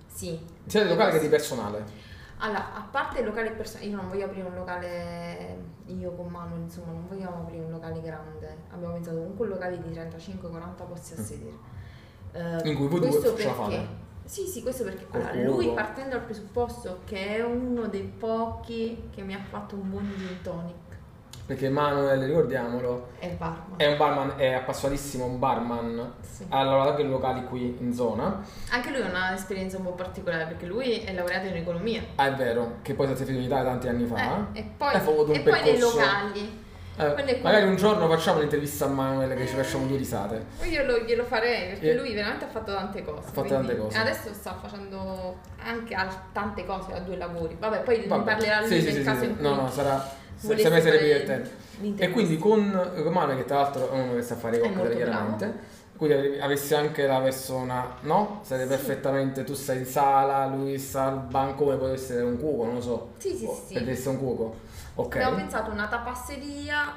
Speaker 3: sì.
Speaker 2: sia di locale che di personale.
Speaker 3: Allora, a parte il locale personale, io non voglio aprire un locale, io con Manuel, insomma, non vogliamo aprire un locale grande. Abbiamo pensato comunque un locale di 35-40 posti a
Speaker 2: Mm.
Speaker 3: sedere. Eh,
Speaker 2: In cui voi due
Speaker 3: questo
Speaker 2: ce la
Speaker 3: perché-
Speaker 2: fate.
Speaker 3: Sì, sì, questo perché
Speaker 2: Col
Speaker 3: allora,
Speaker 2: culo.
Speaker 3: lui partendo dal presupposto che è uno dei pochi che mi ha fatto un buon gin tonic
Speaker 2: Perché Manuel, ricordiamolo,
Speaker 3: è Parma.
Speaker 2: È un barman, è appassionatissimo, un barman.
Speaker 3: Sì.
Speaker 2: Ha lavorato anche in locali qui in zona.
Speaker 3: Anche lui ha un'esperienza un po' particolare perché lui è laureato in economia.
Speaker 2: Ah, è vero, che poi si è finito in Italia tanti anni Ah. fa.
Speaker 3: Eh, e poi,
Speaker 2: È proprio un
Speaker 3: e poi nei
Speaker 2: percorso.
Speaker 3: locali.
Speaker 2: Eh,
Speaker 3: quello è
Speaker 2: magari
Speaker 3: quello.
Speaker 2: un giorno facciamo un'intervista a Manuel che ci facciamo due risate.
Speaker 3: Poi Io lo- glielo farei perché
Speaker 2: Eh.
Speaker 3: lui veramente ha fatto tante cose.
Speaker 2: Ha fatto
Speaker 3: quindi-
Speaker 2: tante cose.
Speaker 3: e Adesso sta facendo anche al- tante cose, ha due lavori. Vabbè, poi ne
Speaker 2: Vabbè.
Speaker 3: parlerà lui
Speaker 2: sì,
Speaker 3: nel
Speaker 2: sì, sì,
Speaker 3: caso
Speaker 2: sì.
Speaker 3: in cui
Speaker 2: No, no, sarà se-
Speaker 3: volesse
Speaker 2: sempre sarebbe
Speaker 3: fare
Speaker 2: divertente. E
Speaker 3: l'intervista.
Speaker 2: quindi con con Manuel, che tra l'altro è uno che sa fare i
Speaker 3: È
Speaker 2: cocktail
Speaker 3: molto
Speaker 2: chiaramente. Quindi avre- avessi anche la persona, no? Sarei
Speaker 3: Sì.
Speaker 2: perfettamente tu sei in sala, lui sta al bancone, può essere un cuoco, non lo so.
Speaker 3: Sì, sì,
Speaker 2: O-
Speaker 3: sì.
Speaker 2: Potrebbe essere un cuoco. Ok.
Speaker 3: abbiamo pensato una tapasseria,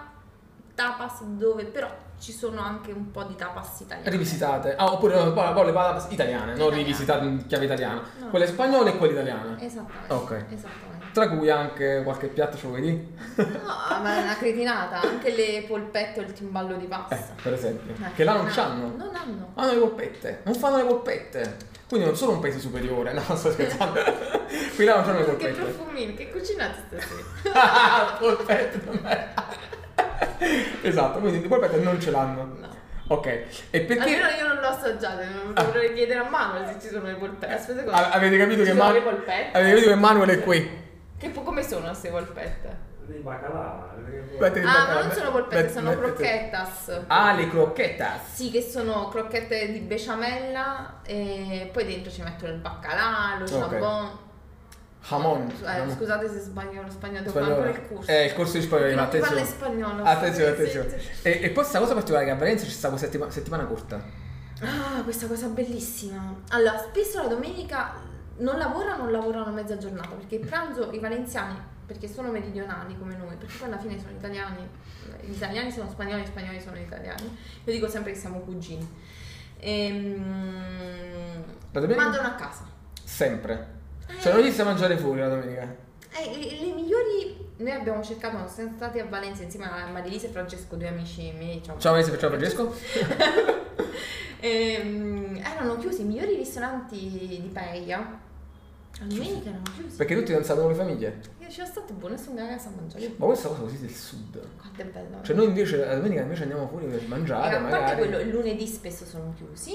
Speaker 3: tapas dove però ci sono anche un po' di tapas italiani.
Speaker 2: Rivisitate, ah, oppure no, poi, poi le palle italiane, non
Speaker 3: Italiane.
Speaker 2: rivisitate in chiave italiana,
Speaker 3: No.
Speaker 2: quelle spagnole e quelle italiane.
Speaker 3: Esattamente.
Speaker 2: Ok.
Speaker 3: Esattamente.
Speaker 2: Tra cui anche qualche piatto, ce lo vuoi dire?
Speaker 3: No, ma è una cretinata, anche le polpette o il timballo di
Speaker 2: Eh,
Speaker 3: pasta.
Speaker 2: per esempio,
Speaker 3: Una
Speaker 2: che là non
Speaker 3: cretinata.
Speaker 2: c'hanno.
Speaker 3: Non hanno.
Speaker 2: Hanno le polpette, non fanno le polpette. Quindi non sono un paese superiore, no, sto scherzando. Qui là non c'hanno le
Speaker 3: Che
Speaker 2: polpette.
Speaker 3: profumino, che cucinate stasera?
Speaker 2: polpette, vabbè. Esatto, quindi le polpette non ce l'hanno.
Speaker 3: No.
Speaker 2: Ok, e perché... Ah.
Speaker 3: Almeno io non l'ho assaggiata, non dovrei chiedere a Manuel se ci sono le polpette. Aspetta, cosa?
Speaker 2: A- avete capito
Speaker 3: Ci
Speaker 2: che
Speaker 3: sono
Speaker 2: Man-
Speaker 3: le polpette?
Speaker 2: Avete capito che Manuel è qui?
Speaker 3: Che po- come sono queste polpette?
Speaker 5: di baccalà. perché-
Speaker 2: Mettete in
Speaker 3: Ah, ma
Speaker 2: bocca-
Speaker 3: non sono polpette,
Speaker 2: met-
Speaker 3: sono
Speaker 2: mettete-
Speaker 3: crocchettas.
Speaker 2: Ah, le crocchettas.
Speaker 3: Sì, che sono crocchette di besciamella e poi dentro ci mettono il baccalà, lo
Speaker 2: Ok.
Speaker 3: jambon.
Speaker 2: Jamon.
Speaker 3: Eh,
Speaker 2: Jamon.
Speaker 3: Scusate se sbaglio lo spagnolo, devo fare
Speaker 2: Spagnolo.
Speaker 3: ancora il corso.
Speaker 2: Eh, il corso di spagnolo, ma
Speaker 3: Non mi parla
Speaker 2: attenzione.
Speaker 3: spagnolo.
Speaker 2: Attenzione,
Speaker 3: sì, sì,
Speaker 2: attenzione.
Speaker 3: sì.
Speaker 2: E, e poi sta cosa particolare che a Valencia ci sta questa settima- settimana corta.
Speaker 3: Ah, questa cosa bellissima. Allora, spesso la domenica non lavorano, non lavorano mezza giornata, perché il pranzo i valenziani, perché sono meridionali come noi, perché poi alla fine sono italiani, gli italiani sono spagnoli, gli spagnoli sono italiani. Io dico sempre che siamo cugini. Ehm,
Speaker 2: La domenica?
Speaker 3: Mangiano a casa.
Speaker 2: Sempre. Cioè non gli sta a mangiare fuori la domenica.
Speaker 3: Eh, le, le migliori noi abbiamo cercato, siamo stati a Valencia insieme a Marilisa e Francesco, due amici miei. cioè, ciao.
Speaker 2: Ciao Vanessa, ciao Francesco.
Speaker 3: Ehm, erano chiusi i migliori ristoranti di Paella. La domenica erano chiusi.
Speaker 2: Ah, Perché tutti non sanno le famiglie.
Speaker 3: Io c'era stato buono, sono andata a casa a mangiare.
Speaker 2: Ma questa cosa così del sud.
Speaker 3: Quanto è bello.
Speaker 2: Cioè noi invece la domenica invece andiamo fuori per
Speaker 3: E
Speaker 2: mangiare,
Speaker 3: Eh, a parte
Speaker 2: magari.
Speaker 3: quello, il lunedì spesso sono chiusi.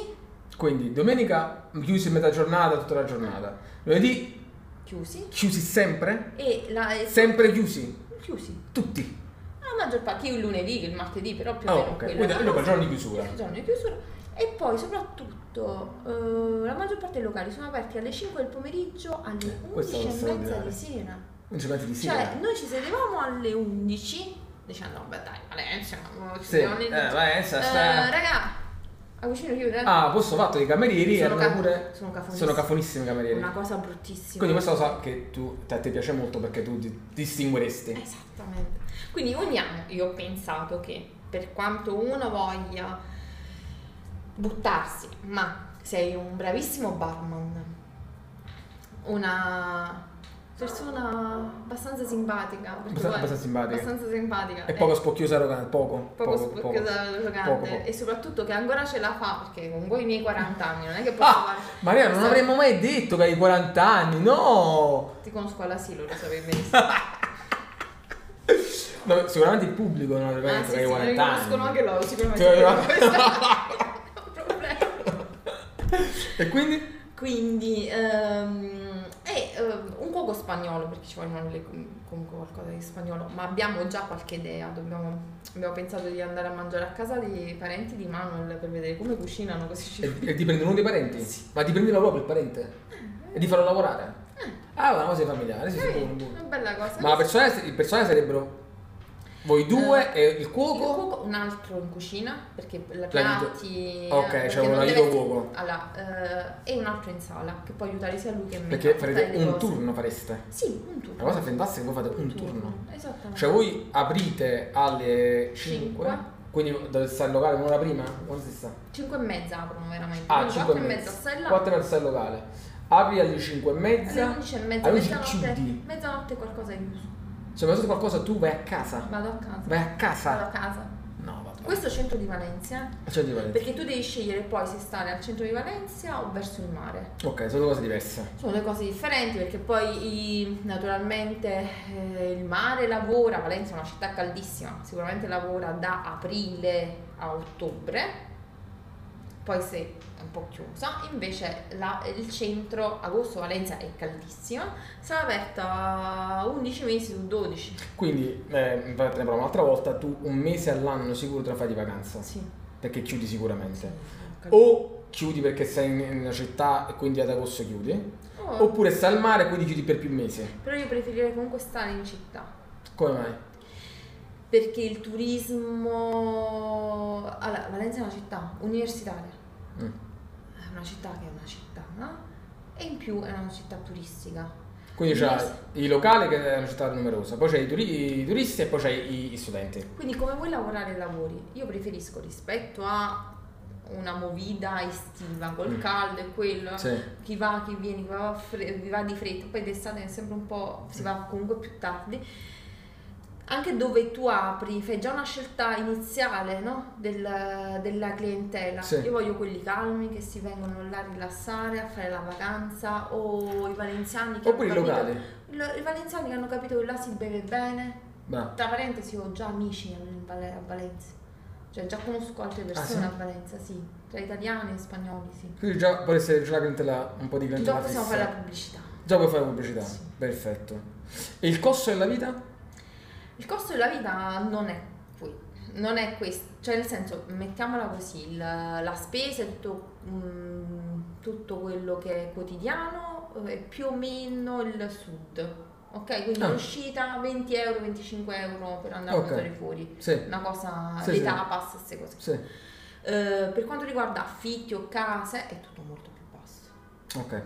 Speaker 2: Quindi domenica chiusi metà giornata, tutta la giornata. Lunedì
Speaker 3: Chiusi.
Speaker 2: chiusi sempre?
Speaker 3: E la. e-
Speaker 2: Sempre chiusi.
Speaker 3: Chiusi.
Speaker 2: Tutti.
Speaker 3: La maggior parte, io il lunedì che il martedì, però più o
Speaker 2: Ah,
Speaker 3: meno
Speaker 2: ok.
Speaker 3: quello.
Speaker 2: Quindi
Speaker 3: La
Speaker 2: è proprio il
Speaker 3: cosa-
Speaker 2: giorno di chiusura.
Speaker 3: Il giorno di chiusura.
Speaker 4: E poi soprattutto eh, la maggior parte dei locali sono aperti alle 5 del pomeriggio alle
Speaker 2: Questo
Speaker 4: 11
Speaker 2: è
Speaker 4: e mezza
Speaker 2: straordinario.
Speaker 4: di sera.
Speaker 2: Non ci metti di sì. eh.
Speaker 4: Cioè, noi ci sedevamo alle 11.
Speaker 3: Dicendo, diciamo, vabbè dai, Valencia, ma non ci
Speaker 2: sì. Eh,
Speaker 3: siamo lì. Eh,
Speaker 2: Valenza sta...
Speaker 3: raga,
Speaker 4: A cucina chiude.
Speaker 2: Ah, questo fatto che i camerieri
Speaker 3: sono,
Speaker 2: erano
Speaker 3: ca-
Speaker 2: pure...
Speaker 3: sono cafonissimi.
Speaker 2: Sono cafonissimi i camerieri.
Speaker 4: Una cosa bruttissima.
Speaker 2: Quindi questa cosa che tu, a te piace molto perché tu ti
Speaker 3: Eh,
Speaker 2: distingueresti.
Speaker 3: Esattamente. Quindi ogni anno io ho pensato che per quanto uno voglia buttarsi, ma sei un bravissimo barman, una persona abbastanza simpatica, perché
Speaker 2: Abbast-
Speaker 3: poi-
Speaker 2: abbastanza simpatica.
Speaker 3: abbastanza simpatica,
Speaker 2: E
Speaker 3: eh,
Speaker 2: poco spocchioso e arrogante, poco.
Speaker 3: poco spocchiosa arrogante, Eh,
Speaker 2: Poco, poco.
Speaker 3: e soprattutto che ancora ce la fa perché con voi i miei 40 anni non è che posso
Speaker 2: Ah,
Speaker 3: fare
Speaker 2: Maria, non avremmo mai detto che hai 40 anni, no!
Speaker 3: ti conosco all'asilo lo sapevi benissimo
Speaker 2: No, sicuramente il pubblico non avrebbe
Speaker 3: Ah,
Speaker 2: detto
Speaker 3: sì,
Speaker 2: che hai 40
Speaker 3: sì, mi conoscono
Speaker 2: anni.
Speaker 3: anche loro, sicuramente.
Speaker 2: Ti avevano-
Speaker 3: Questo è un problema.
Speaker 2: E quindi?
Speaker 3: Quindi, ehm, è ehm, un cuoco spagnolo, perché ci vogliono le- mm, comunque qualcosa di spagnolo, ma abbiamo già qualche idea, dobbiamo- abbiamo pensato di andare a mangiare a casa dei parenti di Manuel per vedere come cucinano, così ci...
Speaker 2: E, e ti prendono uno dei parenti? Ma ti prendeva proprio il parente? E ti farò lavorare? Ah, una cosa di familiare, sì, sì,
Speaker 3: Eh,
Speaker 2: buono, buono.
Speaker 3: una bella cosa.
Speaker 2: Ma la persona, il personale sarebbero voi due
Speaker 3: Eh.
Speaker 2: e il cuoco?
Speaker 3: Il cuoco, un altro in cucina, perché la
Speaker 2: L'aiuto.
Speaker 3: piatti... eh,
Speaker 2: Ok,
Speaker 3: perché
Speaker 2: cioè un
Speaker 3: non deve
Speaker 2: aiuto
Speaker 3: essere-
Speaker 2: cuoco.
Speaker 3: Allora, eh, e un altro in sala, che può aiutare sia lui che me. a
Speaker 2: Perché
Speaker 3: portare
Speaker 2: farete
Speaker 3: le
Speaker 2: un
Speaker 3: cose.
Speaker 2: turno, fareste.
Speaker 3: Sì, un turno.
Speaker 2: La cosa fantastica è che voi fate un turno.
Speaker 3: Esattamente.
Speaker 2: Cioè voi aprite alle 5,
Speaker 3: Cinque.
Speaker 2: quindi dovete stare al locale un'ora prima? Quando si sta?
Speaker 3: 5 e mezza aprono veramente.
Speaker 2: Ah,
Speaker 3: Quindi
Speaker 2: 5
Speaker 3: quattro e mezza stai là.
Speaker 2: 4 e mezza al locale. Apri alle 5 e
Speaker 3: alle
Speaker 2: mezza.
Speaker 3: 11 e mezza,
Speaker 2: Alle 11
Speaker 3: mezzanotte,
Speaker 2: chiudi.
Speaker 3: mezzanotte qualcosa è chiuso.
Speaker 2: Se mi hai detto qualcosa tu vai a casa.
Speaker 3: Vado a casa.
Speaker 2: Vai a
Speaker 3: Vado a
Speaker 2: casa.
Speaker 3: casa.
Speaker 2: No, vabbè.
Speaker 3: Questo è il centro di Valencia.
Speaker 2: Cioè, di Valencia.
Speaker 3: Perché tu devi scegliere poi se stare al centro di Valencia o verso il mare.
Speaker 2: Ok, sono cose diverse.
Speaker 3: Sono due cose differenti perché poi i- naturalmente eh, il mare lavora, Valencia è una città caldissima, sicuramente lavora da aprile a ottobre, poi se è un po' chiusa, invece la- il centro agosto Valencia è caldissima, sarà aperta 11 mesi su 12.
Speaker 2: Quindi, eh, infatti, ne parlo un'altra volta. Tu un mese all'anno sicuro te la fai di vacanza.
Speaker 3: Sì.
Speaker 2: Perché chiudi sicuramente.
Speaker 3: Cal-
Speaker 2: O chiudi perché sei in, in una città e quindi ad agosto chiudi.
Speaker 3: Oh,
Speaker 2: Oppure stai al mare e quindi chiudi per più mesi.
Speaker 3: Però io preferirei comunque stare in città.
Speaker 2: Come mai?
Speaker 3: perché il turismo allora, Valencia è una città universitaria
Speaker 2: Mm.
Speaker 3: è una città che è una città no? e in più è una città turistica
Speaker 2: Quindi c'è
Speaker 3: Yes.
Speaker 2: i locali che è una città numerosa, poi c'è i, turi- i turisti e poi c'è i, gli studenti.
Speaker 3: quindi come vuoi lavorare lavori io preferisco rispetto a una movida estiva col
Speaker 2: Mm.
Speaker 3: caldo e quello
Speaker 2: Sì.
Speaker 3: chi va chi viene chi va, fre- chi va di fretta poi d'estate è sempre un po' si va comunque più tardi anche dove tu apri fai già una scelta iniziale no? Del- della clientela
Speaker 2: Sì.
Speaker 3: io voglio quelli calmi che si vengono là a rilassare a fare la vacanza o i valenziani che
Speaker 2: Oppure i
Speaker 3: hanno capito-
Speaker 2: locali.
Speaker 3: lo- i valenziani che hanno capito che là si beve bene
Speaker 2: Bravo.
Speaker 3: tra parentesi ho già amici in Vale- a Valencia cioè già conosco altre persone
Speaker 2: Ah, sì?
Speaker 3: a Valencia sì tra italiani e spagnoli sì
Speaker 2: Quindi già può essere già la clientela, un po' di
Speaker 3: già
Speaker 2: clientela
Speaker 3: possiamo
Speaker 2: fissa.
Speaker 3: fare la pubblicità
Speaker 2: Già puoi fare pubblicità.
Speaker 3: Sì.
Speaker 2: Perfetto. E il costo della vita?
Speaker 3: Il costo della vita non è qui, non è questo, cioè nel senso, mettiamola così, il- la spesa e tutto, mm, tutto quello che è quotidiano eh, è più o meno il sud, ok? Quindi
Speaker 2: Ah.
Speaker 3: l'uscita 20 euro, 25 euro per andare
Speaker 2: Ok.
Speaker 3: a mangiare fuori,
Speaker 2: Sì.
Speaker 3: una cosa,
Speaker 2: Sì,
Speaker 3: le
Speaker 2: sì.
Speaker 3: tapas, queste cose.
Speaker 2: Sì.
Speaker 3: Eh, per quanto riguarda affitti o case è tutto molto più basso,
Speaker 2: Ok.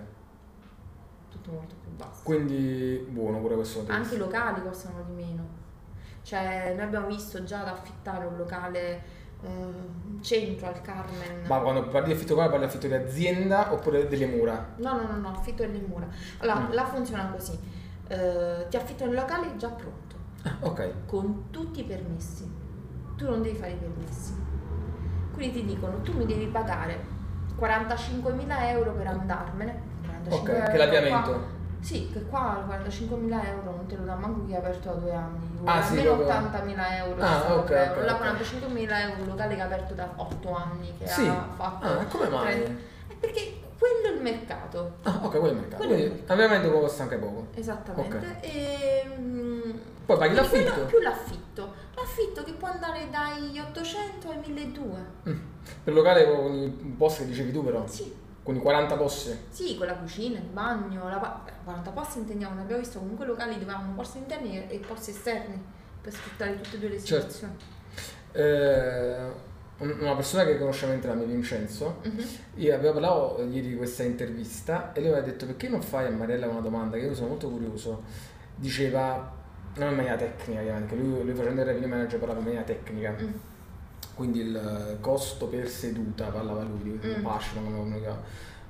Speaker 3: tutto molto più basso.
Speaker 2: Quindi buono pure questo. hotel.
Speaker 3: Anche i locali costano di meno. Cioè, noi abbiamo visto già ad affittare un locale eh, in centro al Carmen.
Speaker 2: Ma quando parli di affitto qua parli di affitto di azienda oppure delle mura?
Speaker 3: No, no, no, no, affitto delle mura. Allora,
Speaker 2: Mm.
Speaker 3: la funziona così. Eh, ti affitto il locale già pronto,
Speaker 2: Ah, ok.
Speaker 3: con tutti i permessi. Tu non devi fare i permessi. Quindi ti dicono, tu mi devi pagare 45.000 euro per andarmene. 45.000
Speaker 2: Ok,
Speaker 3: euro
Speaker 2: che l'avviamento.
Speaker 3: qua- Sì, che qua 45.000 euro non te lo dà manco chi ha aperto da due anni, vuole
Speaker 2: Ah, sì,
Speaker 3: almeno
Speaker 2: proprio.
Speaker 3: 80.000 euro.
Speaker 2: Ah,
Speaker 3: 60.000
Speaker 2: ok,
Speaker 3: euro.
Speaker 2: ok,
Speaker 3: La
Speaker 2: ok.
Speaker 3: 45.000 euro, un locale che ha aperto da 8 anni, che
Speaker 2: Sì.
Speaker 3: ha fatto...
Speaker 2: Ah, come mai?
Speaker 3: tre- Eh, Perché quello è il mercato,
Speaker 2: Ah, ok, quello è il mercato.
Speaker 3: Quello è il
Speaker 2: Quindi ovviamente costa anche poco.
Speaker 3: esattamente. E, mm,
Speaker 2: Poi paghi
Speaker 3: quindi quello
Speaker 2: l'affitto.
Speaker 3: Più l'affitto. L'affitto che può andare dai 800 ai 1.200.
Speaker 2: Mm. Per locale con i posti che dicevi tu però,
Speaker 3: Sì,
Speaker 2: con i 40 posti.
Speaker 3: sì, con la cucina, il bagno, la pa- 40 posti intendiamo, ne abbiamo visto comunque locali dove avevamo posti interni e e posti esterni per sfruttare tutte e due le
Speaker 2: Certo.
Speaker 3: situazioni.
Speaker 2: Eh, un- una persona che conosciamo entrambi, Vincenzo,
Speaker 3: Mhm.
Speaker 2: io abbiamo parlato ieri di questa intervista e lui mi ha detto perché non fai a Marella una domanda che io sono molto curioso. Diceva, non in maniera tecnica chiaramente, lui, lui facendo il revenue manager parlava in maniera tecnica.
Speaker 3: Mm.
Speaker 2: Quindi il eh, costo per seduta parlava lui, di
Speaker 3: Mm.
Speaker 2: passion, come, come,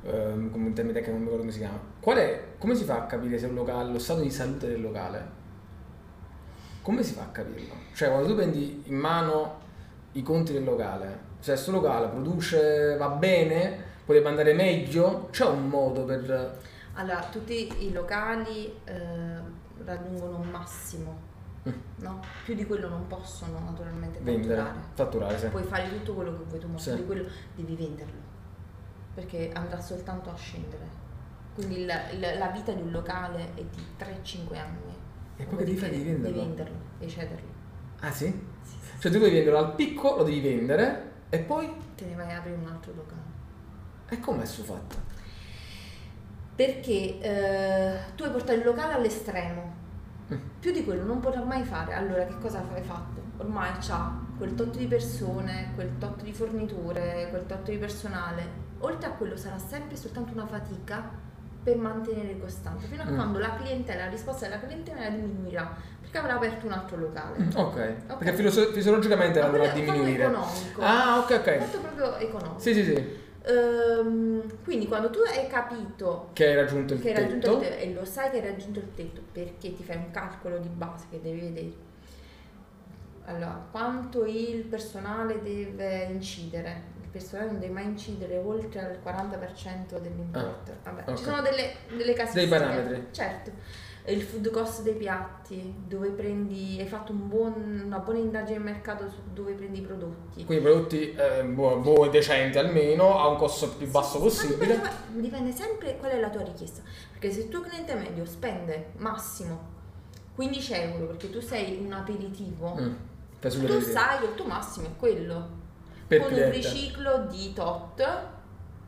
Speaker 2: ehm, come un termine tecnico, non mi ricordo come si chiama. Qual è, come si fa a capire se un locale, lo stato di salute del locale? Come si fa a capirlo? Cioè, quando tu prendi in mano i conti del locale, se questo locale produce, va bene, potrebbe andare meglio, c'è un modo per...
Speaker 3: Allora, tutti i locali eh, raggiungono un massimo,
Speaker 2: Mm.
Speaker 3: no? Più di quello non possono naturalmente
Speaker 2: vendere,
Speaker 3: fatturare.
Speaker 2: fatturare, sì.
Speaker 3: Puoi fare tutto quello che vuoi tu, ma
Speaker 2: Sì.
Speaker 3: più di quello devi venderlo, perché andrà soltanto a scendere. Quindi il- il- la vita di un locale è di 3-5 anni.
Speaker 2: E poi che devi fare? Devi
Speaker 3: Dopodiché
Speaker 2: venderlo?
Speaker 3: venderlo e cederlo.
Speaker 2: Ah sì? Cioè tu devi venderlo al picco, lo devi vendere e poi...
Speaker 3: Te ne vai a aprire un altro locale.
Speaker 2: E com'è su fatto?
Speaker 3: Perché eh, tu hai portato il locale all'estremo.
Speaker 2: Mm.
Speaker 3: Più di quello non potrà mai fare. Allora, che cosa hai fatto? Ormai c'ha quel tot di persone, quel tot di forniture, quel tot di personale. Oltre a quello sarà sempre soltanto una fatica per mantenere costante, fino a
Speaker 2: Mm.
Speaker 3: quando la clientela, la risposta della clientela diminuirà, perché avrà aperto un altro locale.
Speaker 2: Mm, Ok,
Speaker 3: Ok.
Speaker 2: perché filoso- fisiologicamente
Speaker 3: Ma
Speaker 2: andrà a
Speaker 3: quello è un fatto
Speaker 2: diminuire.
Speaker 3: economico.
Speaker 2: Ah, ok, ok.
Speaker 3: Molto proprio economico.
Speaker 2: Sì, sì, sì.
Speaker 3: Ehm, quindi quando tu hai capito
Speaker 2: Che hai raggiunto il
Speaker 3: che hai
Speaker 2: tetto.
Speaker 3: raggiunto il tetto e lo sai che hai raggiunto il tetto perché ti fai un calcolo di base che devi vedere. Allora, quanto il personale deve incidere? Il personale non deve mai incidere oltre al 40% dell'importo. Vabbè,
Speaker 2: Ah, ok.
Speaker 3: ci sono delle, delle casistiche.
Speaker 2: parametri.
Speaker 3: Certo. Il food cost dei piatti, dove prendi, hai fatto un buon- una buona indagine di mercato su dove prendi i prodotti.
Speaker 2: Quindi prodotti eh, buo- buoni, decenti almeno, a un costo più basso
Speaker 3: Sì, sì,
Speaker 2: possibile.
Speaker 3: ma dipende, dipende sempre qual è la tua richiesta. Perché se il tuo cliente medio spende massimo 15 euro perché tu sei un aperitivo,
Speaker 2: Mm. Fai sulle
Speaker 3: tu
Speaker 2: vedere.
Speaker 3: sai che il tuo massimo è quello.
Speaker 2: Per
Speaker 3: con un
Speaker 2: cliente.
Speaker 3: riciclo di tot,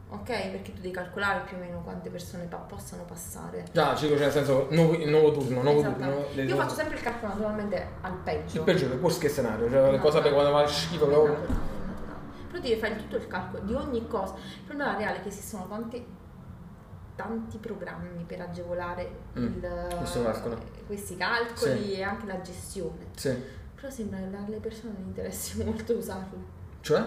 Speaker 3: ok? Perché tu devi calcolare più o meno quante persone pa- possano passare.
Speaker 2: Già, ciclo, cioè nel senso, nuovo, nuovo turno, nuovo turno.
Speaker 3: Esattamente.
Speaker 2: le-
Speaker 3: Esatto. Io faccio sempre il calcolo naturalmente al peggio.
Speaker 2: Il peggiore, il worst case scenario, cioè
Speaker 3: No,
Speaker 2: le cose
Speaker 3: no.
Speaker 2: per quando va il schifo
Speaker 3: È
Speaker 2: proprio.
Speaker 3: naturale, è naturale. Però devi fare tutto il calcolo di ogni cosa. Il problema reale è che esistono tanti, tanti programmi per agevolare
Speaker 2: Mm,
Speaker 3: il-
Speaker 2: questo calcolo.
Speaker 3: questi calcoli
Speaker 2: Sì.
Speaker 3: e anche la gestione.
Speaker 2: Sì.
Speaker 3: Però sembra che alle persone non interessi molto usarli.
Speaker 2: Cioè?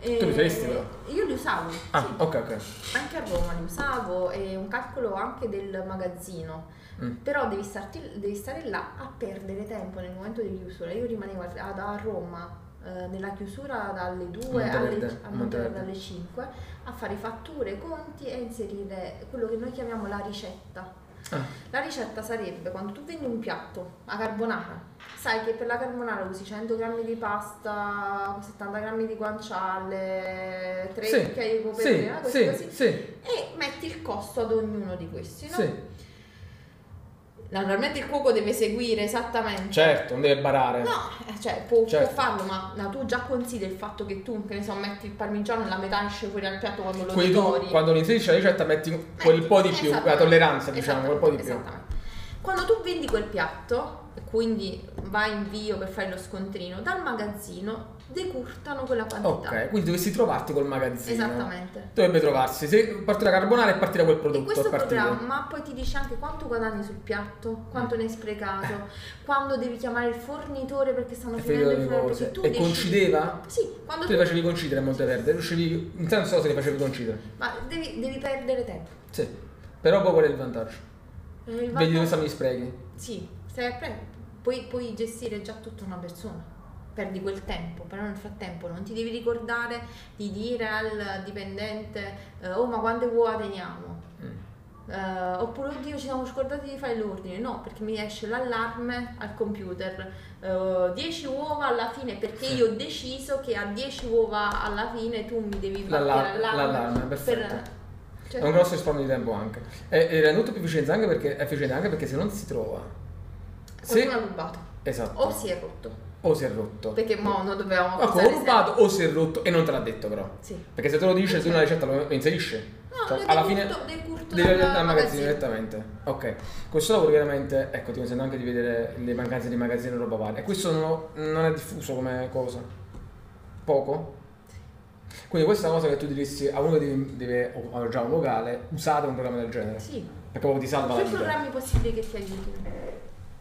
Speaker 3: E-
Speaker 2: Tu li useresti, però?
Speaker 3: Io li usavo,
Speaker 2: Ah,
Speaker 3: sì.
Speaker 2: ok, ok.
Speaker 3: anche a Roma li usavo, e un calcolo anche del magazzino.
Speaker 2: Mm.
Speaker 3: Però devi, starti- devi stare là a perdere tempo nel momento di chiusura. Io rimanevo ad- ad- a Roma eh, nella chiusura dalle 2
Speaker 2: Monteverde,
Speaker 3: alle, a Monteverde
Speaker 2: Monteverde.
Speaker 3: alle 5 a fare fatture, conti e inserire quello che noi chiamiamo la ricetta.
Speaker 2: Ah.
Speaker 3: La ricetta sarebbe quando tu vendi un piatto, la carbonara, sai che per la carbonara usi 100 grammi di pasta, 70 grammi di guanciale, 3
Speaker 2: Sì,
Speaker 3: cucchiai di
Speaker 2: Sì,
Speaker 3: peperina, così
Speaker 2: sì,
Speaker 3: così,
Speaker 2: sì,
Speaker 3: e metti il costo ad ognuno di questi, no?
Speaker 2: sì.
Speaker 3: Naturalmente il cuoco deve seguire esattamente.
Speaker 2: Certo, non deve barare.
Speaker 3: No, eh, cioè può, può
Speaker 2: Certo.
Speaker 3: farlo, ma ma tu già consideri il fatto che tu, che ne so, metti il parmigiano e la metà esce fuori al piatto quando lo
Speaker 2: Quindi
Speaker 3: decori.
Speaker 2: tu quando lo inserisci la ricetta metti quel po' di più, la
Speaker 3: Esattamente.
Speaker 2: tolleranza diciamo, quel
Speaker 3: Esattamente,
Speaker 2: po' di più.
Speaker 3: esatto, esattamente. Quando tu vendi quel piatto, e quindi vai in bio per fare lo scontrino, dal magazzino decurtano quella quantità.
Speaker 2: Ok, quindi dovresti trovarti col magazzino.
Speaker 3: Esattamente.
Speaker 2: Dovrebbe trovarsi, se parte la carbonara e partire quel
Speaker 3: E
Speaker 2: prodotto.
Speaker 3: questo
Speaker 2: a partire.
Speaker 3: programma poi ti dice anche quanto guadagni sul piatto, quanto ne hai sprecato, quando devi chiamare il fornitore perché stanno
Speaker 2: E
Speaker 3: finendo
Speaker 2: fai
Speaker 3: i
Speaker 2: le
Speaker 3: fornitori.
Speaker 2: cose.
Speaker 3: perché tu
Speaker 2: E
Speaker 3: decidi-
Speaker 2: coincideva?
Speaker 3: Sì, quando
Speaker 2: Tu
Speaker 3: tu...
Speaker 2: li facevi concidere a Monteverde, riuscivi, in senso se li facevi concidere.
Speaker 3: Ma devi, devi perdere tempo.
Speaker 2: Sì, però poi qual è il vantaggio?
Speaker 3: Eh, il
Speaker 2: Vedi dove
Speaker 3: vantaggio-
Speaker 2: stanno gli sprechi.
Speaker 3: Sì, stai a pre- puoi, puoi gestire già tutta una persona. Perdi quel tempo, però nel frattempo non ti devi ricordare di dire al dipendente eh, oh ma quante uova teniamo?
Speaker 2: Mm.
Speaker 3: Eh, oppure oddio ci siamo scordati di fare l'ordine. No, perché mi esce l'allarme al computer. eh, 10 uova alla fine perché
Speaker 2: Sì.
Speaker 3: io ho deciso che a 10 uova alla fine tu mi devi battere
Speaker 2: L'allar-
Speaker 3: l'allarme.
Speaker 2: l'allarme,
Speaker 3: per-
Speaker 2: perfetto.
Speaker 3: cioè-
Speaker 2: È un grosso risparmio di tempo anche. E, e rende tutto più efficiente anche perché, efficiente anche perché se non si trova.
Speaker 3: qualcuno ha rubato
Speaker 2: Esatto.
Speaker 3: o si è rotto.
Speaker 2: o si è rotto.
Speaker 3: Perché mo non dovevamo
Speaker 2: Ma come,
Speaker 3: forzare
Speaker 2: o rubato o si è rotto e non te l'ha detto però.
Speaker 3: Sì.
Speaker 2: Perché se te lo dice su una ricetta lo lo inserisci.
Speaker 3: No,
Speaker 2: Cioè,
Speaker 3: del
Speaker 2: alla
Speaker 3: curto-
Speaker 2: fine
Speaker 3: del curto
Speaker 2: devi andare
Speaker 3: dal
Speaker 2: al magazzino
Speaker 3: magazzino.
Speaker 2: direttamente. Ok. Questo lavoro chiaramente, ecco, ti consente anche di vedere le mancanze di magazzino e roba varia. E questo non, lo- non è diffuso come cosa. Poco? Quindi questa cosa che tu diresti a uno che deve, deve o ha già un locale, usate un programma del genere.
Speaker 3: Sì.
Speaker 2: Perché proprio ti salva la
Speaker 3: Più
Speaker 2: vita.
Speaker 3: programmi possibili che ti aiutino.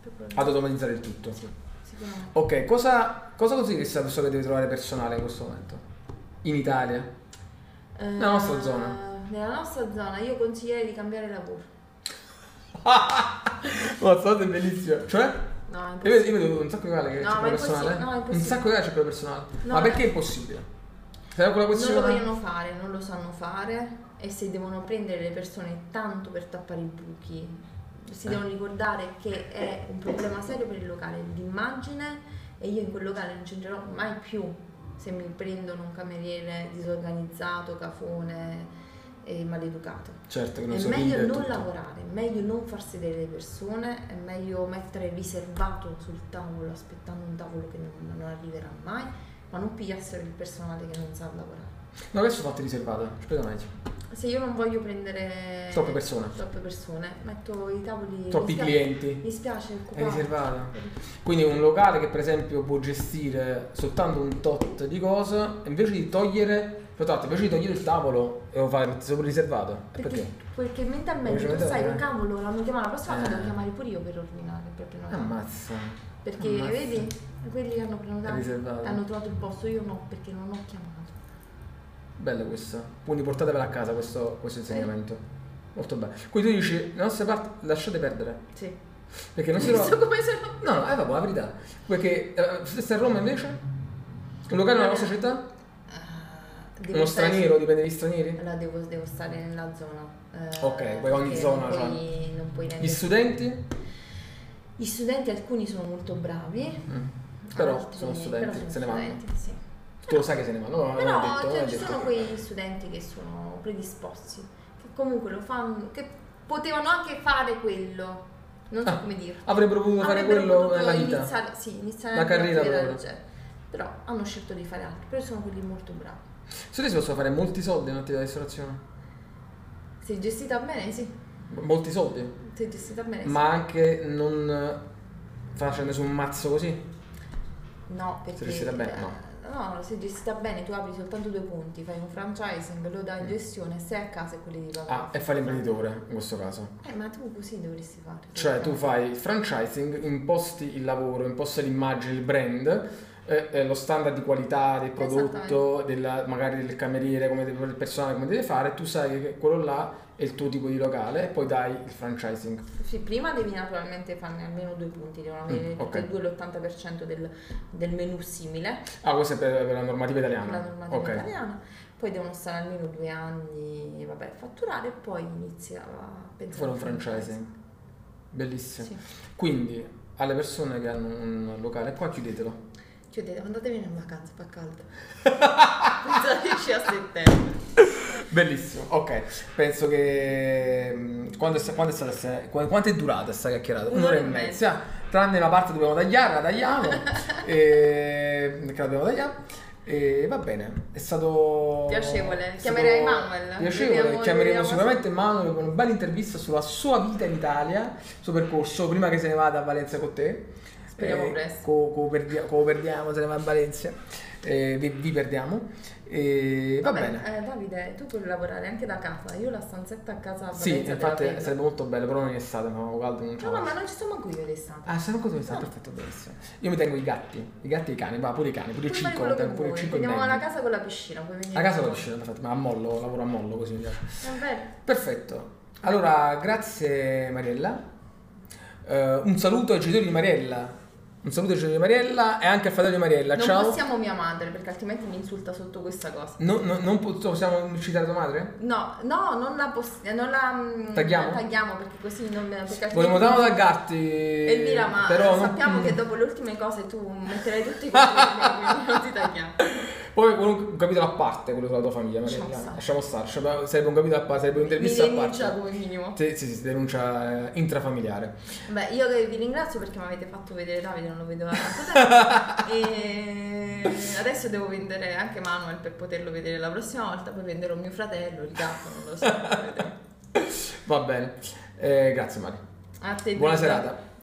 Speaker 3: Più programmi.
Speaker 2: Ad automatizzare il tutto.
Speaker 3: Sì, sicuramente.
Speaker 2: Ok, cosa, cosa consiglieresti alla persona che deve trovare personale in questo momento? In Italia? Nella nostra
Speaker 3: Eh,
Speaker 2: zona.
Speaker 3: Nella nostra zona io consiglierei di cambiare lavoro.
Speaker 2: Ma state Oh, bellissimo. Cioè?
Speaker 3: No, è
Speaker 2: Io vedo,
Speaker 3: impossibile.
Speaker 2: io vedo un sacco di gare che
Speaker 3: No,
Speaker 2: c'è
Speaker 3: ma
Speaker 2: quello
Speaker 3: è impossibile,
Speaker 2: personale.
Speaker 3: no, è
Speaker 2: un
Speaker 3: impossibile.
Speaker 2: sacco di gare c'è quello personale.
Speaker 3: No,
Speaker 2: ma
Speaker 3: no.
Speaker 2: perché è impossibile? Sarà quella
Speaker 3: Non lo
Speaker 2: questione.
Speaker 3: vogliono fare, non lo sanno fare e se devono prendere le persone tanto per tappare i buchi, si
Speaker 2: Eh.
Speaker 3: devono ricordare che è un problema serio per il locale, l'immagine e io in quel locale non c'entrerò mai più se mi prendono un cameriere disorganizzato, cafone e maleducato.
Speaker 2: Certo, che non
Speaker 3: è
Speaker 2: so
Speaker 3: meglio
Speaker 2: ridere e
Speaker 3: non
Speaker 2: tutto.
Speaker 3: lavorare, è meglio non far sedere le persone, è meglio mettere riservato sul tavolo aspettando un tavolo che non, non arriverà mai, ma non pigliassero il personale che non sa lavorare.
Speaker 2: No, adesso fate riservata. Aspetta un attimo.
Speaker 3: Se io non voglio prendere
Speaker 2: Troppe persone.
Speaker 3: troppe persone, metto i tavoli
Speaker 2: Troppi
Speaker 3: mi spia-
Speaker 2: clienti.
Speaker 3: Mi spiace
Speaker 2: È
Speaker 3: occupare.
Speaker 2: riservata. Quindi un locale che per esempio può gestire soltanto un tot di cose, invece di togliere. Tra l'altro, invece di togliere il tavolo e lo fare metti sopra riservato. E
Speaker 3: Perché,
Speaker 2: perché?
Speaker 3: perché? mentalmente
Speaker 2: Voglio
Speaker 3: tu sai
Speaker 2: vedere.
Speaker 3: che cavolo la mia chiamata la prossima volta
Speaker 2: Eh.
Speaker 3: devo chiamare pure io per ordinare, per prenotare.
Speaker 2: Ammazza.
Speaker 3: perché
Speaker 2: ammazza.
Speaker 3: vedi, quelli che hanno
Speaker 2: È
Speaker 3: prenotato
Speaker 2: eh, riservato.
Speaker 3: hanno trovato il posto, io no, perché non ho chiamato.
Speaker 2: Bello questo. Quindi portatevelo a casa questo, questo insegnamento. Molto bello. Quindi tu dici, le nostre parti lasciate perdere.
Speaker 3: Sì.
Speaker 2: Perché non si trova...
Speaker 3: Visto come sono
Speaker 2: No, no, è proprio la verità. Perché eh, se stai a Roma invece, un locale nella nostra città,
Speaker 3: Eh, devo
Speaker 2: uno
Speaker 3: stare-
Speaker 2: straniero, dipende dagli stranieri.
Speaker 3: Allora devo, devo stare nella zona. eh,
Speaker 2: Ok, poi ogni
Speaker 3: perché
Speaker 2: zona, cioè?
Speaker 3: Non puoi, non puoi
Speaker 2: Gli
Speaker 3: neanche-
Speaker 2: studenti,
Speaker 3: Gli studenti alcuni sono molto bravi.
Speaker 2: mm, però
Speaker 3: altri-
Speaker 2: sono studenti,
Speaker 3: però sono
Speaker 2: se ne vanno.
Speaker 3: studenti, sì.
Speaker 2: Tu lo sai che se ne vanno, no? non
Speaker 3: Però
Speaker 2: l'ho detto, non
Speaker 3: cioè,
Speaker 2: l'ho
Speaker 3: ci
Speaker 2: detto.
Speaker 3: sono quei studenti che sono predisposti, che comunque lo fanno, che potevano anche fare quello. Non so
Speaker 2: Ah,
Speaker 3: come dirlo.
Speaker 2: Avrebbero potuto fare
Speaker 3: Avrebbero
Speaker 2: quello
Speaker 3: potuto
Speaker 2: nella vita.
Speaker 3: Iniziare, sì, iniziare
Speaker 2: La
Speaker 3: anche
Speaker 2: carriera
Speaker 3: attività
Speaker 2: loro.
Speaker 3: del genere. Però hanno scelto di fare altro, però sono quelli molto bravi.
Speaker 2: Studenti possono fare molti soldi in un'attività di ristorazione.
Speaker 3: Se gestita bene, sì.
Speaker 2: Molti soldi.
Speaker 3: Se gestita bene, Eh, sì.
Speaker 2: Ma anche non eh, facendo su un mazzo così.
Speaker 3: No, perché
Speaker 2: Se gestita bene, no.
Speaker 3: eh, no, se gestita bene tu apri soltanto due punti, fai un franchising, lo dai in gestione, stai a casa e quelli di
Speaker 2: Mm. Ah,
Speaker 3: vacanza.
Speaker 2: e fare l'imprenditore in questo caso.
Speaker 3: Eh, ma tu così dovresti fare.
Speaker 2: Cioè tu fai il franchising, imposti il lavoro, imposti l'immagine, il brand, eh, eh, lo standard di qualità del prodotto, della- magari del cameriere, come deve- del personale come deve fare, tu sai che quello là è il tuo tipo di locale e poi dai il franchising.
Speaker 3: Sì, prima devi naturalmente farne almeno due punti, devono avere
Speaker 2: Mm, ok.
Speaker 3: tutti e due l'80% del, del menu simile,
Speaker 2: Ah, questo è per, per la normativa italiana.
Speaker 3: la normativa
Speaker 2: ok.
Speaker 3: italiana, poi devono stare almeno due anni vabbè, a fatturare e poi inizia a
Speaker 2: Fare
Speaker 3: pensare.
Speaker 2: un
Speaker 3: al
Speaker 2: franchising. Bellissimo.
Speaker 3: Sì.
Speaker 2: Quindi alle persone che hanno un locale qua chiudetelo.
Speaker 3: Chiudete, andatevene in vacanza, fa caldo. Pensateci a settembre.
Speaker 2: Bellissimo, ok. Penso che. mm, Quando è, sta- quando è stata. se- qu- Quanto è durata questa chiacchierata? Un'ora e mezza. Tranne la parte che dobbiamo tagliare, la tagliamo. e, che la dobbiamo tagliare. E va bene, è stato.
Speaker 6: Piacevole.
Speaker 2: è
Speaker 6: Chiamerei Manuel.
Speaker 2: Piacevole,
Speaker 6: Vediamo-
Speaker 2: chiameremo
Speaker 6: vediamo se-
Speaker 2: sicuramente Manuel con una bella intervista sulla sua vita in Italia, il suo percorso prima che se ne vada a Valenza con te. Eh,
Speaker 6: Speriamo presto.
Speaker 2: Co, co- perdia- co- perdiamo, se ne va a Valencia. Eh, vi, vi perdiamo. E va bene.
Speaker 3: Eh, Davide, tu puoi lavorare anche da casa, io la stanzetta a casa a
Speaker 2: Sì,
Speaker 3: Valenza te la
Speaker 2: infatti
Speaker 3: prendo.
Speaker 2: sarebbe molto bello, però non è estate, ma ho caldo non ce
Speaker 3: No,
Speaker 2: la
Speaker 3: no,
Speaker 2: faccio.
Speaker 3: ma non ci sono manco io d'estate.
Speaker 2: Ah, se non cosa mi sta perfetto benissimo. Io mi tengo i gatti, i gatti e i cani, va pure i cani, pure il
Speaker 3: Puoi
Speaker 2: cicco,
Speaker 3: fare
Speaker 2: mi
Speaker 3: quello che
Speaker 2: tengo pure il
Speaker 3: vuoi.
Speaker 2: cicco e
Speaker 3: Andiamo alla
Speaker 2: mezzo.
Speaker 3: casa con la piscina, puoi venire.
Speaker 2: La casa la piscina, perfetto, ma a mollo, lavoro a mollo così mi piace.
Speaker 3: Vabbè.
Speaker 2: Perfetto. Allora, grazie Mariella. Eh, un saluto ai genitori di Mariella. Un saluto ai genitori di Mariella e anche al fratello di Mariella.
Speaker 3: Non
Speaker 2: Ciao.
Speaker 3: possiamo mia madre perché altrimenti mi insulta sotto questa cosa.
Speaker 2: No, no, non po- possiamo citare tua madre?
Speaker 3: No, no, non la possiamo. Non la mm,
Speaker 2: Tagliamo?
Speaker 3: tagliamo perché così non. Perché
Speaker 2: Volevo
Speaker 3: altrimenti-
Speaker 2: tanto da gatti.
Speaker 3: Eh, E Mira, ma
Speaker 2: però non-
Speaker 3: sappiamo che dopo le ultime cose tu metterai tutti i quattrini, quindi non ti tagliamo.
Speaker 2: Poi un, un capitolo a parte quello sulla tua famiglia, Marella.
Speaker 4: Lasciamo stare.
Speaker 2: Lasciamo stare. cioè, sarebbe un capitolo a parte, sarebbe
Speaker 3: Mi
Speaker 2: un'intervista a
Speaker 3: denuncia
Speaker 2: parte.
Speaker 3: come minimo.
Speaker 2: Sì, sì, sì, denuncia eh, intrafamiliare.
Speaker 3: Beh, io che vi ringrazio perché mi avete fatto vedere Davide, non lo vedo da tanto tempo. e adesso devo vendere anche Manuel per poterlo vedere la prossima volta. Poi venderò mio fratello, il gatto, non lo so. vedremo.
Speaker 2: Va bene. Eh, grazie Mari.
Speaker 3: A te,
Speaker 2: Buona
Speaker 3: Brigida.
Speaker 2: serata.